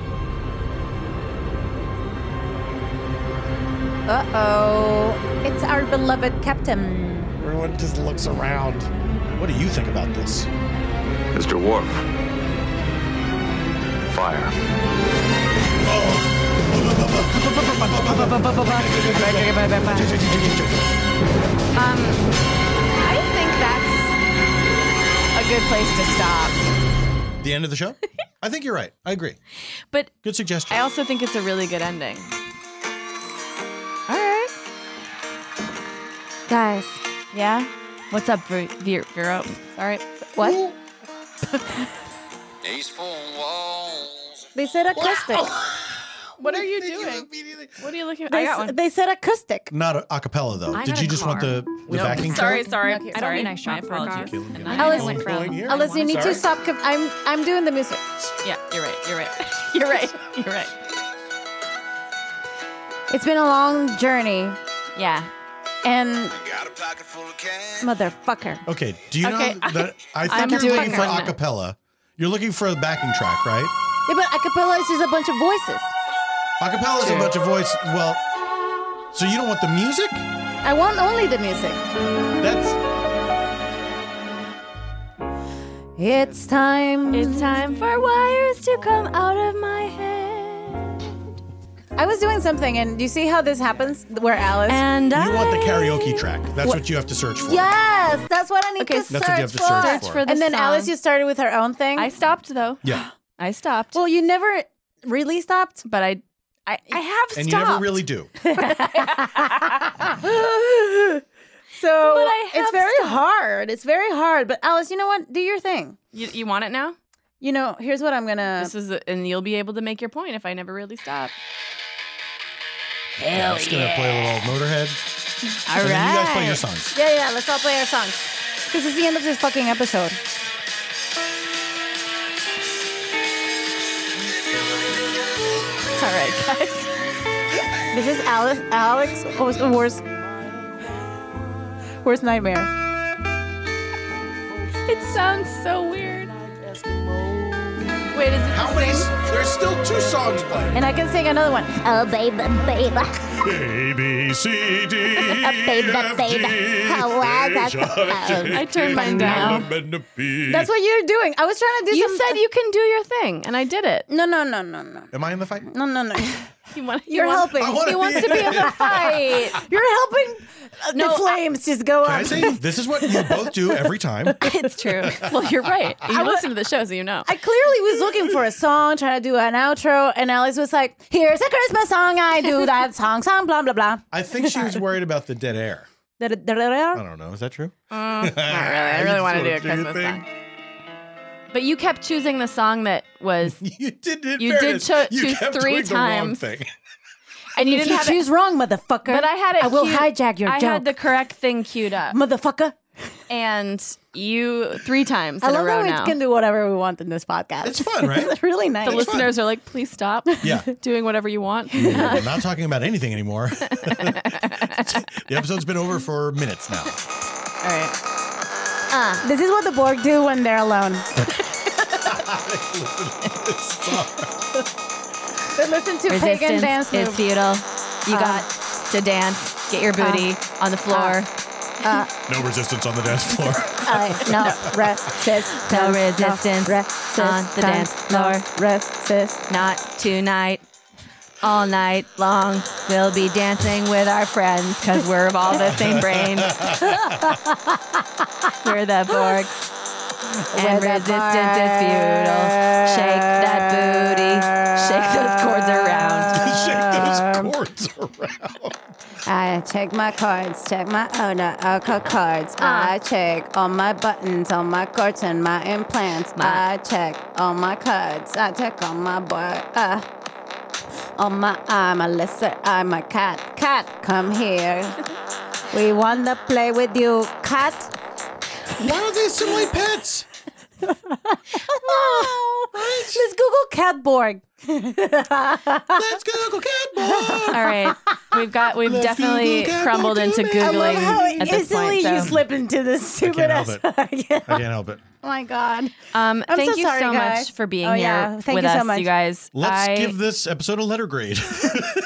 [SPEAKER 4] Uh oh, it's our beloved captain.
[SPEAKER 3] Everyone just looks around. What do you think about this?
[SPEAKER 15] Mr. Worf. Fire.
[SPEAKER 1] Um, I think that's a good place to stop.
[SPEAKER 3] The end of the show? I think you're right. I agree.
[SPEAKER 1] But
[SPEAKER 3] good suggestion.
[SPEAKER 1] I also think it's a really good ending. All right, guys. Yeah. What's up, Ver- Ver- Vero? Sorry.
[SPEAKER 4] What?
[SPEAKER 19] These four walls.
[SPEAKER 4] They said acoustic.
[SPEAKER 1] What are you doing? What are you looking?
[SPEAKER 4] They,
[SPEAKER 1] I got
[SPEAKER 4] s-
[SPEAKER 1] one.
[SPEAKER 4] they said acoustic.
[SPEAKER 3] Not a, a cappella, though.
[SPEAKER 4] I
[SPEAKER 3] Did
[SPEAKER 4] got
[SPEAKER 3] you
[SPEAKER 4] a
[SPEAKER 3] just want
[SPEAKER 4] car.
[SPEAKER 3] the, the backing
[SPEAKER 1] Sorry,
[SPEAKER 3] track?
[SPEAKER 1] sorry.
[SPEAKER 4] Not here.
[SPEAKER 1] I don't
[SPEAKER 4] Sorry.
[SPEAKER 1] mean I shot for apologies. And I
[SPEAKER 4] Alice,
[SPEAKER 1] went from-
[SPEAKER 4] Alice, you need to stop. Com- I'm I'm doing the music.
[SPEAKER 1] Yeah, you're right. You're right. You're right. You're right.
[SPEAKER 4] It's been a long journey,
[SPEAKER 1] Yeah.
[SPEAKER 4] and motherfucker.
[SPEAKER 3] Okay. Do you
[SPEAKER 4] Okay,
[SPEAKER 3] know that I,
[SPEAKER 4] I-
[SPEAKER 3] think
[SPEAKER 4] I'm
[SPEAKER 3] you're
[SPEAKER 4] doing
[SPEAKER 3] looking for
[SPEAKER 4] it.
[SPEAKER 3] a cappella. You're looking for a backing track, right?
[SPEAKER 4] Yeah, but acapella is just a bunch of voices.
[SPEAKER 3] A cappella is a bunch of voice. Well, so you don't want the music?
[SPEAKER 4] I want only the music.
[SPEAKER 3] That's
[SPEAKER 4] It's time.
[SPEAKER 1] It's time for wires to come out of my head.
[SPEAKER 4] I was doing something, and do you see how this happens? Where Alice and
[SPEAKER 3] you want the karaoke track. That's what, you have to search for.
[SPEAKER 4] Yes, that's what I need to
[SPEAKER 3] That's what
[SPEAKER 4] search
[SPEAKER 3] you have to search Search for. for the
[SPEAKER 4] and then
[SPEAKER 1] song.
[SPEAKER 4] Alice just started with her own thing. I
[SPEAKER 1] stopped though.
[SPEAKER 3] Yeah.
[SPEAKER 1] I stopped.
[SPEAKER 4] Well, you never really stopped,
[SPEAKER 1] but I, I, I have
[SPEAKER 3] And you
[SPEAKER 1] stopped.
[SPEAKER 3] never really do.
[SPEAKER 4] Ah. so
[SPEAKER 1] But I have
[SPEAKER 4] it's very
[SPEAKER 1] stopped.
[SPEAKER 4] hard. It's very hard. But Alice, you know what? Do your thing.
[SPEAKER 1] You, you want it now?
[SPEAKER 4] You know, here's what I'm gonna.
[SPEAKER 1] This is, a, and you'll be able to make your point if I never really stop.
[SPEAKER 3] Yeah, it's gonna play a little Motorhead.
[SPEAKER 1] All
[SPEAKER 3] and Then you guys play
[SPEAKER 1] right.
[SPEAKER 3] your songs.
[SPEAKER 4] Yeah, yeah. Let's all play our songs. This is the end of this fucking episode. All right, guys. This is Alice. Alex was the worst. Worst nightmare.
[SPEAKER 1] It sounds so weird. Wait, is it the
[SPEAKER 3] How many? There's still two songs playing.
[SPEAKER 4] And I can sing another one. Oh, baby, baby.
[SPEAKER 14] A, B, C, D,
[SPEAKER 4] Baby,
[SPEAKER 14] E, F,
[SPEAKER 4] baby.
[SPEAKER 14] G,
[SPEAKER 4] How was I
[SPEAKER 14] H, I,
[SPEAKER 4] supposed
[SPEAKER 14] J,
[SPEAKER 4] I turned mine
[SPEAKER 14] K,
[SPEAKER 4] down.
[SPEAKER 14] L, M, N, P.
[SPEAKER 4] That's what you're doing. I was trying to do
[SPEAKER 1] You
[SPEAKER 4] some-
[SPEAKER 1] said you can do your thing, and I did it.
[SPEAKER 4] No, no, no, no, no.
[SPEAKER 3] Am I in the fight?
[SPEAKER 4] No, no, no.
[SPEAKER 1] You want,
[SPEAKER 4] You're helping.
[SPEAKER 3] I wanna
[SPEAKER 4] He
[SPEAKER 3] be-
[SPEAKER 4] wants to be in the fight. You're helping uh,
[SPEAKER 1] No, I-
[SPEAKER 4] the flames just go
[SPEAKER 3] Can I
[SPEAKER 4] up.
[SPEAKER 3] say this is what you both do every time?
[SPEAKER 1] it's true. Well, you're right. You
[SPEAKER 4] I wa-
[SPEAKER 1] listen to the show, so you know.
[SPEAKER 4] I clearly was looking for a song, trying to do an outro, and Alice was like, "Here's a Christmas song. I do that song, song, blah blah blah."
[SPEAKER 3] I think she was worried about the dead air.
[SPEAKER 4] Da, da, da,
[SPEAKER 3] I
[SPEAKER 4] da, da.
[SPEAKER 3] don't know. Is that true?
[SPEAKER 1] Mm, not really. I really want to do a Christmas song. But you kept choosing the song that was.
[SPEAKER 3] you did.
[SPEAKER 1] You did cho- choose three times, and you
[SPEAKER 4] if
[SPEAKER 1] didn't
[SPEAKER 4] you
[SPEAKER 1] have
[SPEAKER 4] choose
[SPEAKER 1] it.
[SPEAKER 4] wrong, motherfucker.
[SPEAKER 1] But I had it.
[SPEAKER 4] I will
[SPEAKER 1] queued-
[SPEAKER 4] hijack your
[SPEAKER 1] I
[SPEAKER 4] joke,
[SPEAKER 1] had the correct thing queued up,
[SPEAKER 4] motherfucker.
[SPEAKER 1] and you three times.
[SPEAKER 4] I
[SPEAKER 1] in
[SPEAKER 4] love
[SPEAKER 1] a row
[SPEAKER 4] that we
[SPEAKER 1] now.
[SPEAKER 4] can do whatever we want in this podcast.
[SPEAKER 3] It's fun, right?
[SPEAKER 4] it's really nice.
[SPEAKER 1] The listeners are like, please stop
[SPEAKER 3] Yeah.
[SPEAKER 1] doing whatever you want.
[SPEAKER 3] I'm not talking about anything anymore. the episode's been over for minutes now.
[SPEAKER 1] All right.
[SPEAKER 6] uh.
[SPEAKER 4] This is what the Borg do when they're alone. they listen to pagan
[SPEAKER 1] Resistance
[SPEAKER 4] dance
[SPEAKER 1] is
[SPEAKER 4] moves.
[SPEAKER 1] futile. You
[SPEAKER 4] Uh.
[SPEAKER 1] got to dance. Get your booty on the floor.
[SPEAKER 4] Uh,
[SPEAKER 14] No resistance on the dance floor.
[SPEAKER 4] I, no, resist.
[SPEAKER 1] no resistance on the dance floor.
[SPEAKER 4] Resist.
[SPEAKER 1] Not tonight. All night long, we'll be dancing with our friends because we're of all the same brain. we're the Borg. And resistance is futile. Shake that booty. Shake those cords around.
[SPEAKER 14] Shake those cords around.
[SPEAKER 4] Um, I check my cards, check my owner, alcohol cards.
[SPEAKER 1] Ah.
[SPEAKER 4] I check all my buttons, all my cords, and my implants.
[SPEAKER 1] Ah.
[SPEAKER 4] I check all my cards. I check all my boy. Uh, on my eye, my lizard eye, my cat. Cat, come here. we want to play with you, cat.
[SPEAKER 3] Why are they so like pets?
[SPEAKER 4] Let's Google cat Borg.
[SPEAKER 3] Let's Google cat Borg.
[SPEAKER 1] All right, we've got we've
[SPEAKER 4] Let's
[SPEAKER 1] definitely
[SPEAKER 4] Google,
[SPEAKER 1] crumbled into googling at this
[SPEAKER 4] easily
[SPEAKER 1] point. so-
[SPEAKER 4] you slip into this stupid
[SPEAKER 3] help
[SPEAKER 4] ass.
[SPEAKER 3] it. I can't help it.
[SPEAKER 4] Oh my god.
[SPEAKER 1] Um,
[SPEAKER 4] I'm
[SPEAKER 1] thank
[SPEAKER 4] so
[SPEAKER 1] you
[SPEAKER 4] sorry,
[SPEAKER 1] so
[SPEAKER 4] guys.
[SPEAKER 1] much for being
[SPEAKER 4] Oh,
[SPEAKER 1] here
[SPEAKER 4] yeah. Thank
[SPEAKER 1] with
[SPEAKER 4] you so
[SPEAKER 1] us,
[SPEAKER 4] much.
[SPEAKER 1] you guys.
[SPEAKER 3] Let's
[SPEAKER 1] I-
[SPEAKER 3] give this episode a letter grade.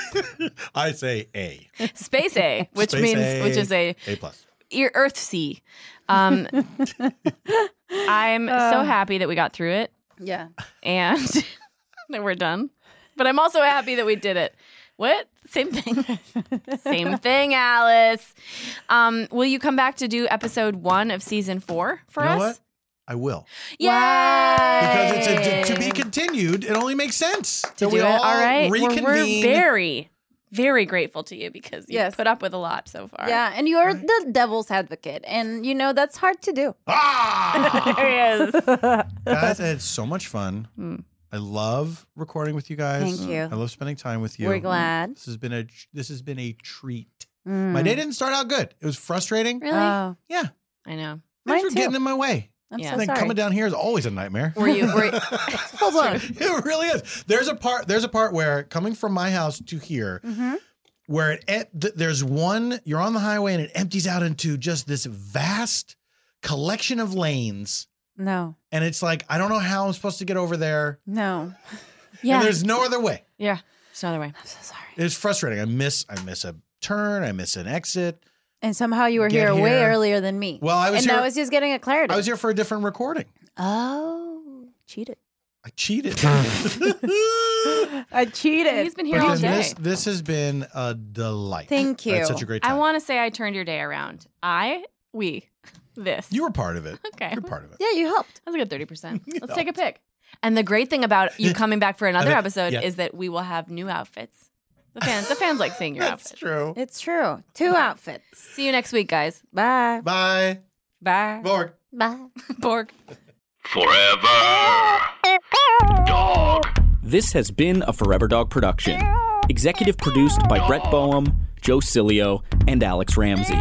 [SPEAKER 3] I say A.
[SPEAKER 1] Space A, which
[SPEAKER 3] Space
[SPEAKER 1] means
[SPEAKER 3] A,
[SPEAKER 1] which is a
[SPEAKER 3] A plus.
[SPEAKER 1] ear Earth C. Um, I'm so
[SPEAKER 4] Uh.
[SPEAKER 1] happy that we got through it
[SPEAKER 4] Yeah.
[SPEAKER 1] and that we're done. But I'm also happy that we did it. What? Same thing. Same thing, Alice. Um, will you come back to do episode one of season four for
[SPEAKER 3] you know
[SPEAKER 1] us?
[SPEAKER 3] what? I will.
[SPEAKER 1] Yay!
[SPEAKER 3] Because it's a, to be continued, it only makes sense
[SPEAKER 1] to
[SPEAKER 3] that
[SPEAKER 1] do
[SPEAKER 3] we
[SPEAKER 1] it.
[SPEAKER 3] all,
[SPEAKER 1] all right. We're-
[SPEAKER 3] reconvene.
[SPEAKER 1] We're very, very grateful to you because you have put up with a lot so far.
[SPEAKER 4] Yeah, and you're the devil's advocate, and you know that's hard to do.
[SPEAKER 3] Ah!
[SPEAKER 1] there he is.
[SPEAKER 3] guys, I had so much fun. I love recording with you guys.
[SPEAKER 4] Hmm. Thank you.
[SPEAKER 3] I love spending time with you.
[SPEAKER 4] We're glad.
[SPEAKER 3] This has been a this has been a treat.
[SPEAKER 4] Mm.
[SPEAKER 3] My day didn't start out good. It was frustrating.
[SPEAKER 1] Really?
[SPEAKER 4] Oh.
[SPEAKER 3] yeah.
[SPEAKER 1] I know.
[SPEAKER 3] Things
[SPEAKER 4] Mine
[SPEAKER 3] were
[SPEAKER 4] too.
[SPEAKER 3] getting in my way.
[SPEAKER 4] I'm
[SPEAKER 3] And
[SPEAKER 4] so
[SPEAKER 3] then
[SPEAKER 4] sorry.
[SPEAKER 3] coming down here is always a nightmare.
[SPEAKER 1] Were you? Were
[SPEAKER 4] Hold on.
[SPEAKER 3] it really is. There's a part. There's a part where coming from my house to here,
[SPEAKER 4] Mm-hmm.
[SPEAKER 3] where it em- th- there's one. You're on the highway and it empties out into just this vast collection of lanes,
[SPEAKER 4] No,
[SPEAKER 3] and it's like I don't know how I'm supposed to get over there.
[SPEAKER 4] no.
[SPEAKER 3] Yeah. And there's no other way.
[SPEAKER 1] Yeah. It's another way. I'm
[SPEAKER 4] so sorry.
[SPEAKER 3] It's frustrating. I miss. I miss a turn. I miss an exit.
[SPEAKER 4] And somehow you were
[SPEAKER 3] Get
[SPEAKER 4] here, way
[SPEAKER 3] here.
[SPEAKER 4] earlier than me.
[SPEAKER 3] Well, I was
[SPEAKER 4] and
[SPEAKER 3] here-
[SPEAKER 4] I was just getting a clarity.
[SPEAKER 3] I was here for a different recording.
[SPEAKER 4] Oh, cheated.
[SPEAKER 3] I cheated.
[SPEAKER 4] I cheated.
[SPEAKER 1] He's been here all
[SPEAKER 3] Because
[SPEAKER 1] day.
[SPEAKER 3] This, this has been a delight.
[SPEAKER 4] Thank
[SPEAKER 3] I had
[SPEAKER 4] you.
[SPEAKER 3] such a great
[SPEAKER 1] I
[SPEAKER 3] time.
[SPEAKER 1] want to say I turned your day around. I, we, this.
[SPEAKER 3] you were part of it.
[SPEAKER 1] Okay.
[SPEAKER 3] You're part of it.
[SPEAKER 4] Yeah, you helped.
[SPEAKER 1] That's a good 30%. Let's take a pic. And the great thing about you coming back for another
[SPEAKER 3] think-
[SPEAKER 1] episode
[SPEAKER 3] yeah.
[SPEAKER 1] is that we will have new outfits. The fans, the fans like seeing your outfits.
[SPEAKER 3] True.
[SPEAKER 4] It's true. Two outfits.
[SPEAKER 1] See you next week, guys.
[SPEAKER 4] Bye.
[SPEAKER 3] Bye.
[SPEAKER 1] Bye.
[SPEAKER 3] Borg.
[SPEAKER 4] Bye.
[SPEAKER 1] Borg.
[SPEAKER 12] Forever Dog. This has been a Forever Dog production. Executive produced by Brett Boehm, Joe Cilio, and Alex Ramsey.